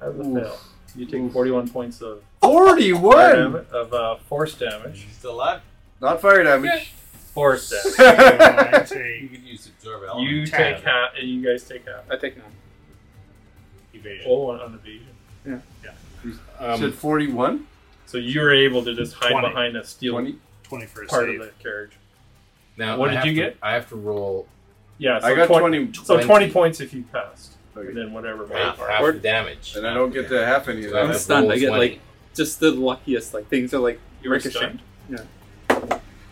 That's a fail. You take 41 points of
41!
dam- of uh, force damage.
He's still alive.
Not fire damage.
[laughs] Force damage.
I
You
take
could use absorb element.
You
Ten.
take half, and you guys take half.
I take none.
evasion.
[laughs] Oh, on, on evasion.
You said
Um,
41?
So you were able to just hide
20.
behind a steel
20?
Twenty for a
part
save.
of the carriage.
now
What
I
did
have
you
to-
get?
I have to roll
Yeah, so
I got
20,
20.
So 20
20.
points if you passed, and
Okay.
then whatever.
half,
modifier.
half the damage.
And I don't get to half any of
So I have
I'm
to
that.
stunned.
roll
I get,
20.
like- Just the luckiest. Like things are like
You're
ricocheting.
stunned.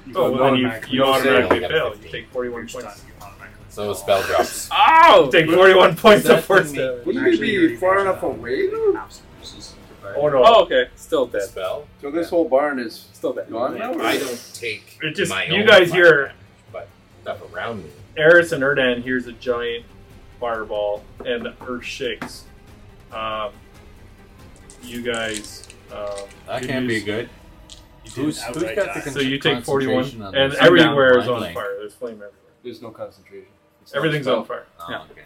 You go
Oh, well, then you,
automatically-
you automatically
I got
fail. You
15.
take 41
You're stunned,
points.
you automatically-
so spell drops.
[laughs] Oh!
You take 41 points
that
of force
thing make-
damage.
Wouldn't we be far enough away though?
Oh no!
Oh, okay. Still dead.
spell.
So this whole barn is
Still dead.
gone now? or-
I don't take.
It just-
my
you
own
guys
fire
hear-
damage, but stuff around me.
Eris and Erdan hears a giant fireball, and the earth shakes. Um, you guys. Um,
That
you
can't be
use-
good.
You did
Who's-
outright
got the
die.
con-
So you take 41,
Concentration on
and
this.
I'm down
everywhere is on
blindly.
fire. There's flame everywhere.
There's no concentration. It's not
Everything's
spell.
on fire.
Oh,
Yeah.
okay.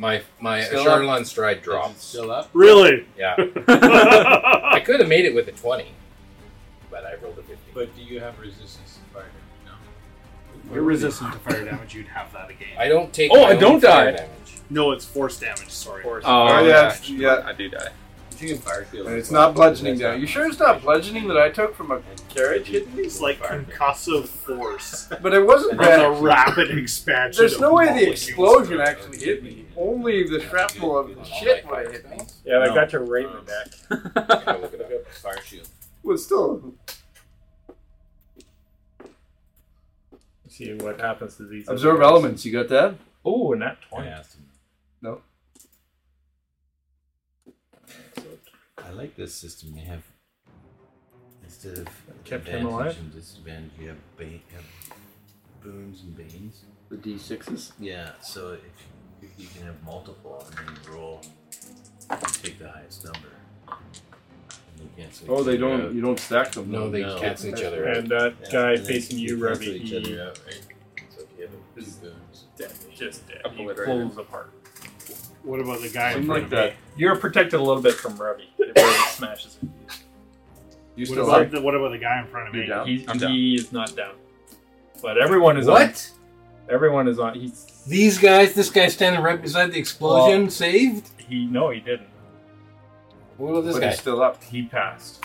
My my
Still
Charlon stride
Is it
drops.
Still up.
Really?
[laughs]
Yeah, I
I
could have made it with a twenty, but I rolled a fifteen.
But do you have resistance to fire damage?
You're resistant to fire damage. You'd have that again.
I don't take.
Oh,
my
I
own
don't
fire
die.
Damage.
[laughs]
Oh,
No, it's force damage. Sorry.
Force.
Oh, yeah, yeah.
Um, I do die.
No. You can fire shield
And
as
it's
well.
not bludgeoning
That's
down. You sure it's not bludgeoning that I took from a carriage? It-
It's like concussive
[laughs]
force.
But it wasn't
It's a
bad.
rapid expansion.
There's
of
no way the
molecules.
explosion actually hit me. Only the shrapnel of the shit would have hit me.
Yeah, I
No.
got you right in the back.
I
Oh,
gotta look it up.
[laughs] Fire shield.
Well, it's still,
See what happens to these.
absorb elements. You got that?
Oh, and that
I
twenty.
asked him.
No.
I like this system. You have instead of
Kept him
advantage
alive?
and disadvantage, you have, ba- you have boons and banes.
The d6s.
Yeah, so if you, you can have multiple and then you roll, you take the highest number. And they cancel
Oh,
each
they
other
don't.
out.
You don't stack them.
No, they
No.
cancel each other out.
And that
Yeah,
guy
and they-
facing you,
they cancel
Revy,
each
he
other out, right? So if you have two boons,
just dead. He
Obliterated.
pulls apart.
What about the guy in
Something
front
like
of
that.
me?
You're protected a little bit from Revy. If Revy smashes him,
You
What
still
about
like?
the, what about the guy in front of
You
me?
down?
he,
I'm down.
he is not down. But everyone is on.
What?
Everyone is on. He's
These guys. This guy standing right beside the explosion saved.
he. No, he didn't.
What about this
But
guy?
it's still up.
He passed.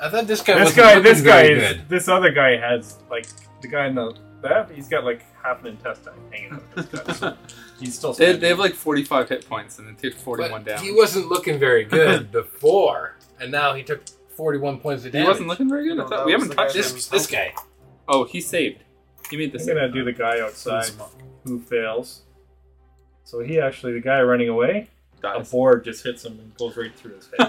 I thought this guy.
this
wasn't
guy.
looking
This guy
very
is.
good.
This other guy has like the guy in the that. He's got like half an intestine hanging out. Of his
[laughs]
gut, so he's still.
They,
Standing.
they have like 45 hit points and then take 41
But
down.
He wasn't looking
[laughs]
very good before, and now he took forty-one points of
He
damage.
wasn't looking very good. I
No,
thought,
that
we
was
haven't
the guy
touched
that
him.
This this guy.
Oh, he saved. He made the
I'm
save.
gonna do the guy outside who fails. So he actually, the guy running away, a
Dies.
board just hits him and goes right through his head.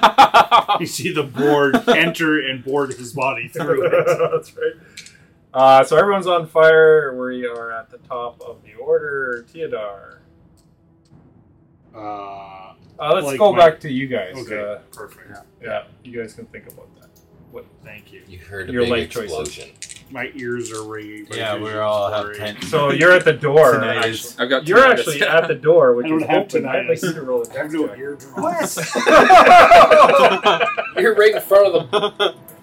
[laughs] You see the
[laughs]
board enter and board his body
[laughs]
through it.
That's right. Uh, so everyone's on fire. We are at the top of the order. Teodar.
Uh,
Uh, let's
like
go
my-
back to you guys.
Okay,
uh,
perfect.
yeah, you guys can think about that. What?
Thank you.
You heard a
Your
big
life choices.
explosion.
My ears are ringing. my
Yeah,
vision's
we're all have
blurry.
ten.
So you're at the door.
Tinnitus.
actually.
I've got
You're
tinnitus.
actually at the door, which
I don't
is
have
open. I'd like
tinnitus.
you to roll a
I have
dex
no
check.
eardrums. [laughs]
You're right in front of them.
[laughs]
[laughs]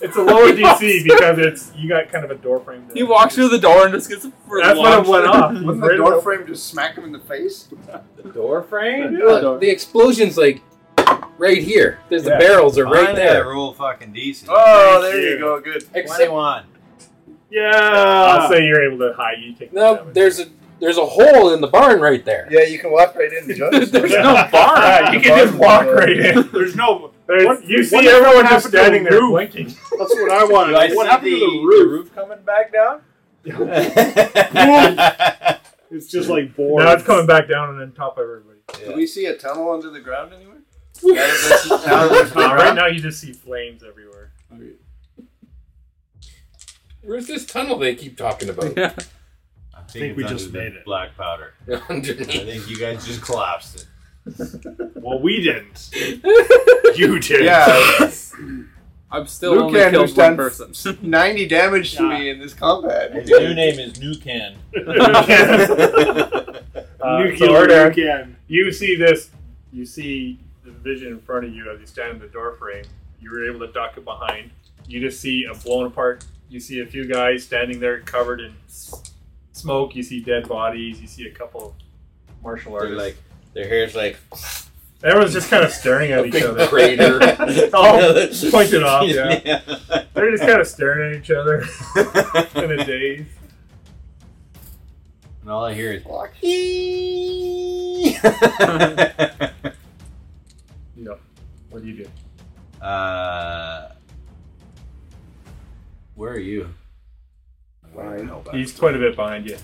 It's a lower DC because it's you got kind of a door frame.
[laughs]
there.
He walks through the door and just gets.
[laughs] That's what it went off.
Wouldn't
Right
the door
up-
frame just smack him in the face?
The door frame?
Look, the explosion's like right here. There's
Yeah.
the barrels are right
Mine
there.
gotta Roll fucking decent.
[laughs] Oh,
Thank
there you.
you.
go. Good.
Except,
Twenty-one.
I'll
Yeah.
say you're able to hide. You take
no,
damage.
Oh, there's a there's a hole in the barn right there.
Yeah, you can walk right in. There's [laughs]
Yeah. Yeah, you can just walk right in.
There's no.
There's,
What-
you
what
see
if
everyone
what
just
happened to
standing
the
there
roof?
blinking.
That's what I wanted.
Do I see
what happened
the,
to the roof?
coming back down?
It's just like bored.
Now it's coming back down and then top [laughs] everybody.
Do we see a tunnel under the ground anywhere?
[laughs] Uh, right now you just see flames everywhere.
Where's this tunnel they keep talking about?
I think,
think we
it's
just
under
made
the
it.
Black powder. [laughs] I
[laughs] Underneath.
think you guys just collapsed it.
Well, we
[laughs]
didn't. You did.
Yeah.
I'm still
Luke
only
Cage
killed
done-
one [laughs]
[laughs]
person.
90 damage to
Yeah.
me in this combat. [laughs]
His new name is Nukan.
[laughs]
[laughs]
Uh, so
Nuclear
Arda,
again.
you see this. You see the vision in front of you as you stand in the door frame. You were able to duck it behind. You just see a blown apart. You see a few guys standing there covered in s- smoke. You see dead bodies. You see a couple of martial
They're
artists.
like their hair's like
Everyone's just kind of staring at each other. [laughs]
Crater.
[laughs]
all pointed off, yeah.
[laughs] yeah.
They're just kind of staring at
[laughs]
each other in a daze.
And all I hear is
Fuck.
[laughs]
No. What do you do?
uh, where are you?
He's quite a bit behind you.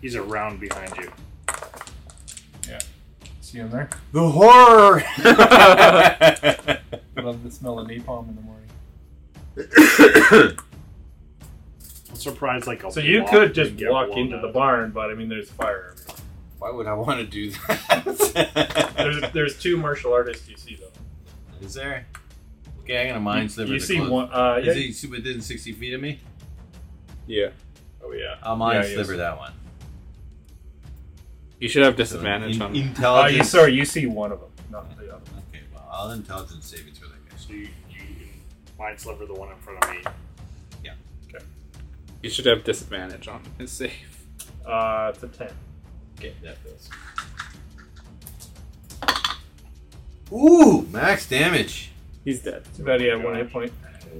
He's around behind you.
See him there?
The horror.
Love the smell of napalm in the morning.
I'm surprised, like a
So you
block
could just
didn't get
walk
blown
into the
up.
barn, but I mean, there's fire everywhere.
Why would I want to do that?
there's there's two martial artists you see though.
Is there? Okay, I'm gonna mind sliver.
you
the
see
clothes.
one. Uh, yeah,
Is he su- within sixty feet of me?
[laughs] yeah.
oh yeah.
I'll mind
Yeah, he
sliver
is.
that one.
You should have
So
disadvantage
in-
on.
Uh, you,
intelligence.
sorry, you see one of them, not the other.
Okay, well, I'll intelligence saving throw that guy.
So you, you can mind sliver the one in front of me.
You should have disadvantage on his save.
[laughs]
Uh, it's a ten.
Okay, that fails. Ooh, max damage.
He's dead.
Too bad he had one hit
[laughs]
point. [laughs]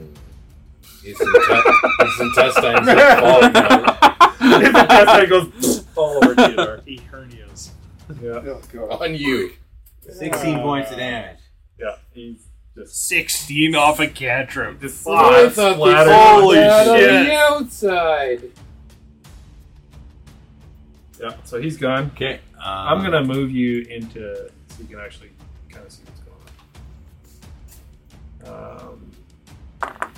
His inte- his intestines are
Oh,
falling
[laughs]
out.
[laughs]
His intestine goes [laughs] all over to you. Dark.
He hernias.
Yeah,
Oh, God.
on you.
Sixteen points of damage.
yeah. He's just.
16 off a cantrip.
just
I
flat-
thought they
flattered.
found
Holy
that on
shit.
the outside.
Yeah, so he's gone.
Okay, um,
I'm gonna move you into so you can actually kind of see what's going on. Um,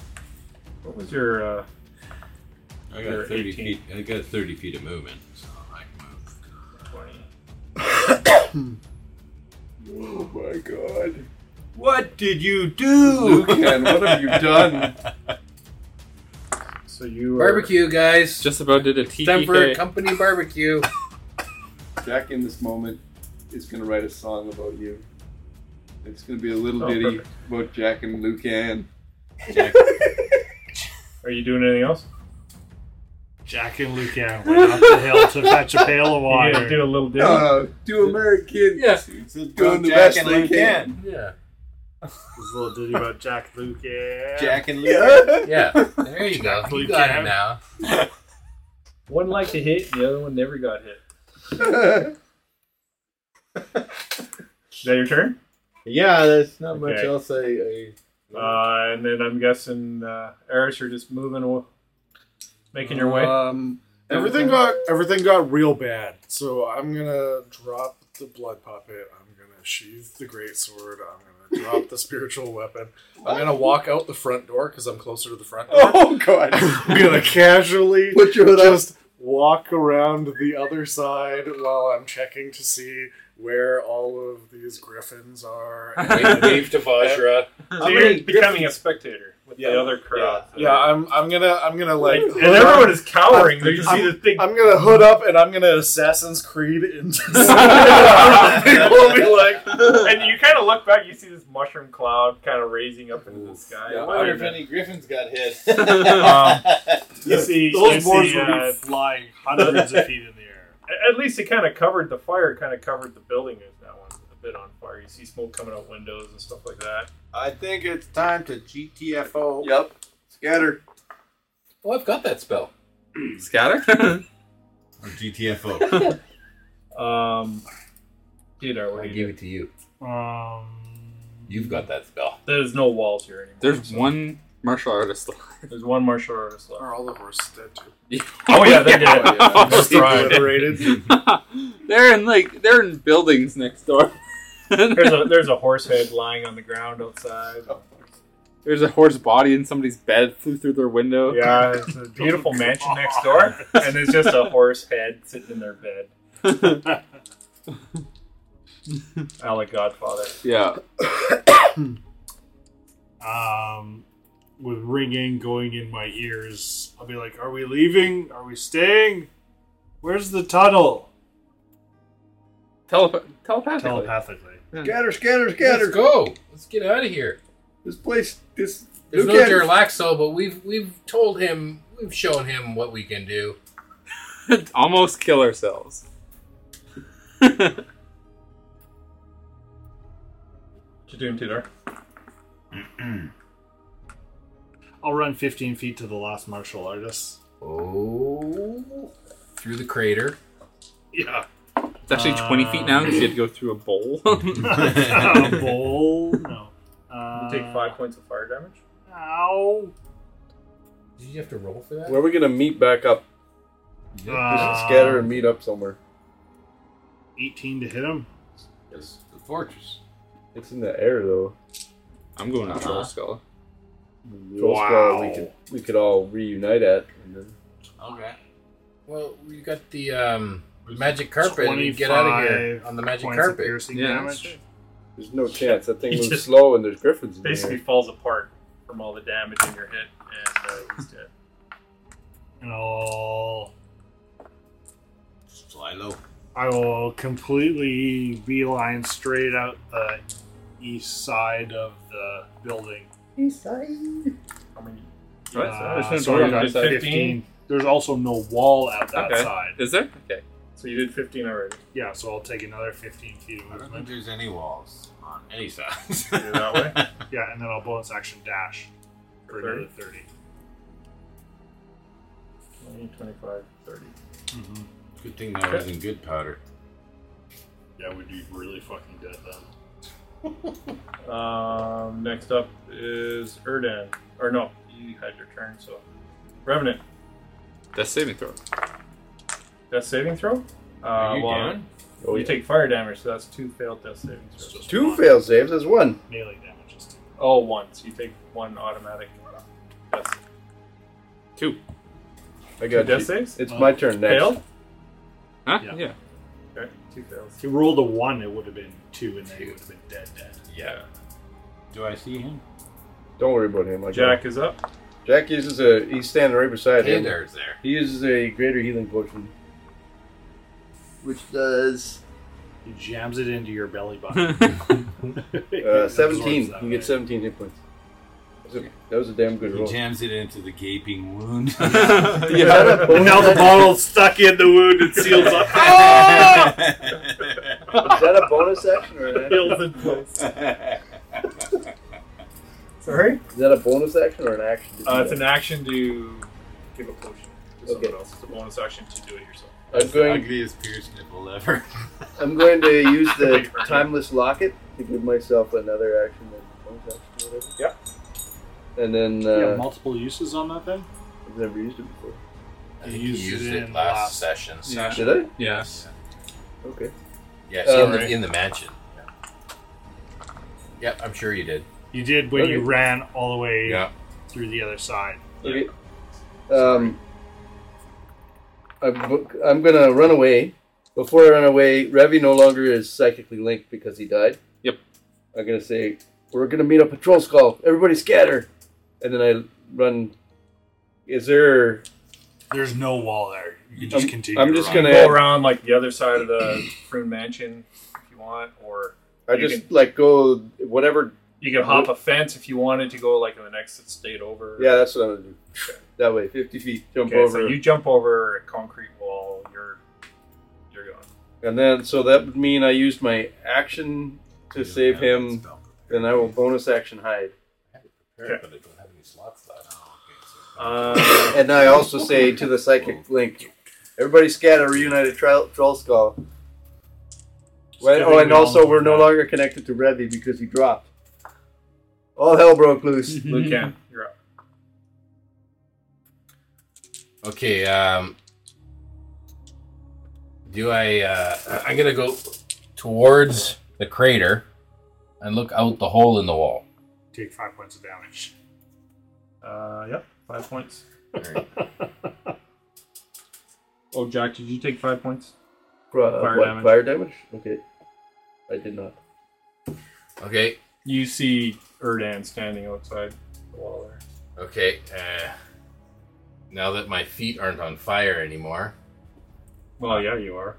what was your? Uh,
I
You're
got thirty
18.
feet. I got thirty feet of movement, so I can move.
20?
Oh my god.
What did you do,
Lucan, what have you done?
So you are-
Barbecue, guys.
[laughs] Just about did a
Denver
TPK.
Company barbecue.
Jack in this moment is going to write a song about you. It's going to be a little
Oh,
ditty about Jack and Lucan.
Are you doing anything else?
Jack and Lucan went up the hill to fetch a
[laughs]
pail of
You gonna do
water.
a little dip.
Uh, do American.
Yeah.
Doing the best they can.
Yeah.
This little ditty about Jack Lucan.
Jack and Luke.
[laughs]
Yeah. There you go. You got it now.
One liked to hit, the other one never got hit. Is that your turn?
yeah, there's not
much Okay.
else I.
Uh, and then I'm guessing, uh, Eris, you're just moving, aw- making your way.
Um, everything got everything got real bad, so I'm gonna drop the blood puppet. I'm gonna sheathe the great sword. I'm gonna
[laughs]
drop the spiritual weapon. I'm gonna walk out the front door because [laughs] I'm closer to the front door.
Oh god. [laughs]
I'm gonna casually
Put your hood up.
just
walk around the other side while I'm checking to see where all of these griffins are.
[laughs] Wave-
[laughs]
wave to Vajra.
So you're becoming a spectator with
Yeah.
the other crowd.
Yeah, I'm. I'm gonna. I'm gonna
[laughs]
like.
And everyone is cowering. You see the thing.
I'm gonna hood up and I'm gonna Assassin's Creed
[laughs]
[laughs]
into. People will be like,
[laughs]
[laughs] and you kind of look back, you see this mushroom cloud kind of raising up into the sky.
I
Wait
wonder
a
if
minute.
any griffins got
[laughs]
hit. [laughs]
Um,
[laughs]
you see,
Those
you
boards
see,
would
uh,
be flying hundreds of feet in the air.
At- At least it kind of covered the fire. Kind of covered the building. Is that one a bit on fire? You see smoke coming out windows and stuff like that.
I think it's time to GTFO.
Yep. Scatter.
Well, Oh, I've got that spell.
Scatter? [laughs]
Or GTFO.
Um, Kedar, what do
I
you
gave
do?
it to you.
Um,
You've got that spell.
There's no walls here anymore.
There's
so-
one martial artist left.
There's one martial artist left.
are all the horses dead too?
Oh
[laughs]
yeah, they're dead.
[laughs] Oh,
[laughs]
That's right. [laughs]
Liberated.
[laughs] they're in like they're in buildings next door.
There's a there's a horse head lying on the ground outside.
[laughs] There's a horse body in somebody's bed. Flew through their window.
Yeah, it's a beautiful mansion next door, and there's just a horse head sitting in their
[laughs]
bed. I like Godfather.
Yeah.
um, with ringing going in my ears. I'll be like, "Are we leaving? Are we staying? Where's the tunnel?"
Telep- telepathically.
Telepathically.
Scatter, scatter,
Let's
scatter.
go. Let's get out of here.
This place, this.
There's
Who
no
can-
Gerlaxo, but we've we've told him, we've shown him what we can do.
[laughs] Almost kill ourselves.
What you doing, Tudor?
I'll run 15 feet to the last martial artist.
Oh, through the crater.
Yeah. [laughs]
It's actually 20 feet now because you had to go through a bowl. [laughs]
A bowl. No.
You
Uh,
take five points of fire damage.
Ow.
Did you have to roll for that?
Where are we gonna meet back up? Just
Uh,
scatter and meet up somewhere.
18 to hit him.
Yes, the fortress. It's in the air though.
I'm going to Troll Skull.
Troll Skull we could we could all reunite at. And then
okay.
Well, we got the um, magic carpet. and We get out of here
25
on the magic
points of
carpet.
piercing
Yeah,
damage.
that's
there's no chance that thing
He
moves
just-
slow and there's griffins in
Basically,
there.
falls apart from all the damage in your hit, and uh, he's dead.
And I'll,
Just fly low.
I will completely beeline straight out the east side of the building.
I mean,
Right,
Uh,
so there's no
so
door
we're
on the
not
other side.
15. There's also no wall at that
Okay.
side.
Is there? Okay.
so you did 15 already.
Yeah, so I'll take another 15 feet of
I don't
movement.
think there's any walls on any side.
that
[laughs]
way?
Yeah, and then I'll bonus action dash for
For
another 30.
20, 25, 30.
Good thing that was in good powder.
Yeah, we'd be really fucking dead then.
Um, next up is Erdan. Or no, you had your turn, so. Revenant,
That's saving throw.
death saving throw? Uh,
Are you
well,
down?
Oh,
You
yeah.
take fire damage, so that's two failed death saving throws.
two fail saves as one.
Melee damage is two.
Oh, one. So you take one automatic death,
Two.
I
two
got
death
you.
saves. Uh,
It's my turn next.
Failed?
Huh?
Yeah.
yeah.
Okay, two fails.
If you rolled a 1, it would have been 2, and then you would have been dead, dead.
Yeah. Do I see him?
Don't worry about him. I got
Jack
[laughs]
is up.
him. Jack uses a. He's standing right beside him.
Pandar's there.
He uses a greater healing potion. Uh, Which does
He jams it into your belly button. [laughs]
uh,
It absorbs
seventeen.
that
You
way.
get seventeen hit points. That was a, that was a damn good
He
roll.
jams it into the gaping wound.
[laughs] Is that a
And now the
bonus,
bottle's stuck in the wound and
[laughs]
seals up.
Ah! is that a bonus action or
[laughs]
an action?
Sorry?
Is that a bonus action or an action? to do
Uh, it's
that?
an action to give a potion to someone
Okay.
else. It's a bonus action to do it yourself.
I'm going.
Ugliest pierced nipple ever.
I'm going to use the timeless locket to give myself another action. Or bonus action or whatever. Yeah. And then
You have
uh,
multiple uses on that thing?
I've never used it before.
I think
You
you
used
used
it
it,
in
last,
last-
session. so-
Yeah.
Did I?
Yes.
Okay.
Yes, in,
Um,
the, in the mansion. Yep, I'm sure you did.
You did when you
Okay.
ran all the way through the other side.
Okay. Um, I book, I'm gonna run away. Before I run away, Ravi no longer is psychically linked because he died.
Yep.
I'm gonna say we're gonna meet up at Troll Skull. Everybody scatter, and then I run. Is there?
There's no wall there. You can just
I'm-
continue.
I'm just
running.
gonna-
Go around like the other side of the [clears throat] Prune Mansion if you want, or
I
You
just like go whatever.
you can hop a fence if you wanted to go like in the next state over.
Yeah, that's what I'm gonna do. That way, 50 feet, jump
Okay,
over.
so you jump over a concrete wall. You're you're going.
And then, so that would mean I used my action to save him. Then I will bonus action hide.
Prepared, but I don't have any slots left.
Uh,
And I also say to the psychic link, everybody scatter, reunited troll, troll skull. Well, oh, and also we're no longer connected to Revy because he dropped. All hell broke loose.
[laughs] Luke, Cam, you're up.
Okay, um do I uh I'm gonna go towards the crater and look out the hole in the wall.
take five points of damage.
Uh, yep, five points.
Alright.
Oh, Jack, did you take five points?
Bro,
Fire
what,
damage.
Fire damage? Okay. I did not.
Okay,
You see Erdan standing outside the wall there.
okay, uh now that my feet aren't on fire anymore.
Well, yeah, you are.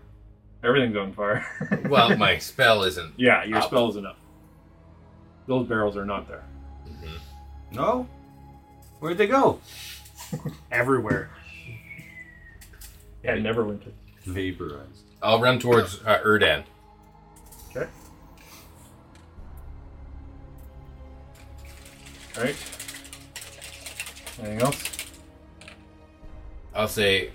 Everything's on fire. [laughs]
Well, my spell isn't
yeah, your
Up.
spell isn't up. Those barrels are not there.
Mhm.
No? Where'd they go?
Everywhere.
Yeah, never winter.
Vaporized.
I'll run towards uh, Erdan.
Okay. Alright. Anything else?
I'll say,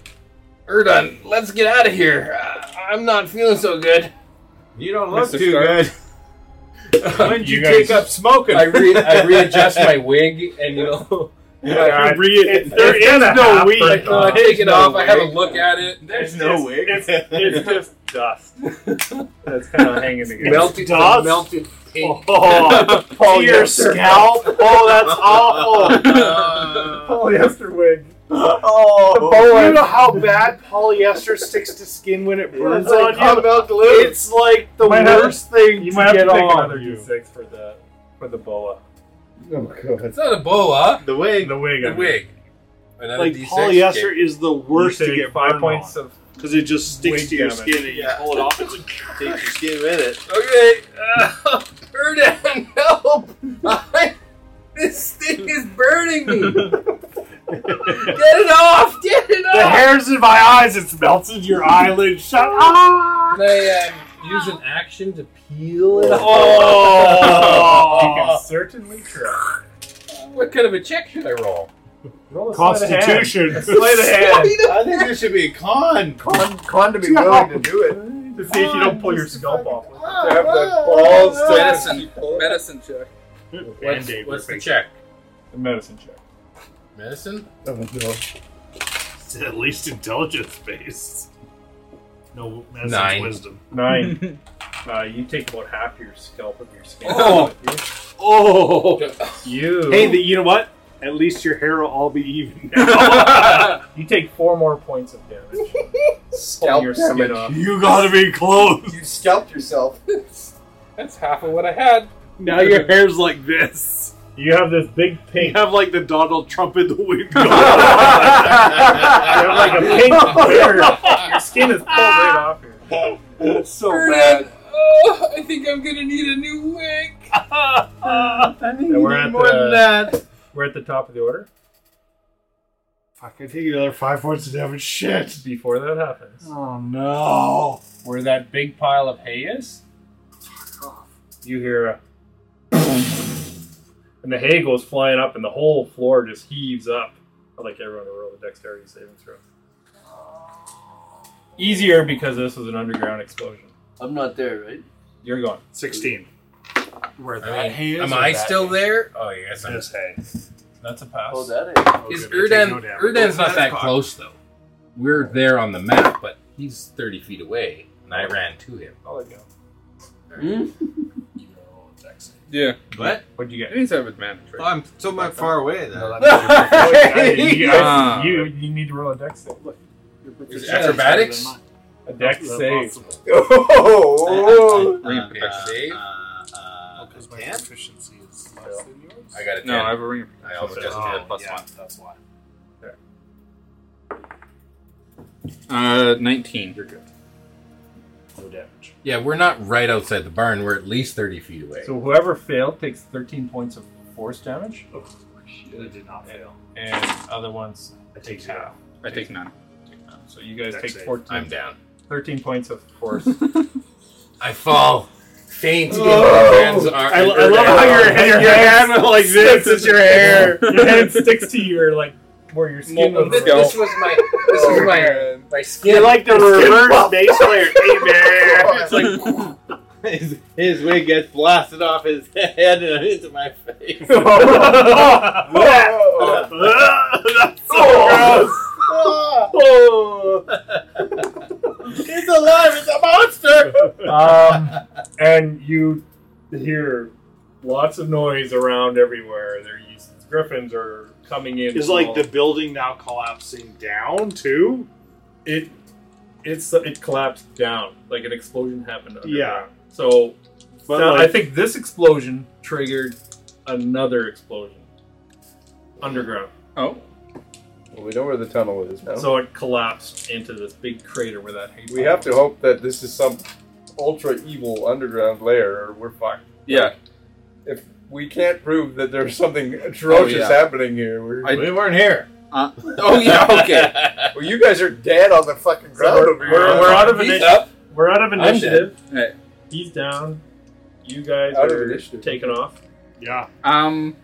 Erdan, let's get out of here. Uh, I'm not feeling so good.
You don't look
Mr.
too
Stark.
good. When did
You
you,
guys-
take up smoking?
I, re- I readjust [laughs] my wig and you know,
I-
If there
it's
is
gonna
no
happen.
weed.
I
Uh,
take it off. I have a look at it.
There's
It's-
no way.
It's, it's just dust. That's kind of hanging together.
Melted,
dots?
melted
[laughs]
pink.
Oh, oh your scalp.
[laughs]
Oh, that's awful.
Uh,
polyester wig.
Oh, you know how bad polyester sticks to skin when it burns on you. It's like the
Might have-
worst thing
You
to
might have to
get
take
on
another
you.
d6 for the for the boa.
Oh my god.
[laughs] it's not a boa.
The way
The wig.
The wig. Another
Like
D6?
polyester
Okay.
is the worst to get
five points
on
of.
because it just sticks
Wig
to your
damage.
skin and you
Yeah.
pull it off.
[laughs]
It's like
take your skin with it.
Okay. Uh, [laughs] Erdan, help! I, [laughs] this thing is burning
[laughs]
me. get it off! Get it off!
[laughs] the hairs in my eyes. It's melted your eyelid. Shut up.
Can I um, use an action to peel it off?
You can
Oh.
certainly try.
What kind of a check should I roll?
Roll a sleight of
[laughs]
hand.
Constitution.
Sleight of hand.
I think there should be a con.
Con, con to be willing to do it.
To see if you don't pull your scalp off. with it.
To have the balls to-
Oh, Medicine. Medicine check.
What's,
Band-Aid
what's the
ripping.
check?
A medicine check.
Medicine?
Oh no.
It's at least intelligence based. No, that's
Nine.
wisdom.
Nine. uh, you take about half your scalp of your skin.
Oh.
with
Oh.
You. You-
Hey, the, you know what? At least your hair will all be even. [laughs]
you take four more points of
[laughs]
damage.
Scalp
your skin
damage.
off.
you gotta be close.
You scalped yourself.
That's half of what I had.
Now
[laughs]
your hair's like this.
You have this big
You
pink.
have like the Donald Trump in the wig. going.
You have like a pink beard. Your skin is pulled right off here.
It's so
Erdan, oh, I think I'm gonna need a new wig.
And we're at
More than
the
that.
we're at the top of the order.
Fuck, I take another five points of damage. Shit.
Before that happens,
Oh no.
where that big pile of hay is, you hear a, and the hay goes flying up, and the whole floor just heaves up. I'd like everyone to roll a dexterity saving throw. Easier because this was an underground explosion.
I'm not there, right?
You're gone.
16. Where that
I mean,
hay is?
am
or
I
that
still
hay?
there? Oh, yes. I'm,
This hay.
That's a pass.
Oh, that is.
Oh,
is
good, I take
Erdan?
no damage.
Erdan's not that close though. We're there on the map, but he's 30 feet away, and I ran to him.
I'll let you go.
Yeah.
What?
What'd
[laughs]
you
It
get?
needs to have advantage,
[laughs]
Oh,
[laughs]
right?
I'm [laughs] so much far away then.
Oh, you, guys-
Ah.
[laughs]
Uh.
you, you need to roll a dex save.
Is it acrobatics?
A deck save.
[laughs]
Oh!
Uh,
save?
Oh,
Because my proficiency is less than yours.
I got it.
No, I have a ring.
I also
just
got
did plus
yeah,
one.
That's why.
Uh, 19. You're good.
No damage.
Yeah, we're not right outside the barn. We're at least 30 feet away.
So whoever failed takes 13 points of force damage,
Oh, shit, I did not fail.
and other ones
I take zero.
I take none.
So you guys
Dex
take
save.
14,
I'm down.
13 points of
[laughs]
force.
I fall faint in
Oh!
my friend's arms.
I, I love how your head, your hand went like this is your hair.
[laughs] your head sticks to your like where your skin
Well,
was.
This, this was my this was my my skin.
like the reverse bass [laughs] player. Hey man.
It's like his, his wig gets blasted off his head and into my face.
[laughs] That's so gross.
Oh. it's alive! It's a monster!
[laughs] um, and you hear lots of noise around everywhere. There, you- griffins are coming in.
Is like
small-
the building now collapsing down too?
it it's it collapsed down like an explosion happened
Yeah.
underground. so
But
so
like-
i think this explosion triggered another explosion underground
Oh.
Well, we know where the tunnel is now.
so it collapsed into this big crater where that
we have to hope that this is some ultra evil underground lair, or we're fucked.
Yeah.
If we can't prove that there's something
Oh,
atrocious
yeah.
happening here, we're,
I-
we weren't here.
Oh, yeah, okay. [laughs]
well, you guys are dead on the fucking ground over here.
we're, we're out of
He's
initiative
up.
we're out of
I'm dead.
initiative
Right.
he's down you guys
Out of
are
initiative.
taking off
Yeah.
Um,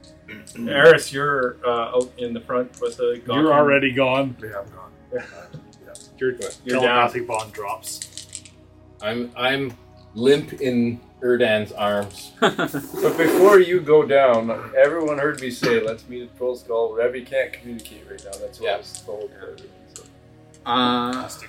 [laughs]
Eris, you're uh, out in the front with the Gawkin.
You're already gone.
Yeah, I'm gone.
Your
You're
telepathic bond drops.
I'm I'm limp in Erdan's arms.
uh, [laughs]
But before you go down, everyone heard me say, "Let's meet at Troll Skull." Revy can't communicate right now. That's what
Yeah.
I was told. So.
uh,
So,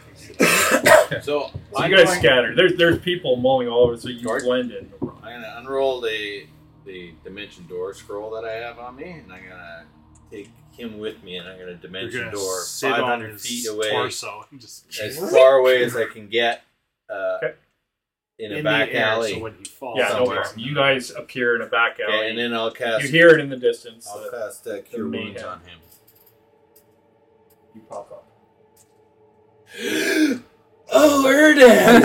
So
I'm
you guys
going-
scatter. There's there's people mulling all over, so you
Dark.
blend in.
I'm gonna unroll the the dimension door scroll that I have on me, and I'm gonna take him with me, and I'm gonna
You're
dimension
gonna
door
sit on
500
his
feet away,
torso. and Just
as far away as I can get, uh,
Okay.
in a
in
back
the air,
alley.
So when he falls,
Yeah, no
somewhere.
problem. You guys appear in a back
Okay,
alley.
and then I'll
you
cast
hear it in the distance.
I'll
that
cast uh, cure
mayhem.
wounds on [laughs] him.
you pop up.
Oh, Erdan!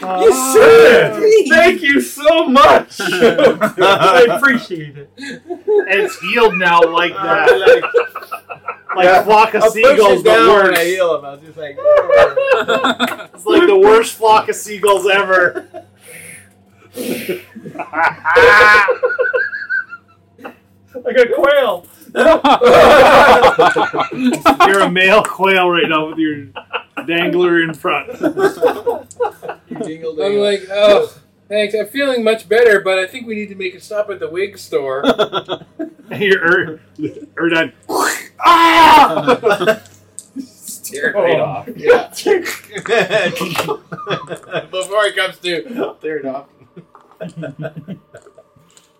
You said Thank you
[laughs]
so much. I appreciate it.
and it's healed now
[laughs]
like that, like a flock of seagulls. The worst.
heal him. I was just like, [laughs] "Oh,
It's like the worst flock of seagulls ever.
Like a quail.
You're a male quail right now with your dangler in front. [laughs]
I'm like, oh, thanks. I'm feeling much better, but I think we need to make a stop at the wig store. [laughs]
And your er, Erdan. ah!
right off. Yeah. Before it comes to,
Clear it off.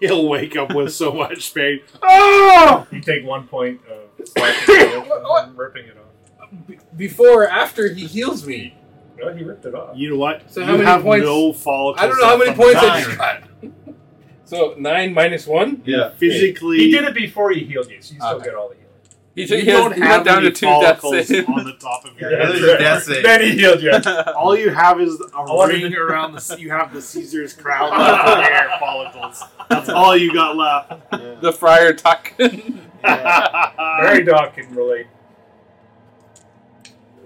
He'll wake up with
[laughs]
so much pain.
You take one point [laughs] of slashing damage from ripping it off.
before or after he heals me.
No, he ripped it off.
You know what?
So
you
how many
have
points-
no follicles.
I don't know how many
left
points
on
I
time.
just got. [laughs] So nine minus one.
Yeah.
Physically,
He did it before he healed you, so you still
Okay.
get all the healing.
he,
You
he
don't
has, he went
have
down to
any
two death
follicles
saves. [laughs]
on the top of
[laughs]
your
Yeah,
head.
that's right.
save.
Then he healed [laughs] you.
All you have is a
wanted
ring
to-
around
[laughs]
the. You have the Caesar's
[laughs]
crown left on your hair follicles. That's all you got left.
the friar tuck. [laughs]
[laughs]
Mary Doc can relate.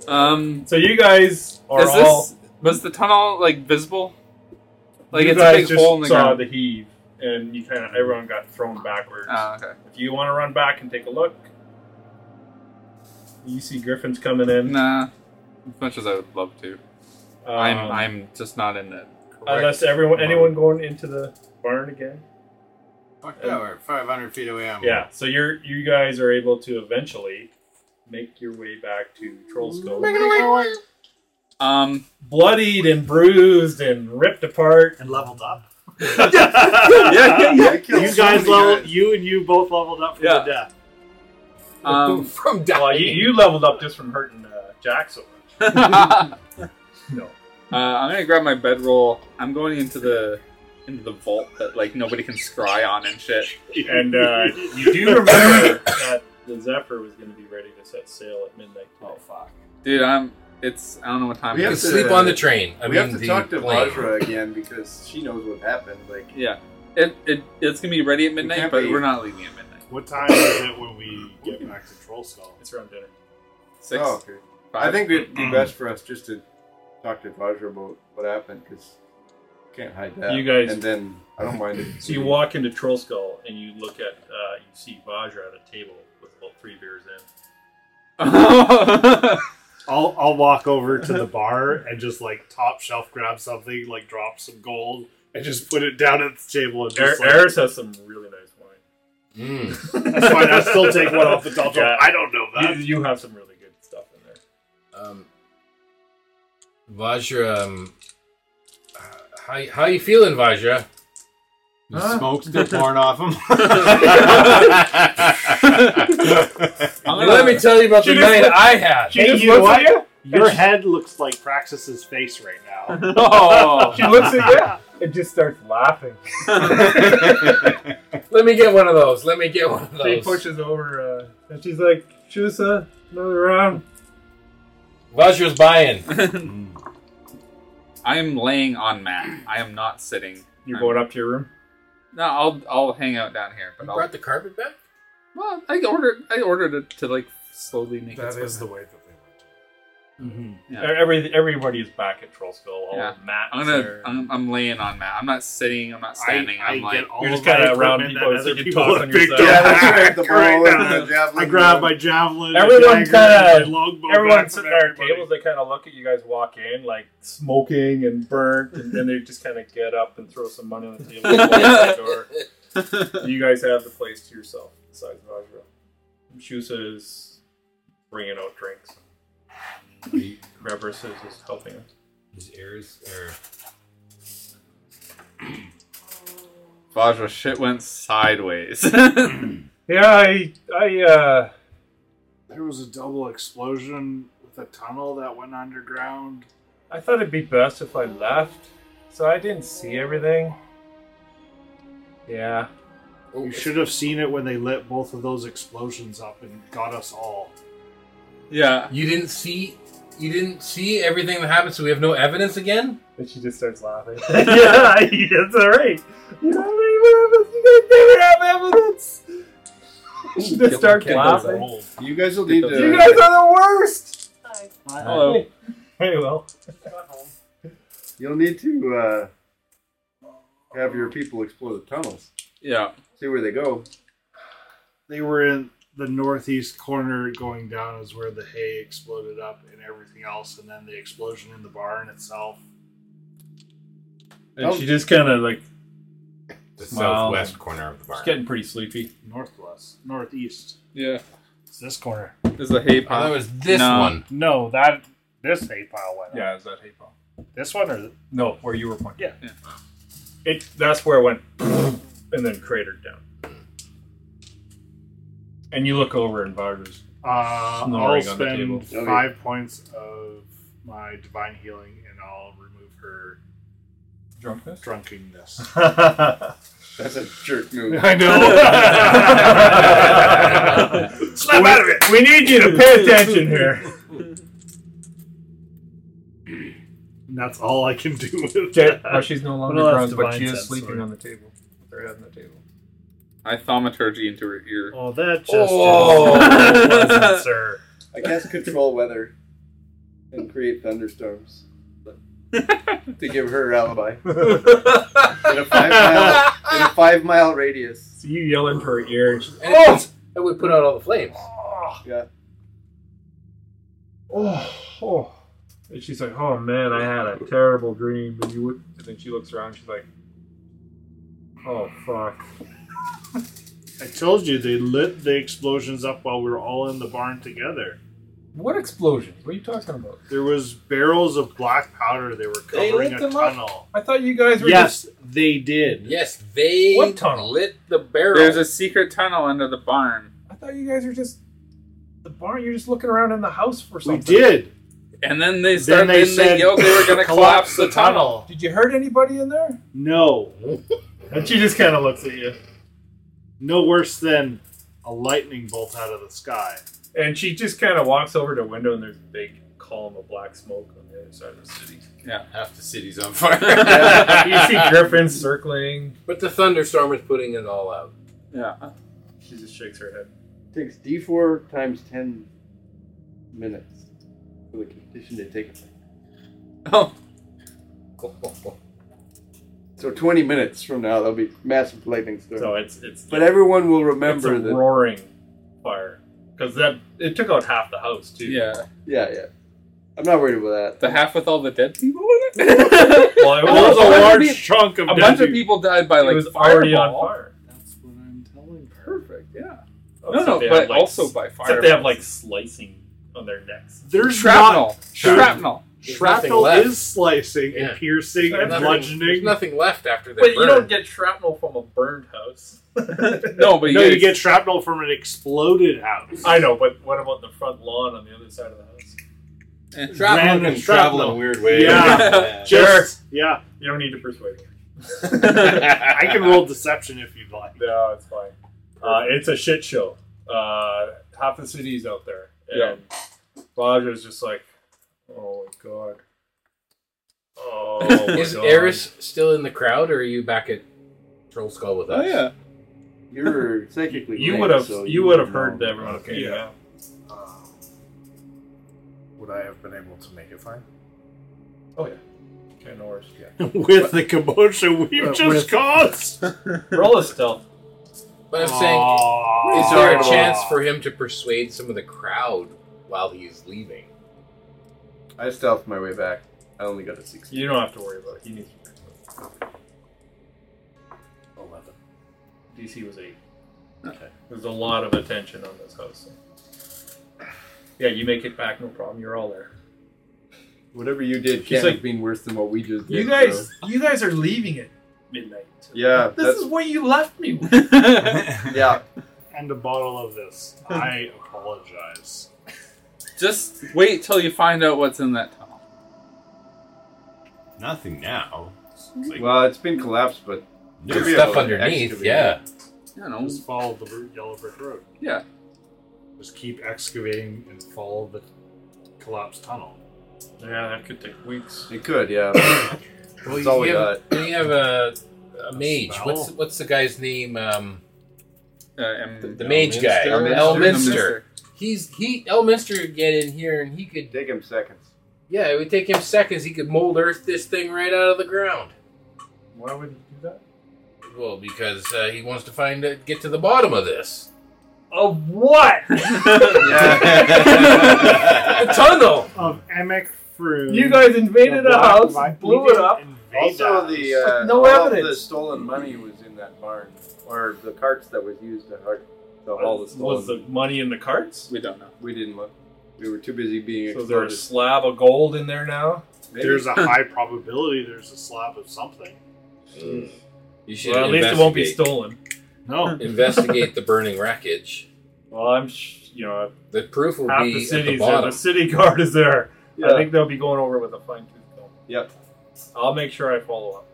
um,
So you guys are
is
all.
this, was the tunnel, like, visible? Like,
you
it's
guys
a big
just
hole in the
saw
ground.
the heave, and you kind of everyone got thrown backwards.
Oh, okay.
If you want to run back and take a look, you see Griffins coming in.
Nah. As much as I would love to.
Um,
I'm, I'm just not in it.
unless everyone, anyone going into the barn again.
Fuck that, we're 500 feet away. I'm
Yeah, so you're you guys are able to eventually make your way back to Troll Skull,
Um,
bloodied and bruised and ripped apart.
and leveled up.
[laughs] [laughs] yeah, yeah, yeah.
You guys leveled. You and you both leveled up from
Yeah.
the death.
Um,
from
Well, you, you leveled up just from hurting uh, Jack so much.
[laughs]
no.
um, Uh, I'm gonna grab my bedroll. I'm going into the into the vault that like nobody can scry on and shit.
And [laughs] uh, you do remember that the Zephyr was going to be ready to set sail at midnight. Oh fuck!
Dude, I'm. It's. I don't know what time.
We
it
have
is.
to-
sleep on the train. I
we
mean,
have to
the
talk to
plane.
Vajra again because she knows what happened. Like,
Yeah. It, it, it's gonna be ready at midnight,
can't
but
be-
we're not leaving at midnight.
What time is it when we get back to Troll Skull?
It's around dinner.
Six.
oh, okay.
five. [laughs]
I think it'd be best for us just to talk to Vajra about what happened because can't hide that.
You guys-
and then I don't mind it.
So you walk into Troll Skull and you look at uh, you see Vajra at a table with about three beers in.
I'll I'll walk over to
[laughs]
the bar and just like top shelf grab something, like drop some gold, and just put it down at the table. And
Er-
just like,
Eris has some really nice wine.
Mm.
that's fine. I still take one off the top. shelf.
Yeah.
I don't know that.
You, you have some really good stuff in there.
Um, Vajra, um, uh, how how you feeling, Vajra?
The smoke's still pouring
[laughs]
off him.
Let
[laughs]
me tell you about the night I had.
Hey, you know what? Your head looks like Praxis's face right
[laughs]
now.
Oh.
She looks at [laughs] you and just starts laughing.
Let me get one of those. Let me get one of
She
those.
pushes over uh, and she's like, "Choose uh, another round."
Vajra's buying.
I'm laying on mat. I am not sitting.
You're
I'm-
going up to your room.
No, I'll I'll hang out down here. But
You
I'll,
brought the carpet back?
well, I ordered I ordered it to like slowly make
That
it.
is the way that they went.
Yeah.
E-, Every everybody is back at Troll Skull. All
Yeah.
yeah. Matt.
I'm gonna. I'm, I'm laying on mat. I'm not sitting. I'm not standing.
I, I
am like.
get all
You're just
of my
kinda around
equipment
people
that
so
other
you
people
toss
have
on yourself.
picked
Yeah,
up.
that's right. The
Right [laughs]
ball
now.
and the javelin.
I grab
gun.
my javelin.
Everyone
kind
kinda-
of longbow.
Everyone's
back
sitting
from
there at
everybody.
tables. They kind of look at you guys walk in, like smoking and burnt, and then they just kind of get up and throw some money on the table. and walk out the
[laughs]
door. You guys have the place to yourself, besides Vajra. Shusa is bringing out drinks. Reverse is just helping us.
His ears are.
Vajra, shit went sideways. [laughs]
Yeah, I, I, uh,
There was a double explosion with a tunnel that went underground.
I thought it'd be best if I left, so I didn't see everything. Yeah,
Oh,
You should have seen it when they lit both of those explosions up and got us all.
yeah.
You didn't see. You didn't see everything that happened, so we have no evidence again.
and she just starts laughing. [laughs] yeah, that's all right. You don't have evidence. You guys never have evidence. She just starts laughing.
You guys will need to.
You guys are the worst.
Hello.
Hey, well,
You'll need to uh, have your people explore the tunnels,
Yeah.
see where they go.
They were in the northeast corner going down is where the hay exploded up and everything else, and then the explosion in the barn itself.
and she just kind of like
The
Wow.
southwest corner of the bar.
she's getting pretty sleepy.
Northwest. Northeast.
Yeah.
It's this corner.
There's the hay
Oh, that
pile.
was this
No.
one.
No, that this hay pile went up.
Yeah, is that hey, Paul?
This one or
No, where you were pointing.
Yeah.
Yeah.
It that's where it went [clears throat] and then cratered down. And you look over and [laughs] Vargas.
uh, I'll
Snoring on the table.
spend five points of my divine healing and I'll remove her
Drunkness?
drunkenness.
That's a jerk
[laughs]
move.
I know. Slap out of it.
we need you to pay attention here.
And that's all I can do with
Okay.
that.
Oh, she's no longer
Well,
drunk,
that's
but
divine
she is
sense,
sleeping
sorry.
on the table. With her head on the table.
I thaumaturgy into her ear.
Oh, that just
Oh.
is pleasant, sir.
I guess control weather and create thunderstorms to give her her alibi in a
[laughs]
five mile in a five mile radius.
So you yell into her ear and she's
And,
Oh!
it puts- and we put out all the flames.
Yeah,
oh, oh. And she's like, oh man, I had a terrible dream. And, you would, and then she looks around. She's like, oh fuck.
I told you they lit the explosions up while we were all in the barn together.
What explosion? What are you talking about?
There was barrels of black powder. They were
They
covering
lit
a
them up?
tunnel.
I thought you guys were
Yes, they did.
Yes, they
What tunnel?
lit the barrel.
There's a secret tunnel under the barn.
just. I thought you guys were just the barn. You're just looking around in the house for
We
something.
did.
And then they
Then
started. Then
they
they,
said,
yelled they were going to collapse the tunnel.
Did you hurt anybody in there?
No.
And she just kind of looks at you.
No worse than a lightning bolt out of the sky.
And she just kind of walks over to a window, and there's a big column of black smoke on the other side of
[laughs]
the city.
Yeah, half the city's on fire.
[laughs]
you see griffins circling.
But the thunderstorm is putting it all out.
Yeah.
She just shakes her head.
Takes D4 times 10 minutes for the condition to take effect.
Oh.
So 20 minutes from now, there'll be massive lightning storm.
So it's it's
but everyone will
it's a
remember that.
roaring fire because that it took out half the house too.
Yeah.
Yeah, yeah. I'm not worried about that.
The half with all the dead people in
[laughs]
it?
Well,
[laughs]
it
Well,
was,
it's a
already-
large
chunk of
a bunch of people died by
it
like
was
fireball.
already on fire.
That's what I'm telling you.
Perfect, yeah.
Oh,
no,
except
no,
they
but
have, like,
also by fire.
Except they have like slicing on their necks.
There's
shrapnel.
not-
shrapnel.
nothing
Shrapnel
left.
is slicing
Yeah.
and piercing
There's
and
nothing- There's
bludgeoning.
nothing left after that.
But you don't
burn.
get shrapnel from a burned house.
No, but
No, you get shrapnel from an exploded house.
I know, but what about the front lawn on the other side of the house?
Travel
Random
can travel in
shrapnel.
weird ways.
[laughs]
Yeah. Just, yeah, [laughs]
You don't need to persuade me.
I can roll deception if you'd like.
No, it's fine. Uh, it's a shit show. Uh, half the city's out there. And Roger's just like, oh my god. Oh my
[laughs] Is
god.
Eris still in the crowd, or are you back at Troll Skull
[laughs]
with
Oh
us?
yeah.
You're psychically.
You
right,
would have
so
you would have heard
know.
that everyone.
Okay.
Yeah.
Um, would I have been able to make it fine?
Oh yeah. Okay, no worries.
With the commotion we've
Uh,
just
with-
[laughs] caused.
[laughs] Roll a stealth.
But I'm saying,
Aw.
is there a chance for him to persuade some of the crowd while he's leaving?
I stealthed my way back. I only got a 16.
You don't have to worry about it. He needs to. Eleven. DC was eight.
Okay.
There's a lot of attention on this house. so. Yeah, you make it back, no problem. You're all there.
Whatever you did
She's
can't
like-
have been worse than what we just did.
You guys,
so-
you guys are leaving at midnight.
Yeah,
[laughs] This
that's-
is what you left [laughs] me with.
Yeah.
And a bottle of
[laughs]
this. I apologize.
[laughs] Just wait till you find out what's in that tunnel.
Nothing now. It's like,
Well, it's been collapsed, but.
There's
Yeah,
stuff
well,
underneath,
excavated.
yeah.
You know.
Just follow the route, yellow brick road.
Yeah.
Just keep excavating and follow the collapsed tunnel.
Yeah, that could take weeks.
It could,
[coughs]
yeah. but That's all we
you
got.
have, then you have a, a mage.
spell.
What's what's the guy's name? Um,
Uh, and
the, the mage guy,
Elminster.
Elminster. He's he Elminster could get in here and he could.
Take him seconds.
Yeah, it would take him seconds. He could mold earth this thing right out of the ground.
Why would you do that?
Well, because uh, he wants to find uh, get to the bottom of this.
Of what?
[laughs] The [laughs] tunnel.
of Emic Froom.
You guys invaded a house, blew it up.
Also,
[laughs]
the uh,
no
all of the
evidence.
stolen money was in that barn, or the carts that was used to hard to haul the
Was
stolen.
the money in the
[laughs]
carts?
We don't know.
we didn't look. We were too busy being
So
exploded.
there's a slab of gold in there now.
Maybe-
There's a high probability there's a slab of something.
You should
Well, at least it won't be stolen. [laughs]
No.
investigate the burning wreckage.
Well, I'm, sh- you know,
The proof will
half
be
the
at the
city's there.
bottom.
The city guard is there. I
Yeah.
think they'll be going over with a fine tooth comb.
Yep.
I'll make sure I follow up.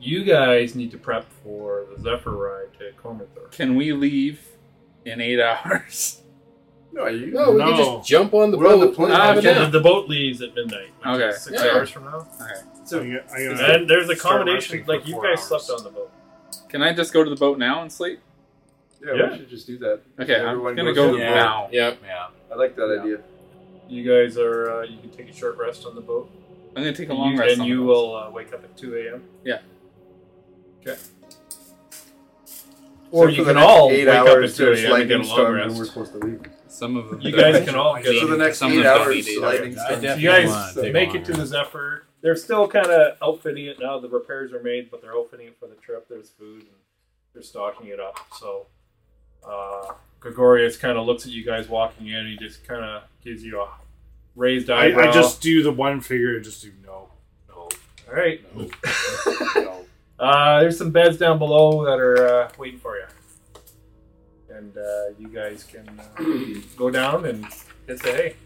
You guys need to prep for the Zephyr ride to Comathor.
Can we leave in eight hours? [laughs]
no, you,
No, we can
No.
just jump on the
We're on the
boat.
plane.
and have a
Okay.
nap.
The boat leaves at midnight. Which
Okay.
Is six
Yeah.
hours from now.
So I, I,
And there's
start
accommodation.
resting for
Like you
four
guys
hours.
slept on the boat.
Can I just go to the boat now and sleep?
yeah,
Yeah.
we should just do that.
Okay,
Everyone
I'm gonna
goes
go
to the
boat.
now.
Yep.
[laughs] yeah.
I like that
Yeah.
idea.
You guys are. Uh, you can take a short rest on the boat.
I'm gonna take a long
you,
rest.
And
on
you
the boat.
will uh, wake up at two a.m.
Yeah.
Okay.
Except
Or you
for the
can
next
all
eight
wake up
hours
at
to
2 a.m. and
lightning
get a long
storm
rest.
and we're supposed to leave.
Some of them.
You guys can all get.
So the next
Some of
eight
them don't
hours,
need eight
lightning
hours.
storm.
I
You guys make it to the Zephyr. They're still kind of outfitting it now. The repairs are made, but they're outfitting it for the trip. There's food, and they're stocking it up. So uh, Gregorius kind of looks at you guys walking in. He just kind of gives you a raised
I,
eyebrow.
I just do the one figure and just do no, no,
all [laughs] right.
no.
[laughs] Uh, there's some beds down below that are uh, waiting for you. and uh, you guys can uh, go down and hit the [laughs] hay.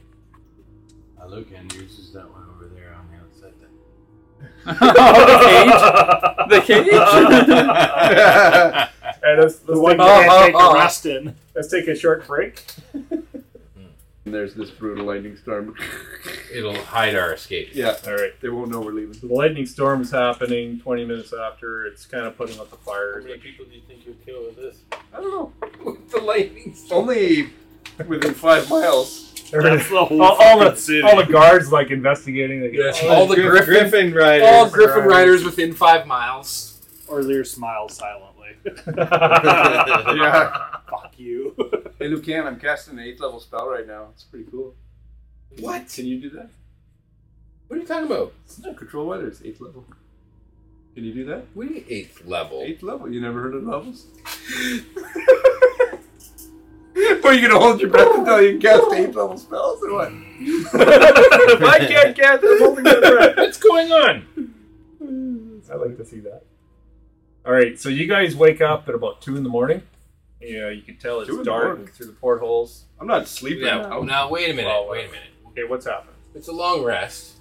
I look and uses that one over there on the outside. Then.
[laughs]
the cage? The cage?
And let's, let's
The one
take,
you
a-
can't take a rest
[laughs]
in.
let's take a short break.
And there's this brutal lightning storm. [laughs]
It'll hide our escape.
yeah,
All right.
they won't know we're leaving.
So the lightning storm is happening 20 minutes after. It's kind of putting up the
How
fires.
many people do you think you kill with this?
I don't know.
With the lightning
Only within five miles.
That's the whole
[laughs] all, all
fucking
the,
city.
all the guards like investigating. Like, "Oh,
Yeah. All the
Griff-
Griffin-
riders.
All Griffin riders within five miles.
Or Lear smiles
[laughs]
silently.
yeah.
Fuck you.
Hey, Lucan, I'm casting an eighth level spell right now. It's pretty cool.
What?
Can you do that?
What are you talking about?
It's not control weather. It's eighth level. Can you do that?
We need eighth level.
Eighth level. You never heard of [laughs] levels? Are you gonna hold your breath until you can cast eighth level spells or
[laughs]
what?
if I can't get this, [laughs] holding my breath.
What's going on?
I like to see that. All right, so you guys wake up at about two in the morning. Yeah, you can tell it's
Two in the
dark
morning?
through the portholes.
I'm not sleeping.
Now, Oh, now wait a minute.
Well,
wait a minute.
Okay, what's happened?
It's a long rest.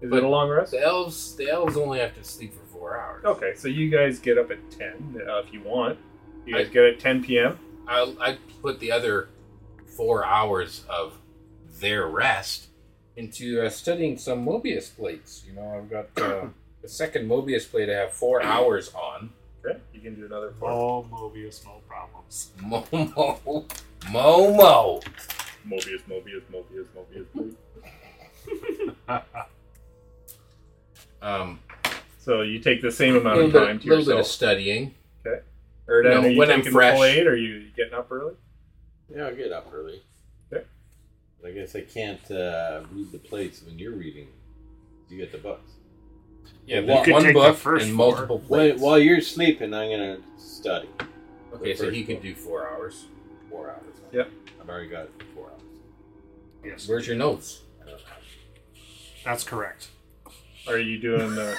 Is
But-
it a long rest?
The elves, the elves only have to sleep for four hours.
Okay, so you guys get up at ten uh, if you want. You guys get at ten p.m.
I, I put the other four hours of their rest into uh, studying some Mobius plates. You know, I've got uh, the second Mobius plate I have four hours on. [laughs]
Okay, you can do another four.
[laughs] All Mobius, no problems.
Momo. Momo.
Mobius, Mobius, Mobius, Mobius. please.
Um,
so you take the same
a
amount
little,
of
bit,
time to
little bit of
yourself.
studying.
Or
you know,
are you
when I'm
taking the full
fresh.
eight, or are you getting up early?
Yeah, I get up early.
Okay.
I guess I can't uh, read the plates when you're reading. You get the books.
Yeah,
You could
one
take the
book
first
and
four.
multiple
While,
plates.
while you're sleeping, I'm gonna study.
okay, so
First
he could
book.
do four hours.
four hours.
Yep.
I've already got it for four hours.
Yes,
Where's your notes?
that's correct.
Are you doing
[laughs]
the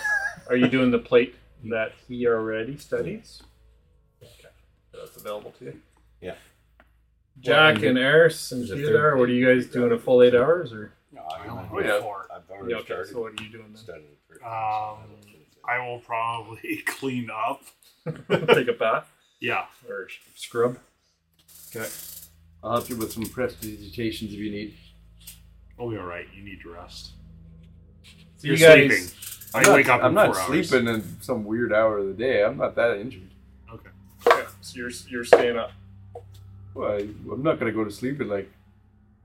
Are you doing the plate that he already studies? Okay, that's available to you.
Yeah.
Jack and Eris and
there's a
Theodore,
third
what are you guys doing? A full eight hours or?
No,
Uh,
I
I'm
Oh, yeah.
four.
I've already
okay,
started
so what are you doing then?
studying first.
Um, I will probably [laughs] clean up.
Take a bath
Yeah.
or scrub?
I'll help you with some prestigitations if you need.
I'll be all right. You need to rest.
So
You're sleeping. I
I'm not-
wake up
I'm
in
not
four
sleeping in some weird hour of the day. I'm not that injured.
hours. Okay.
Okay, so you're you're staying up.
Well, I, I'm not gonna go to sleep at like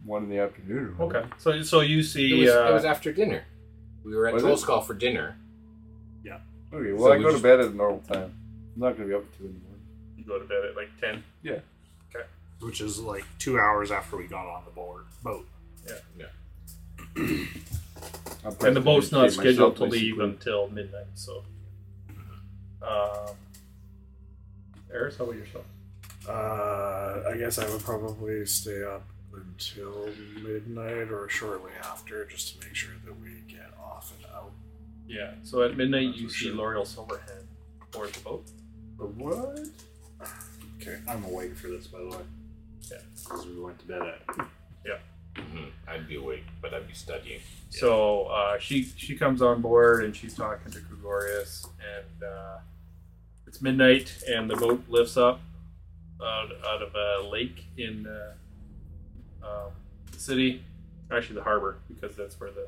one in the afternoon. or
Okay, so so you
It
see.
was,
uh,
it was after dinner. We were at
Was it?
Trollskall for dinner.
whatever. Okay. Well,
So
I
we
go to
just-
bed at a normal time. I'm not gonna be up at two anymore.
you go to bed at like ten.
Which is like two hours after we got on the board boat.
I'm
and the boat's not
prestidigitate
scheduled
myself,
to leave
basically.
until midnight. So, um, Eris, how about yourself?
Uh, I guess I would probably stay up until midnight or shortly after just to make sure that we get off and out.
Yeah. So at midnight,
That's
you
for
see
sure.
L'Oreal Silverhand board the boat.
What?
Okay. I'm awake for this, by the way. Yeah. Because we went to bed at.
Mhm. I'd be awake, but I'd be studying.
So uh, she she comes on board and she's talking to Gregorius, and uh, it's midnight, and the boat lifts up out, out of a lake in uh, um, the city, actually the harbor, because that's where the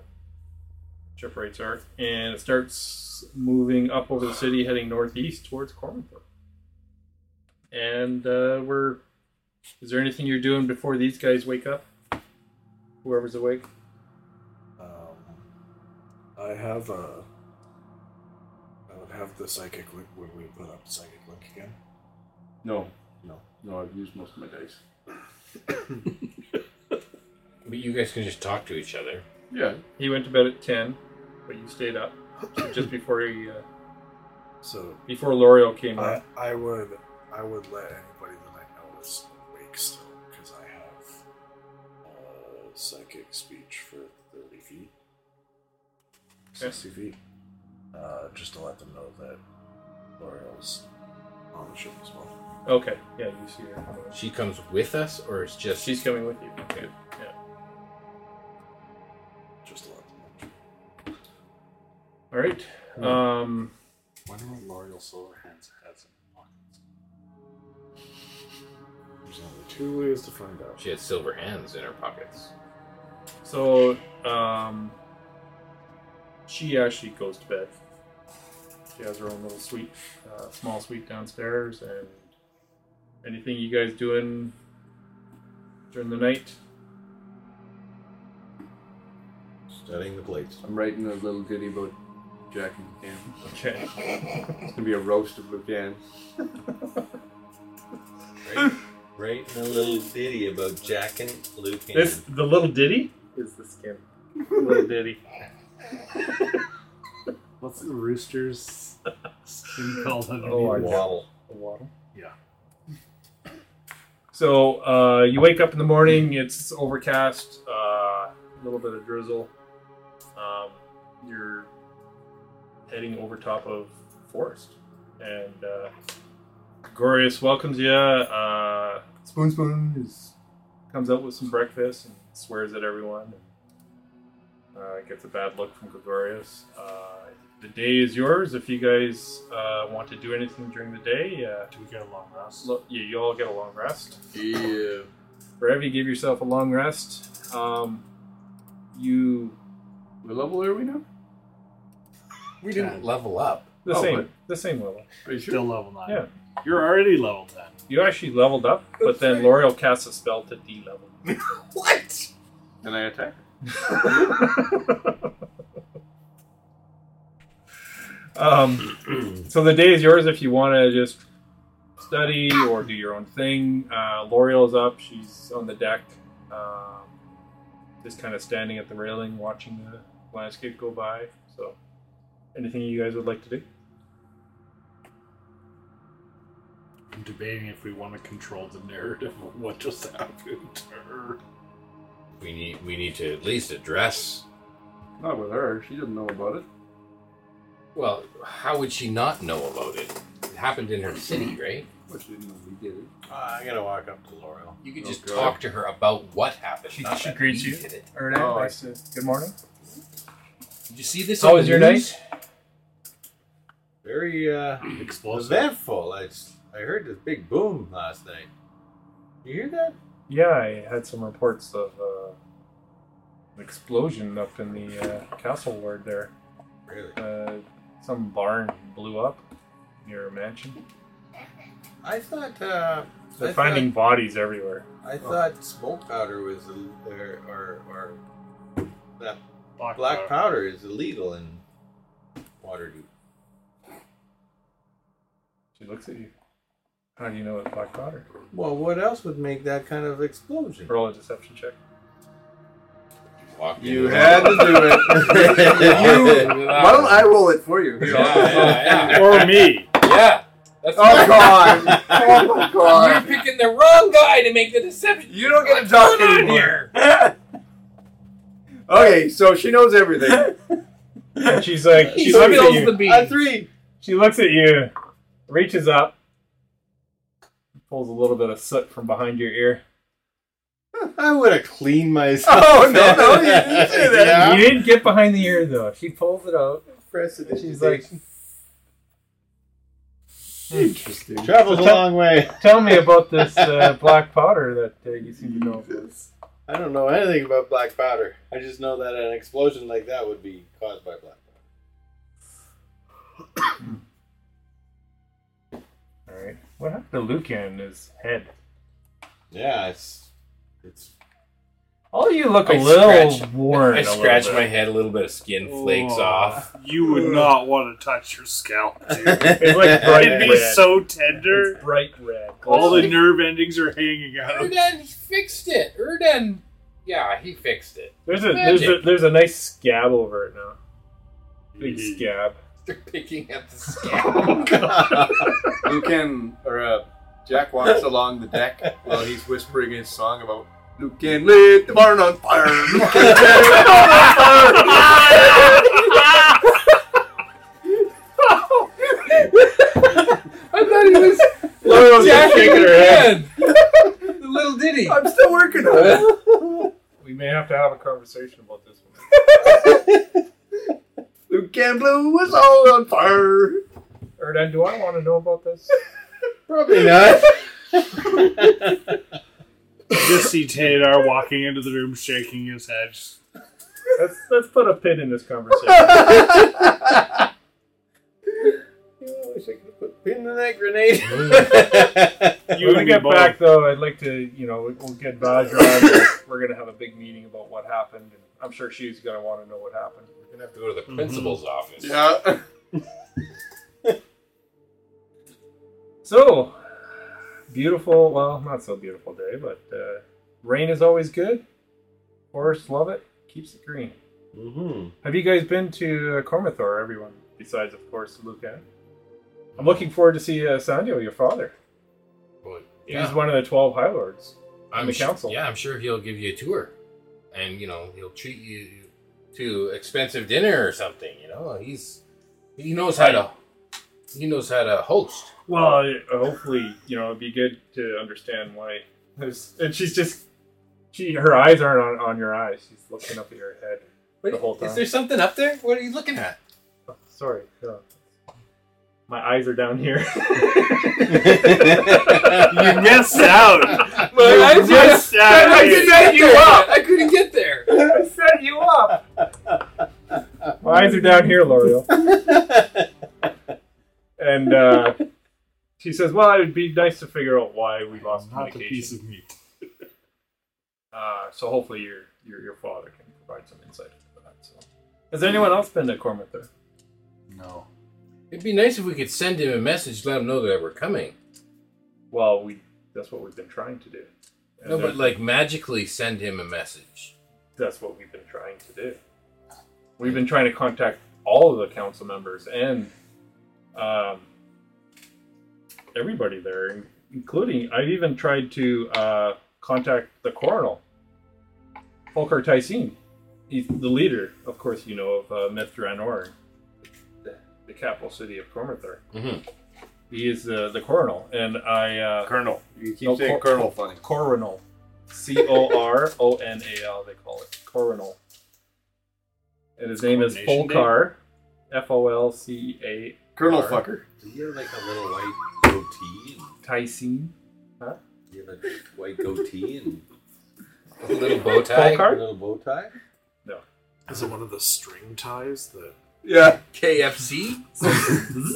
shipwrights are, and it starts moving up over the city, heading northeast towards Cormanthorpe. And uh, we're. Is there anything you're doing before these guys wake up? Whoever's awake.
Um, I have a. I would have the psychic link. Would we put up the psychic link again?
No, no, no. I've used most of my dice.
But you guys can just talk to each other.
Yeah.
He went to bed at ten, but you stayed up so just before he, uh,
So
before L'Oreal came
I,
up.
I would I would let anybody that I know is awake still because I have uh, psychic speech for thirty feet, sixty feet, uh, just to let them know that L'Oreal's
on the ship as well.
Okay. Yeah, you see her. coming up.
She comes with us, or it's just
She's coming with you.
Okay.
Just a lot.
All right. Um,
Wonder what L'Oreal Silver Hands has in her pockets. There's only two ways to find out.
She has silver hands in her pockets.
so um, she actually goes to bed. She has her own little suite, uh, small suite downstairs, and anything you guys doing during the night?
Studying the plates.
I'm writing a little ditty about Jack and Lucan.
Okay.
It's gonna be a roast of Lucan.
Right in a little ditty about Jack and Luke. And
This the little ditty is the skin. little ditty.
What's the [laughs] rooster's skin called?
Oh, I
Waddle.
A waddle.
Yeah.
So uh, you wake up in the morning. It's overcast. uh, A little bit of drizzle. Um, you're heading over top of forest, and uh, Gorius welcomes you. Uh, Spoon Spoon is, comes out with some breakfast and swears at everyone. And, uh, gets a bad look from Gregorius. Uh, the day is yours. If you guys uh, want to do anything during the day, uh,
Do we get a long rest?
Look, yeah, you all get a long rest.
Yeah.
Wherever you give yourself a long rest, um, you
What level are we now?
We didn't level up.
the
Oh,
same
but-
the same level.
Are you sure?
Still level 9.
Yeah.
You're already level 10.
You actually leveled up, but then L'Oreal casts a spell to D level.
And I attack.
um, so the day is yours if you want to just study or do your own thing. Uh, L'Oreal's up; she's on the deck, um, just kind of standing at the railing, watching the landscape go by. So, anything you guys would like to do?
I'm debating if we want to control the narrative of what just happened to her.
We need we need to at least address.
Not with her. She doesn't know about it.
Well, how would she not know about it? It happened in
[clears throat]
her city, right?
Well, she didn't know we did it.
Ah, I gotta walk up to Laurel.
You could just
Okay.
talk to her about what happened.
She-
not
she
that
greets
we
you.
Did, it.
Oh, I
Good morning.
did you see this?
How
on
was
the
your
news?
Very uh,
Explosive.
eventful. I, s- I heard this big boom last night. You hear that?
Yeah, I had some reports of uh, an explosion up in the uh, castle ward there.
Really?
Uh, some barn blew up near a mansion.
I thought uh,
They're
I
finding bodies everywhere.
Thought, I thought smoke powder was ill- or or, or that
Black,
black
powder.
powder is illegal in Waterdeep.
She looks at you. How do you know it's black powder?
Well, what else would make that kind of
[laughs]
explosion?
Roll a deception check.
Walked in
You
with-
had to do [laughs] it.
walked [laughs] in
you,
with
[laughs] why don't
us.
I roll it for [laughs] you? Here, I'll-
Yeah, yeah,
[laughs] Or me.
yeah. yeah. That's
Oh [laughs] god! Oh my
You're
god!
picking the wrong guy to make the deception.
You don't get to
What's
talk
going on
anymore.
here?
[laughs] Okay, so she knows everything.
And
[laughs]
she's like, she
He
looks at
spills
you.
the beans.
A three.
she looks at you, reaches up, pulls a little bit of soot from behind your ear.
I would have
[laughs]
cleaned myself.
[laughs] Oh no, no,
[laughs]
you didn't say that.
You didn't get behind the ear though. She pulls it out. And she's like,
Interesting.
Traveled a long way.
"Tell me about
[laughs]
this uh, black powder that uh, you seem to know." about."
I don't know anything about black powder. I just know that an explosion like that would be caused by black powder.
All right. What happened to Lucan? His head.
Yeah, it's it's
Oh, you look a
I
little
scratch-
worn.
I
a little
scratch
bit.
my head. A little bit of skin flakes off.
You would not want to touch your scalp, dude.
It's
[laughs]
like bright
It'd be
red.
so tender.
It's bright red.
All the nerve endings are hanging out.
[laughs]
Erdan he fixed it. Erdan, yeah, he fixed it.
There's a there's a
Magic.
there's a nice scab over it now. Big [laughs] scab.
They're picking at
[laughs]
the scab.
Oh,
Lucan or uh, Jack walks along the deck while he's whispering his song about Lucan lit the barn on fire. Lucan lit the barn on fire. [laughs]
I thought he was
shaking her head.
The little ditty.
I'm still working on [laughs] it.
We may have to have a conversation about this [laughs] one.
Luke Gambler was all on fire.
Erdan, do I want to know about this?
[laughs]
Probably not.
Just see Tadar walking into the room, shaking his head.
[laughs] Let's let's put a pin in this conversation. [laughs] I
Oh,
I wish I could put pin in that grenade.
when we get back though, I'd like to, you know, we- we'll get [laughs] Vajra. We're gonna have a big meeting about what happened, and I'm sure she's gonna want to know what happened.
We're gonna have to go to the
Mm-hmm.
principal's office.
Yeah.
So beautiful. Well, not so beautiful day, but uh, rain is always good. Forests love it. Keeps it green.
Mm-hmm.
Have you guys been to uh, Cormathor, everyone? Besides, of course, Lucan. I'm looking forward to see uh, Sandio, your father.
But,
He's one of the 12 High Lords.
I'm
the
su-
council.
yeah, I'm sure he'll give you a tour, and you know he'll treat you to expensive dinner or something. You know he's he knows how to he knows how to host.
Well, I- hopefully, you know, it'd be good to understand why. There's, and she's just, she her eyes aren't on, on your eyes. She's looking up at your head the whole time.
Is there something up there? What are you looking at?
Oh, Sorry, no. my eyes are down here.
You missed
[laughs]
out.
I,
You missed out.
set you up. I couldn't get there.
[laughs] I set you up. My eyes are down here, L'Oreal. and uh, she says, "Well, it would be nice to figure out why we lost
Not the piece
communication.
of meat.
Uh, so hopefully, your, your your father can provide some insight into that." So. Has anyone else been to Cormorthor?
No.
It'd be nice if we could send him a message, let him know that we're coming.
Well, we that's what we've been trying to do. And
No, but
that-
like magically send him
[laughs]
a message.
that's what we've been trying to do. We've been trying to contact all of the council members and um, everybody there, including I've even tried to uh, contact the coronel, Volker Tyson. He's the leader, of course, you know, of uh, Mithranor, the, the capital city of Cormorthor.
Mhm.
He is the, the coronel, and I uh,
Colonel. You keep
No,
saying
Cor-
Colonel funny.
Coronal. C O R O N A L, they call it. Coronal. And his name is
Coronation Day?
Folkar. F O L C A
Colonel
Are.
fucker.
Do you have like a little white goatee?
Tyson.
Do you have a white goatee and
[laughs]
A little bow tie.
a
Folkar?
little bow tie?
Is it one of the string ties that
Yeah.
KFC.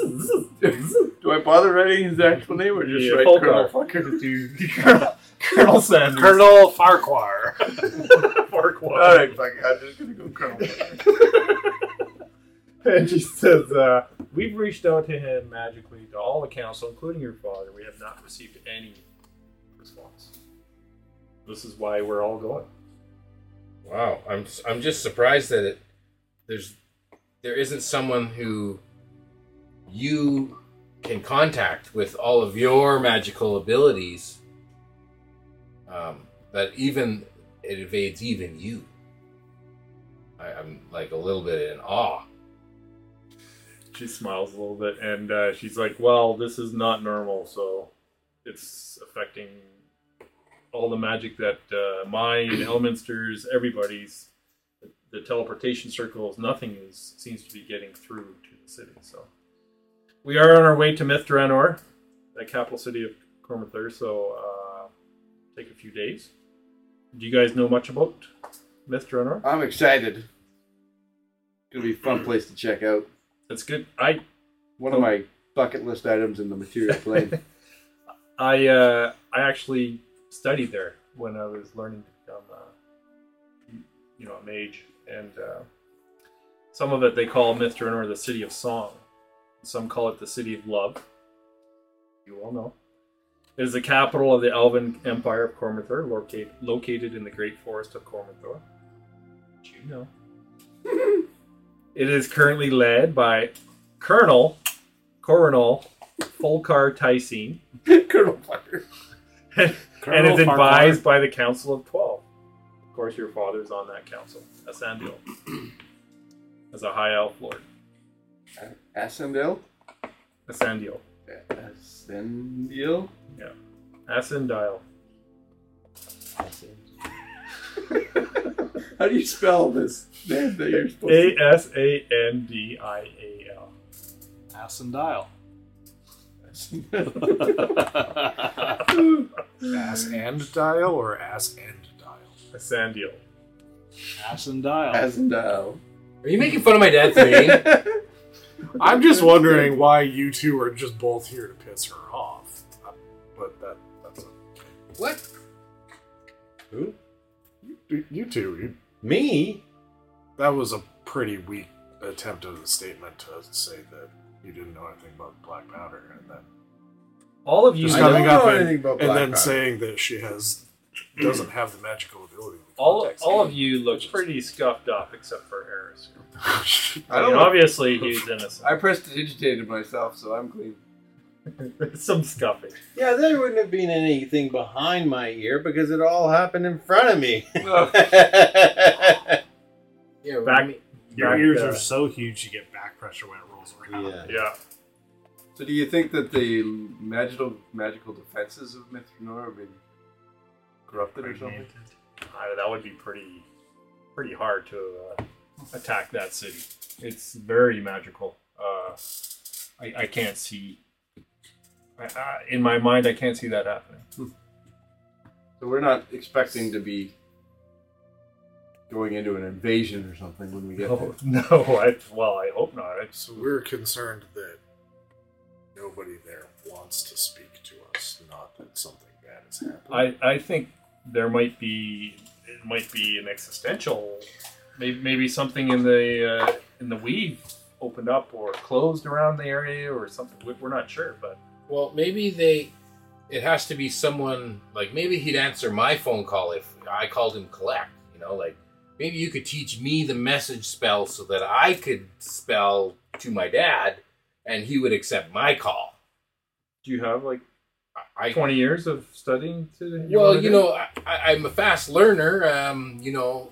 Do I bother writing his actual name or just
Yeah,
write
Folkar.
Colonel
[laughs]
fucker?
Colonel, Colonel Sanders.
Colonel Farquhar.
[laughs] Farquhar.
All right, fuck it. I'm just gonna go Colonel. Fucker.
[laughs] And she says, uh, We've reached out to him magically to all the council, including your father. We have not received any response. This is why we're all going.
Wow, I'm s- I'm just surprised that it, there's there isn't someone who you can contact with all of your magical abilities um, that even it evades even you. I, I'm like a little bit in awe.
She smiles a little bit and uh, she's like, Well, this is not normal, so it's affecting all the magic that uh, mine, Elminster's, everybody's, the, the teleportation circles, nothing is seems to be getting through to the city. So we are on our way to Mithranor, the capital city of Cormathur, so uh, take a few days. Do you guys know much about Mithranor?
I'm excited. Gonna be a fun place to check out.
It's good. I
One
Oh.
of my bucket list items in the
[laughs]
material plane.
[laughs] I uh, I actually studied there when I was learning to become, uh, you know, a mage, and uh, some of it they call Mithranor the city of song, some call it the city of love. You all know. It is the capital of the Elven Empire of Cormorthor, locate, located in the Great Forest of Cormorthor. Which you know. it is currently led by Colonel Coronel Folkar Tyson
Colonel fucker.
and it's advised by the Council of Twelve. Of course, your father's on that council, Asandil, as a high elf lord.
Ascendel?
Asandil.
Ascendial?
Yeah. Ascendial.
How do you spell this name that
[laughs]
you're supposed
A S A N D I A L.
Ass and dial.
Ass and dial or ass and dial?
Ascendial.
Ass and dial.
Ascendial.
Are you making fun of my dad today?
I'm just wondering why you two are just both here to piss her off. Uh, But that that's a,
what?
Who?
you, you two. You,
Me?
that was a pretty weak attempt of a statement to say that you didn't know anything about black powder, and then
All of you.
just
I don't
coming up
know
and,
anything about
and
black
then
powder.
saying that she has doesn't have the magical ability. to
All,
contact
all
you.
of you look pretty scuffed up except for Harris.
I
[laughs]
I
don't
mean,
know.
obviously he's
[laughs]
innocent. [laughs]
I prestidigitated myself, so I'm [laughs] clean.
Some scuffing.
Yeah, there wouldn't have been anything behind my ear because it all happened in front of
[laughs]
[laughs]
me.
Yeah,
Back-
Your
Back,
ears
uh,
are so huge you get back pressure when it rolls around.
yeah.
Yeah.
So do you think that the magical magical defenses of Mithranor have been corrupted or something?
I, that would be pretty pretty hard to uh, attack that city. It's very magical. Uh, I, I can't see. I, I, in my mind, I can't see that happening.
So we're not expecting to be going into an invasion or something when we get
No,
there.
[laughs] no. I, well, I hope not. It's,
So we're concerned that nobody there wants to speak to us, not that something bad has happened.
I I think there might be it might be an existential, maybe maybe something in the uh, in the weave opened up or closed around the area or something. We- We're not sure, but
Well, maybe they. It has to be someone like maybe he'd answer my phone call if I called him collect. You know, like maybe you could teach me the message spell so that I could spell to my dad, and he would accept my call.
do you have like
I
twenty years of studying to?
well,
wanna
you
do?
know, I, I- I'm a fast learner. Um, you know,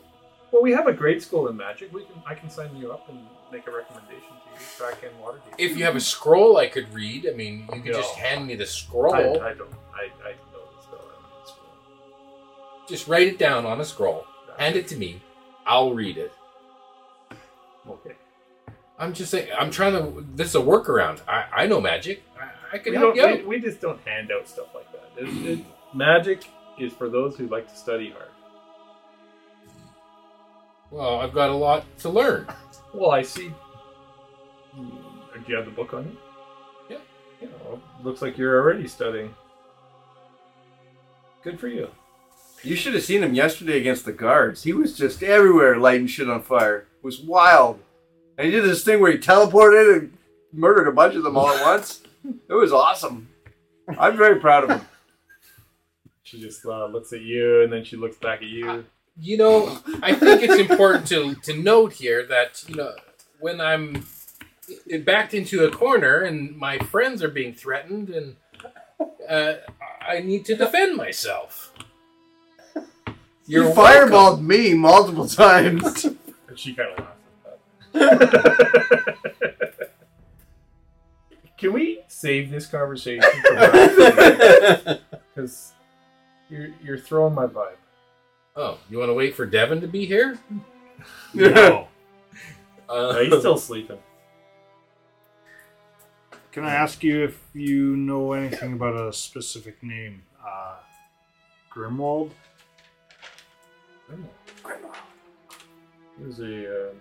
Well, we have a great school in magic. We can I can sign you up and make a recommendation to you back in Waterdeep.
if you have a scroll I could read, I mean, you could just
No.
hand me the
I,
scroll.
I don't I, I know this though. I mean, school.
Just write it down on a scroll, hand it to me. I'll read it.
Okay.
I'm just saying. I'm trying to. This is a workaround. I, I know magic. I, I
We,
can help
don't,
you out.
we, we just don't hand out stuff like that. It- it- magic is for those who like to study hard.
Well, I've got a lot to learn.
Well, I see. Hmm, Do you have the book on you?
Yeah.
Yeah. Well, looks like you're already studying. Good for you.
You should have seen him yesterday against the guards. He was just everywhere lighting shit on fire. It was wild. And he did this thing where he teleported and murdered a bunch of them all at once. It was awesome. I'm very proud of him.
She just uh, looks at you, and then she looks back at you.
You know, I think it's important to to note here that you know when I'm i- backed into a corner and my friends are being threatened, and uh, I need to defend myself.
you
[laughs] You're
fireballed me multiple
[laughs]
times. [laughs]
And she kind of laughs at that. Can we save this conversation? Because you're you're throwing my vibe.
Oh, you want to wait for Devin to be here?
[laughs]
No.
Uh,
No, he's still sleeping.
Can I ask you if you know anything about a specific name? Uh, Grimwald?
He was a. Uh,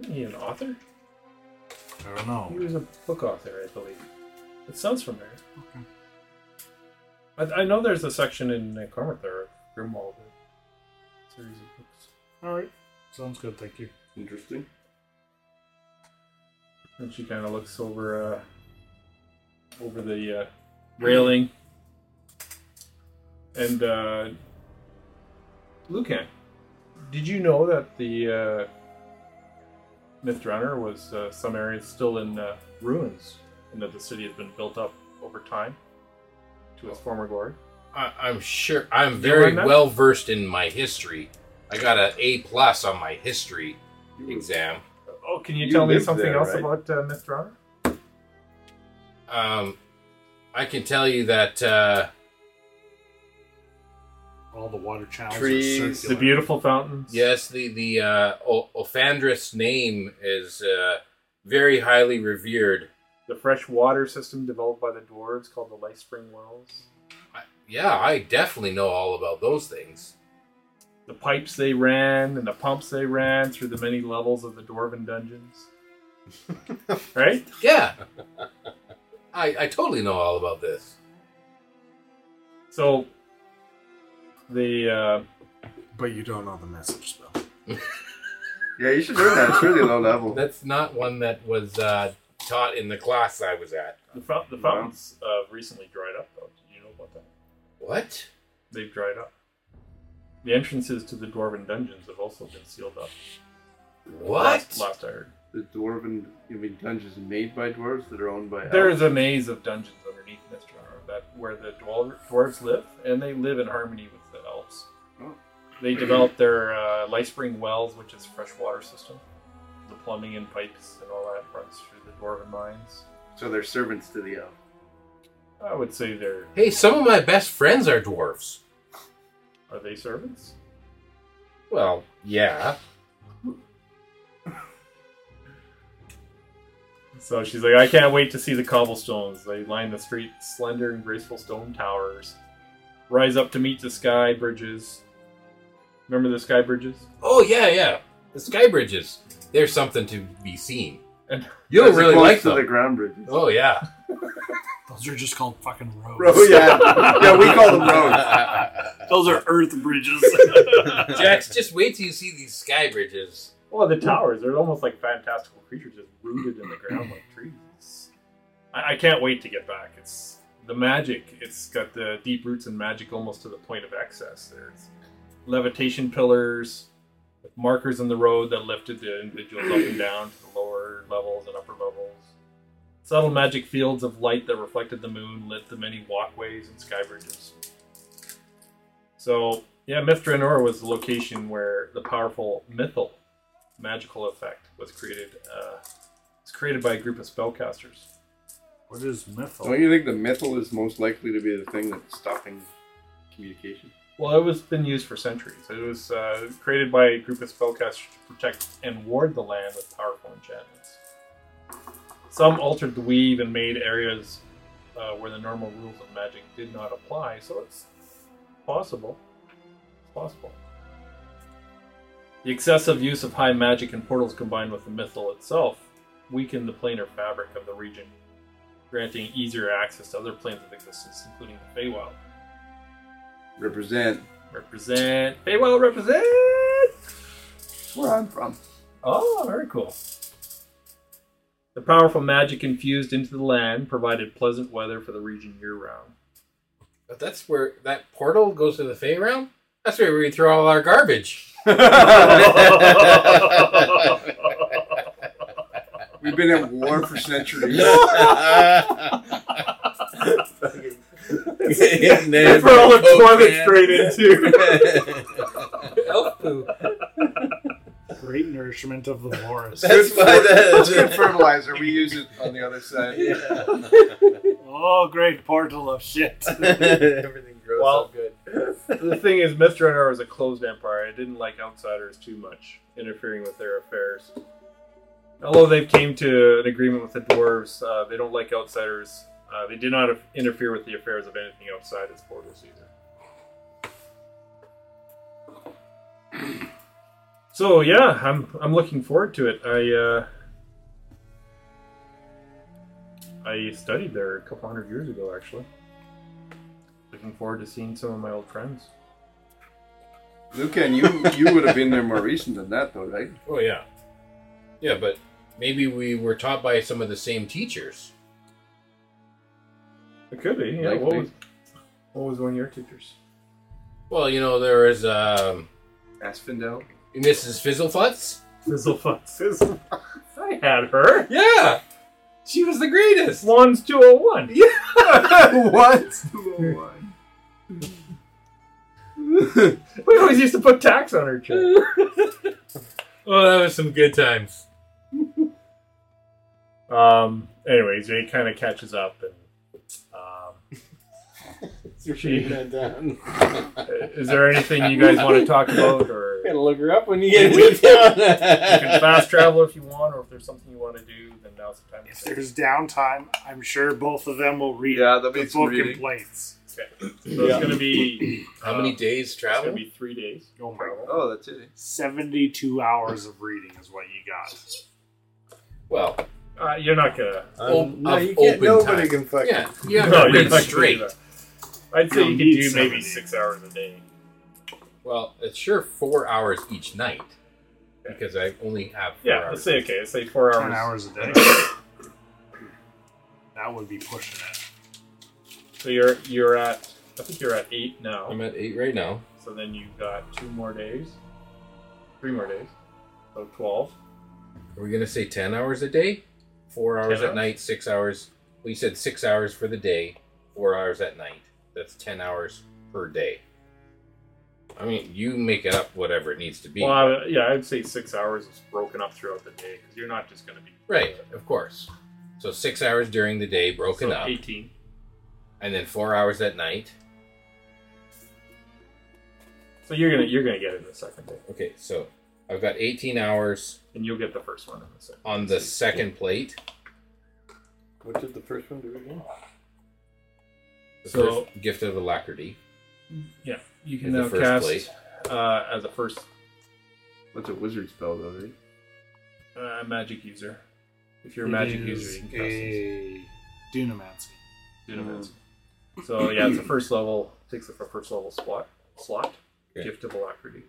isn't he an author?
I don't
He
know.
was a book author, I believe. It sounds familiar. I, I know there's a section in uh, Cormathor, Grimwald, a series of books.
Alright. Sounds good, thank you.
Interesting.
And she kind of looks over uh, over the uh, railing. And uh, Lucan, did you know that the uh, Mythrunner was uh, some areas still in uh, ruins, and that the city has been built up over time to its former glory?
I, I'm sure. I'm
You
very
learned that?
well versed in my history. I got an A plus on my history exam.
Oh, can you,
You
tell me
lived
something
there,
else
right?
about uh, Mythrunner?
Um, I can tell you that uh,
All the water channels are
Trees,
The
circular.
beautiful fountains.
yes, the the uh, o- Ophandrus name is uh, very highly revered.
The fresh water system developed by the dwarves called the Light Spring Wells.
I, yeah, I definitely know all about those things.
The pipes they ran and the pumps they ran through the many levels of the dwarven dungeons. right?
Yeah, [laughs] I I totally know all about this.
So the uh,
But you don't know the message spell.
Yeah, you should learn that. It's really low level.
That's not one that was uh, taught in the class I was at.
the, fount- the fountains uh, recently dried up, though. Did you know about that?
What?
They've dried up. The entrances to the dwarven dungeons have also been sealed up.
What?
Last, last I heard.
The dwarven, you mean dungeons made by dwarves that are owned by
There is a maze of dungeons underneath Mistrar that where the dwar- dwarves live, and they live in harmony with the elves.
Oh.
They develop their uh, light spring wells, which is freshwater system. The plumbing and pipes and all that runs through the dwarven mines.
elves. So they're servants to the elf.
I would say they're
Hey, some of my best friends are dwarfs.
are they servants?
Well, yeah.
So she's like, I can't wait to see the cobblestones. They line the street, slender and graceful stone towers rise up to meet the sky bridges. Remember the sky bridges?
Oh yeah, yeah. The sky bridges. There's something to be seen.
And-
You'll
As
really
opposed
like
to
them.
the ground bridges.
[laughs]
Oh yeah.
Those are just called fucking roads.
Road, [laughs] yeah, yeah, we call them roads.
Those are earth bridges.
Jax, just wait till you see these sky bridges.
Well, the towers, they're almost like fantastical creatures just rooted in the ground like trees. I, I can't wait to get back. It's the magic. It's got the deep roots in magic almost to the point of excess. There's levitation pillars, with markers in the road that lifted the individuals up and down to the lower levels and upper levels. Subtle magic fields of light that reflected the moon lit the many walkways and sky bridges. So, yeah, Mithranor was the location where the powerful Mythil magical effect was created. Uh, it's created by a group of spellcasters.
what is
[laughs]
mythal?
Don't you think the metal is most likely to be the thing that's stopping communication?
Well, it was been used for centuries. It was uh, created by a group of spellcasters to protect and ward the land with powerful enchantments. Some altered the weave and made areas uh, where the normal rules of magic did not apply. So it's possible. It's possible. The excessive use of high magic and portals combined with the mythal itself weakened the planar fabric of the region, granting easier access to other planes of existence, including the Feywild.
Represent
Represent. Feywild represent.
where I'm from.
Oh, very cool. The powerful magic infused into the land provided pleasant weather for the region year round.
But that's where that portal goes to the Fey realm. That's where we throw all our garbage.
We've been at war for [laughs] centuries.
That's where all the toilets straight into.
Elf poo.
Great nourishment of the forest.
That's why
That's good
the.
fertilizer. We use it on the other side.
oh, great portal of shit.
Everything grows
Well-
up good.
the thing is, Mithranor was a closed empire. I didn't like outsiders too much interfering with their affairs. Although they've came to an agreement with the dwarves, uh, they don't like outsiders. Uh, they did not interfere with the affairs of anything outside its borders either. [clears throat] So yeah, I'm I'm looking forward to it. I uh, I studied there a couple hundred years ago, actually. Looking forward to seeing some of my old friends.
Luca, and you you would have been there more recent than that, though, right?
Oh yeah. Yeah, but maybe we were taught by some of the same teachers.
It could be. Yeah.
Likely.
What was, what was one of your teachers?
Well, you know there is um,
Aspendel.
Mrs. Fizzlefutz.
[laughs] Sizzlefun. Sizzlefun. I had her.
Yeah, she was the greatest.
Swans
[laughs]
201.
what?
[laughs] We always used to put tax on her chair. [laughs]
Oh, that was some good times.
Um, anyways, he kind of catches up and. Um,
You're
She-
shaking that down.
is there anything you guys want to talk about, or
Gotta look her up when you get to town.
you can
[laughs]
fast travel if you want, or if there's something you want to do, then now's the time. to
If
do it.
there's downtime, I'm sure both of them will read
Yeah, there'll
the
be
book
some reading.
and plates.
So it's gonna be
How
uh,
many days
It's gonna
travel?
be three days.
Oh my god.
Oh, that's it.
72 hours of reading is what you got.
Well,
Uh, you're not gonna.
op-
no,
of
you can't.
open
Nobody
time.
can fucking.
yeah, you have
No, you're
to read
not gonna
straight.
do that. I'd say
You'll
you
need
could do
seven
maybe
days.
six hours a day.
Well, it's sure four hours each night because I only have four
Yeah, let's
hours.
say okay, let's say four
10 hours
hours.
a day. that would be pushing it.
So you're you're at I think you're at eight now.
I'm at eight right now.
So then you've got two more days, three more days, so twelve.
Are we gonna say ten hours a day? Four hours at
hours?
night, six hours. Well, you said six hours for the day, four hours at night. That's ten hours per day. I mean, you make it up whatever it needs to be.
Well, I, yeah, I'd say six hours is broken up throughout the day because you're not just going to be
Right, of course. So six hours during the day, broken
so
up,
Eighteen.
and then four hours at night.
So you're gonna you're gonna get it in the second day,
Okay, so I've got 18 hours
and you'll get the first one in the second.
on the second plate.
What did the first one do again?
The
So-
first gift of alacrity.
Yeah, you
can now cast,
uh, as a first
That's a wizard spell, though, right?
uh, magic user. If you're a
It
magic
is
user, you can cast these.
a Dunamancy.
Mm-hmm.
Dunamis. So yeah, it's a first level. Takes up a first level slot. Slot.
Okay.
Gift of alacrity.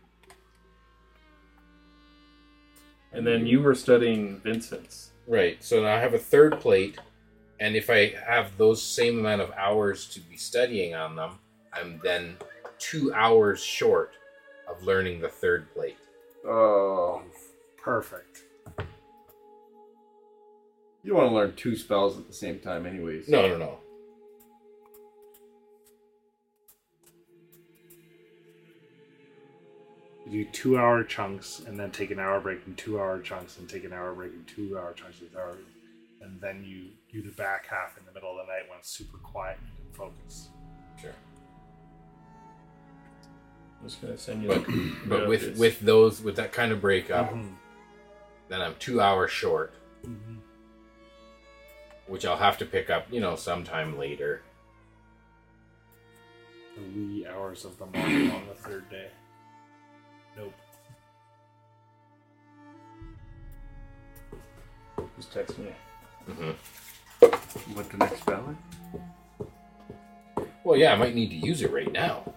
And then you were studying Vincent's.
Right. So now I have a third plate, and if I have those same amount of hours to be studying on them, I'm then two hours short of learning the third plate.
Oh,
Perfect.
you want to learn two spells at the same time, anyways.
No, no, no.
You do two hour chunks and then take an hour break and two hour chunks and take an hour break and two hour chunks and, hour, and then you do the back half in the middle of the night when it's super quiet and focused.
Sure.
I'm just gonna send you.
But
the-
but
the-
with
this.
with those with that kind of breakup, then I'm two hours short,
Mhm.
which I'll have to pick up, you know, sometime later.
The wee hours of the morning on the third day. Nope.
just text me.
hmm
What the next spell? is?
Well, yeah, I might need to use it right now.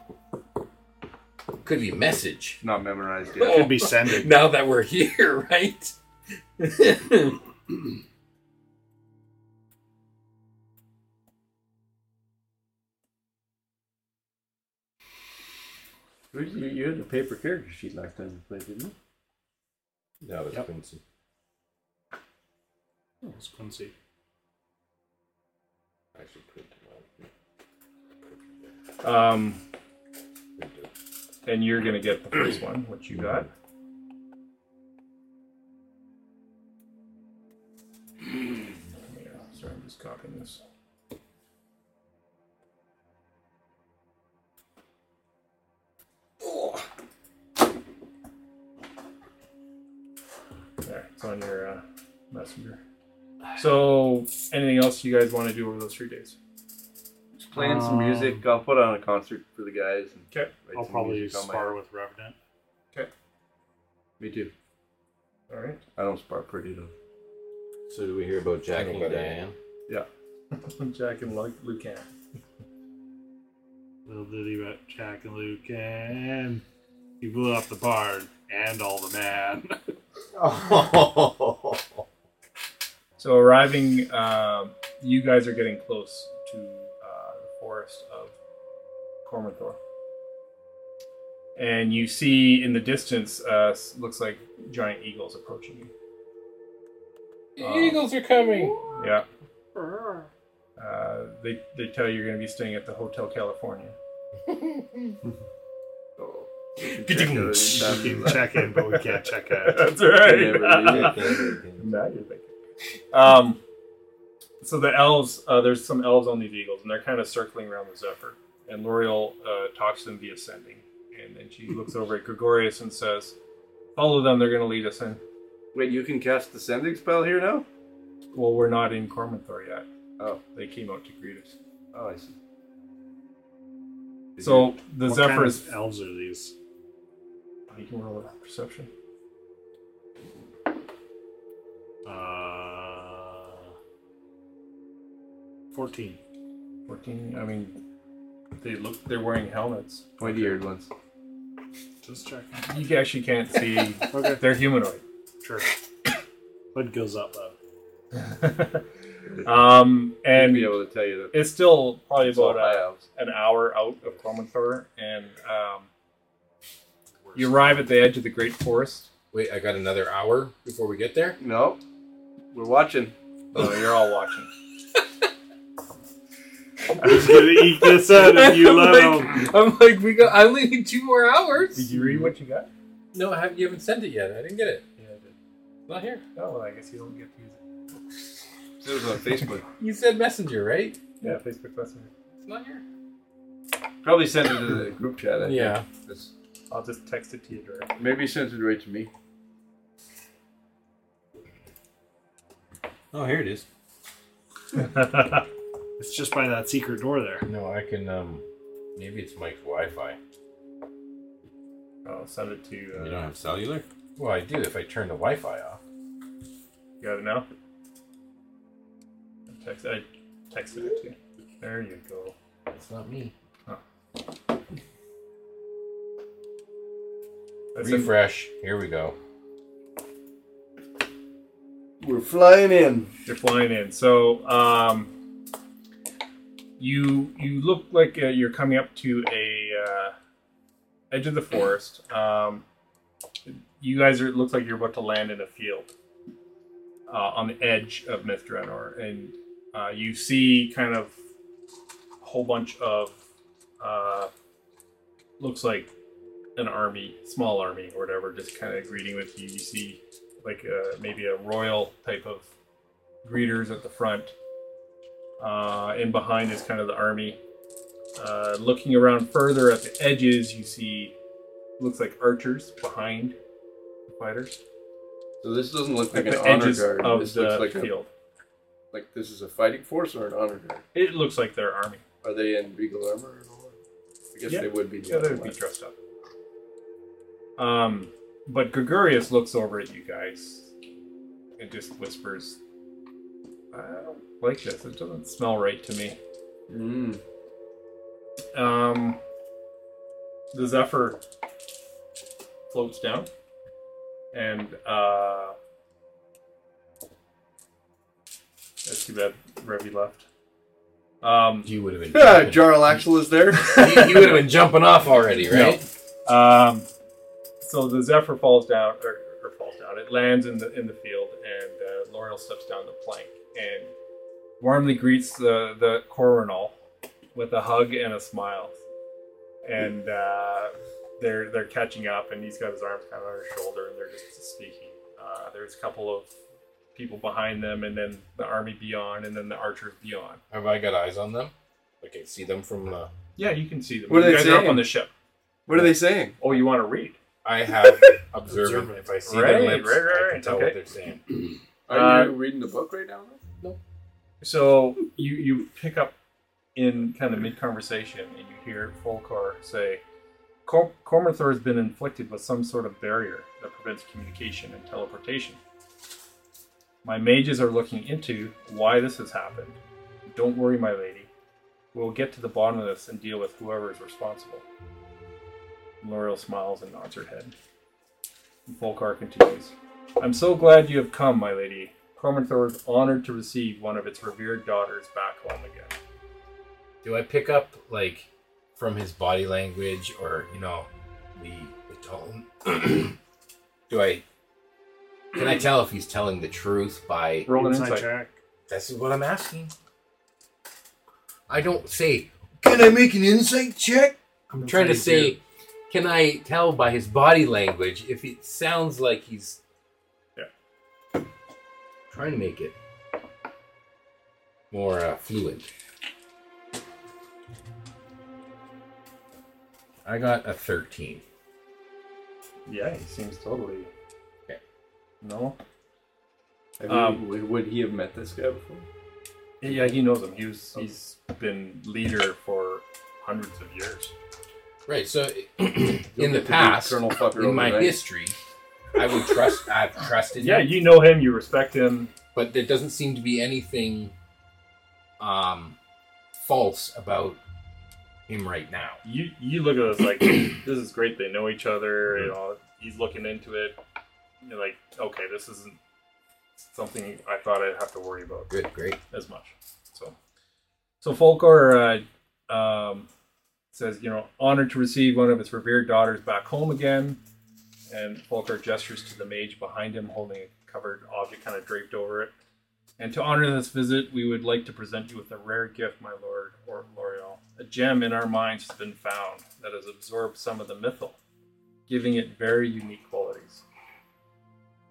Could be message.
Not memorized yet.
Could be sending.
[laughs] Now that we're here, [laughs] right?
You- you, you had a paper character sheet last time we played, didn't
No, that's
Yep.
Quincy.
Oh, it's Quincy.
I should print it
Um,
out. Print it.
and you're gonna get the first one, which you got. [clears throat] Yeah, sorry, I'm just copying this. There, it's on your uh, messenger. So, anything else you guys want to do over those three days?
you? Just playing some music. I'll put on a concert for the guys. And
Okay.
write
I'll
some
probably
music on my-
spar with Revenant.
Me too.
All right. [laughs]
I don't spar pretty though.
So do we hear about Jack and Diane?
Jack and Lu- Lucan.
Little ditty about Jack and Luke, and he blew up the barn and all the man.
Oh.
[laughs] So arriving, um, you guys are getting close to uh, the forest of Cormanthor, and you see in the distance, uh, s- looks like giant eagles approaching you.
Eagles are
Oh.
coming.
Yeah. Uh, they they tell you you're going to be staying at the Hotel [laughs] California.
we can check in, but we can't check out.
[laughs]
That's right.
Never leave.
now you're thinking. Um, so the elves, uh, there's some elves on these eagles, and they're kind of circling around the Zephyr. And L'Oreal uh, talks to them via sending. And then she looks over at Gregorius and says, Follow them, they're going to lead us in.
Wait, you can cast the sending spell here now?
Well, we're not in Cormanthor yet.
Oh,
They came out to greet us.
oh, I see.
So the
what
Zephyr
kind
is.
of elves are these?
You can roll a perception.
Uh, Fourteen.
14. I mean, they look. They're wearing helmets.
Pointy eared ones.
Just check.
You actually can't see.
Okay.
They're humanoid. [laughs]
Sure. Hood goes up [laughs] though.
um,
And be
and
able to tell you that.
it's still probably
It's all
about uh,
high
a,
elves.
an hour out of Cormanthor, and um, you arrive at the edge of the Great Forest.
Wait, I got another hour before we get there.
No, we're watching.
Oh, [laughs] you're all watching.
I'm just gonna eat this out if you [laughs] let him.
I'm like, we got. I only need two more
Did
hours.
you read what you got?
No, I haven't, you haven't sent it yet. I didn't get it.
Yeah, I did.
It's not here.
Oh, well, I guess you don't get to use it.
It was on
[laughs]
Facebook.
You said messenger, right?
Yeah, Facebook Messenger.
It's not here.
Probably sent it to the group chat. I think.
Yeah.
It's-
I'll just text it to you [laughs] directly.
maybe sent it right to me.
Oh, here it is.
It's just by that secret door there.
No, I can. Um, maybe it's Mike's Wi-Fi.
I'll send it to you. Uh,
You don't have cellular?
Well, I do if I turn the Wi-Fi off.
You got it now? I text, I texted it to you. There you go.
It's not me.
That's it.
Refresh. Here we [laughs] go.
We're flying in.
You're flying in. So um, you you look like uh, you're coming up to a uh, edge of the forest. Um, you guys are it looks like you're about to land in a field uh, on the edge of Mithranor, and uh, you see kind of a whole bunch of uh, looks like an army, small army or whatever, just kind of greeting with you. You see like uh, maybe a royal type of greeters at the front. Uh, and behind is kind of the army. Uh, looking around further at the edges, you see looks like archers behind the fighters.
So this doesn't look like,
Like the
an honor
edges
guard.
of
This
the
looks like a,
field.
like this is a fighting force or an honor guard.
It looks like their army.
Are they in regal armor? and all that? I guess
Yeah.
they would be.
Yeah, they would be dressed up. Um, but Gregorius looks over at you guys and just whispers, "I don't like this. It doesn't smell right to me."
Mm.
Um, the Zephyr floats down, and uh, that's too bad. Revy left. Um,
You would have been.
[laughs] Yeah, Jarl Axel is there. [laughs]
you you would have been jumping off already, right?
um, so the Zephyr falls down, or, or falls down. It lands in the in the field, and uh, L'Oreal steps down the plank and warmly greets the the coronal with a hug and a smile. And uh, they're they're catching up, and he's got his arms kind of on his shoulder, and they're just speaking. Uh, there's a couple of people behind them, and then the army beyond, and then the archers beyond.
Have I got eyes on them? I can see them from uh, the.
Yeah, you can see them.
What are
you
they
guys are up
saying?
on the ship.
What are they saying?
Oh, you want to read?
I [laughs] have observant. If I see
Right,
their lips,
right, right,
I can
right,
tell
okay.
what they're saying.
Are
Uh,
you reading the book right now?
So you you pick up in kind of mid conversation, and you hear Volkar say, "Cor- "Cormanthor has been inflicted with some sort of barrier that prevents communication and teleportation. My mages are looking into why this has happened. Don't worry, my lady. We'll get to the bottom of this and deal with whoever is responsible." L'Oreal smiles and nods her head. Volkar continues. I'm so glad you have come, my lady. Cormanthor is honored to receive one of its revered daughters back home again.
Do I pick up like from his body language or you know the the tone? [clears throat] Do I? Can I tell if he's telling the truth by?
Roll an
Inside
insight.
check.
This is what I'm asking. I don't say. Can I make an insight check? I'm
That's
trying
what
to
you
say. Can I tell by his body language if it sounds like he's?
Yeah.
Trying to make it. more uh, fluid. I got a 13.
Yeah, he seems totally.
Okay.
No.
Have
Um,
you, would, would he have met this guy before?
Yeah, he knows him. He's he's been leader for hundreds of years.
Right. So [clears throat] in
be
the past,
Colonel Fucker
in my
overnight.
history, I would trust. I've trusted.
Yeah,
him,
you know him. You respect him.
but there doesn't seem to be anything um, false about him right now.
You you look at this like this is great. They know each other. You know, he's looking into it. You're like, okay, this isn't something I thought I'd have to worry about
Good, great.
as much. So, so Folkor uh, um, says, you know, honored to receive one of its revered daughters back home again. And Folkor gestures to the mage behind him, holding a covered object kind of draped over it. And to honor this visit, we would like to present you with a rare gift, my lord, or L'Oreal. A gem in our minds has been found that has absorbed some of the mythal, giving it very unique qualities.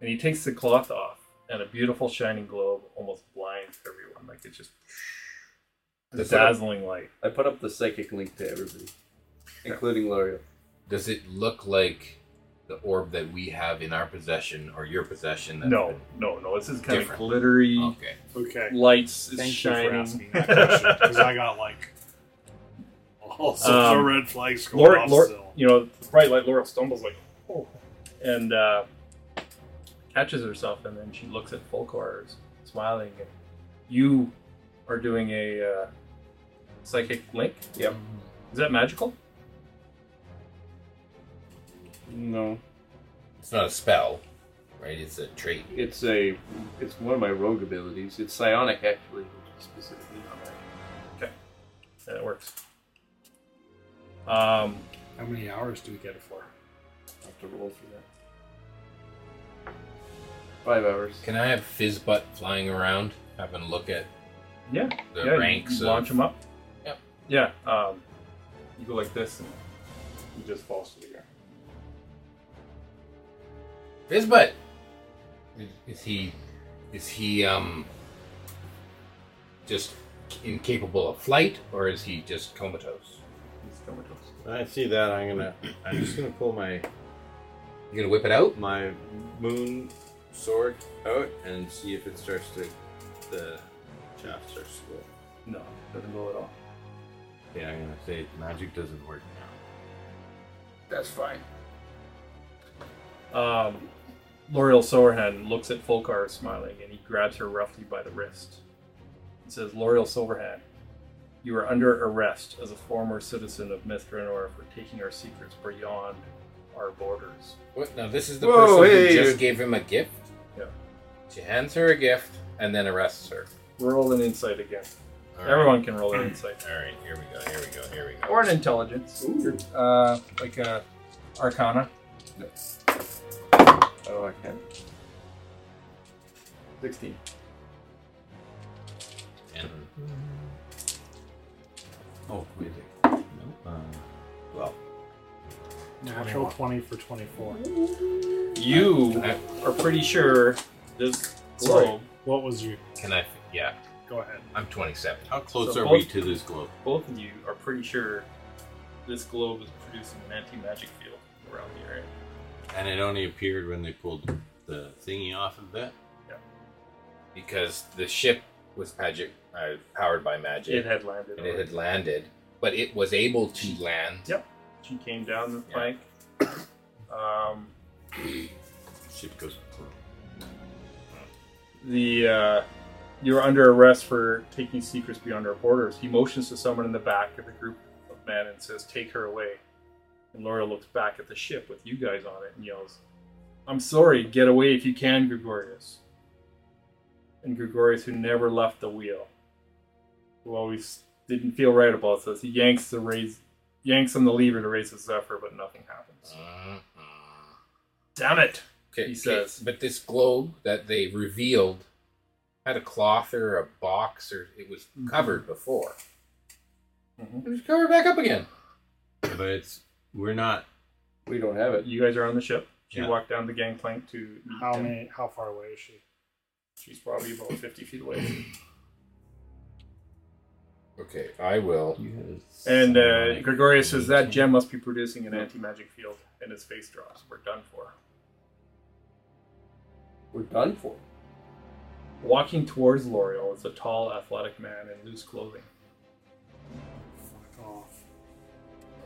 And he takes the cloth off, and a beautiful shining globe almost blinds everyone. Like it's just the dazzling light.
I put up the psychic link to everybody, including L'Oreal.
Does it look like the orb that we have in our possession or your possession? That
No, no, no. This is kind
Different. Oh,
of glittery
Okay.
Okay.
lights. It's
Thank you for
shining.
asking that
[laughs]
question because I got like all sorts
Um,
of red flags going
Laura,
off
Laura-
still.
you know, bright light. Laura stumbles like, oh, and uh, catches herself, and then she looks at Folkor, smiling. And you are doing a uh, psychic link. Yep. Is that magical?
No,
It's not a spell, right? It's a trait.
it's a it's one of my rogue abilities. It's psionic actually, which is specifically on my
Yeah, it works. Um,
How many hours do we get it for?
I have to roll through that. Five hours.
Can I have Fizzbutt flying around, having a look at
yeah. yeah,
the
you-
ranks?
you
of-
launch them up.
Yep.
Yeah. Um, you go like this, and he just falls to the ground.
Fizzbutt. Is he? Is he um? Just incapable of flight, or is he just comatose?
He's comatose.
When I see that, I'm gonna. I'm just gonna pull my
You gonna whip it out?
my moon sword out and see if it starts to. The shaft starts to go.
No, doesn't go at all.
Yeah, I'm gonna say magic doesn't work now.
That's fine.
Um, L'Oreal Silverhand looks at Folkar smiling and he grabs her roughly by the wrist. He says, L'Oreal Silverhand, you are under arrest as a former citizen of Mithranor for taking our secrets beyond our borders.
What? No, this is the
Whoa,
person
hey,
who just
you-
gave him a gift.
Yeah.
She hands her a gift and then arrests her.
Roll an insight again.
All right.
Everyone can roll an insight.
All right. Here we go. Here we go. Here we go.
Or an intelligence. Uh, like a arcana.
Oh, I can. Sixteen.
And-
Oh, wait. No. Uh,
Natural twenty for twenty-four.
You are pretty sure this
Sorry.
globe,
What was your?
Can I? Yeah.
Go ahead.
I'm 27.
how close
So
are
both-
we to this globe?
both of you are pretty sure this globe is producing an anti-magic field around the area.
And it only appeared when they pulled the thingy off of that.
because the ship was magic, uh, powered by magic,
It had landed.
and it
already.
had landed, but it was able to land.
Yep. She came down the
Yeah.
plank. [coughs] Um,
Ship goes.
the uh, you're under arrest for taking secrets beyond our borders. He motions to someone in the back of the group of men and says, "Take her away." And Laura looks back at the ship with you guys on it and yells, "I'm sorry. Get away if you can, Gregorius." And Gregorius, who never left the wheel, who always didn't feel right about this, he yanks the raise, yanks on the lever to raise the zephyr, but nothing happens.
Mm-mm.
Damn it!
Mm-hmm. Okay,
He
okay,
says-
but this globe that they revealed had a cloth or a box, or it was
Mm-hmm.
covered before.
Mhm.
It was covered back up again.
But it's we're not.
We don't have it.
You guys are on the ship. She
Yeah.
walked down the gangplank to. meet
How
him.
many? How far away is she?
She's probably about 50 feet away.
Okay, I will.
And uh, Gregorius says that gem must be producing an anti magic field, and his face drops. We're done for.
We're done for.
Walking towards L'Oreal is a tall, athletic man in loose clothing.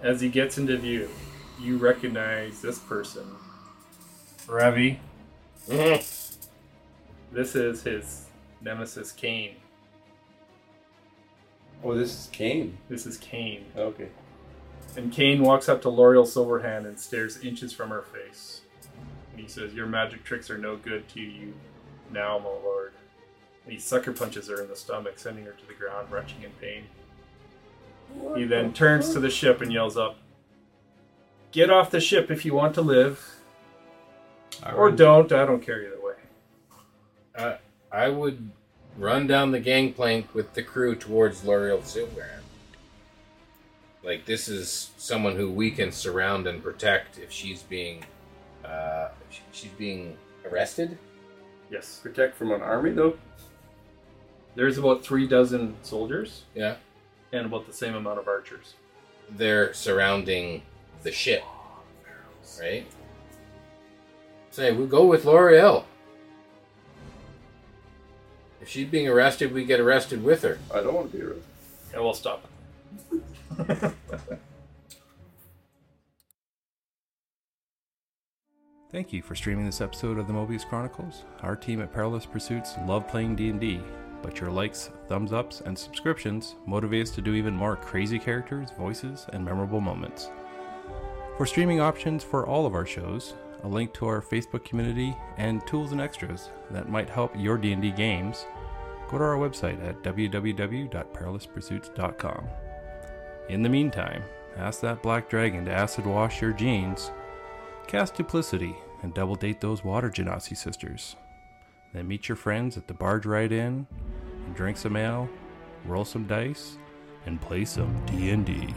As he gets into view, you recognize this person, Ravi. this is his nemesis, Kane.
Oh, this is Kane.
This is Kane.
Okay.
And Kane walks up to L'Oreal Silverhand and stares inches from her face. And he says, Your magic tricks are no good to you now, my lord. And he sucker punches her in the stomach, sending her to the ground, retching in pain. He then turns to the ship and yells up, Get off the ship if you want to live. Or don't, I don't care either way.
Uh, I would run down the gangplank with the crew towards L'Oreal Silverhand. Like, this is someone who we can surround and protect if she's being, uh, if she- she's being arrested.
Yes.
Protect from an army, though?
There's about three dozen soldiers
Yeah,
and about the same amount of archers.
they're surrounding the ship, right? Say we go with L'Oreal. If she's being arrested, we get arrested with her.
I don't want to be arrested.
And we'll stop.
Thank you for streaming this episode of the Mobius Chronicles. Our team at Perilous Pursuits love playing D&D, but your likes, thumbs ups, and subscriptions motivate us to do even more crazy characters, voices, and memorable moments. For streaming options for all of our shows, a link to our Facebook community, and tools and extras that might help your D&D games, go to our website at www.perilouspursuits.com. In the meantime, ask that black dragon to acid wash your jeans Cast duplicity and double date those water genasi sisters. Then meet your friends at the barge ride inn and drink some ale, roll some dice, and play some D&D.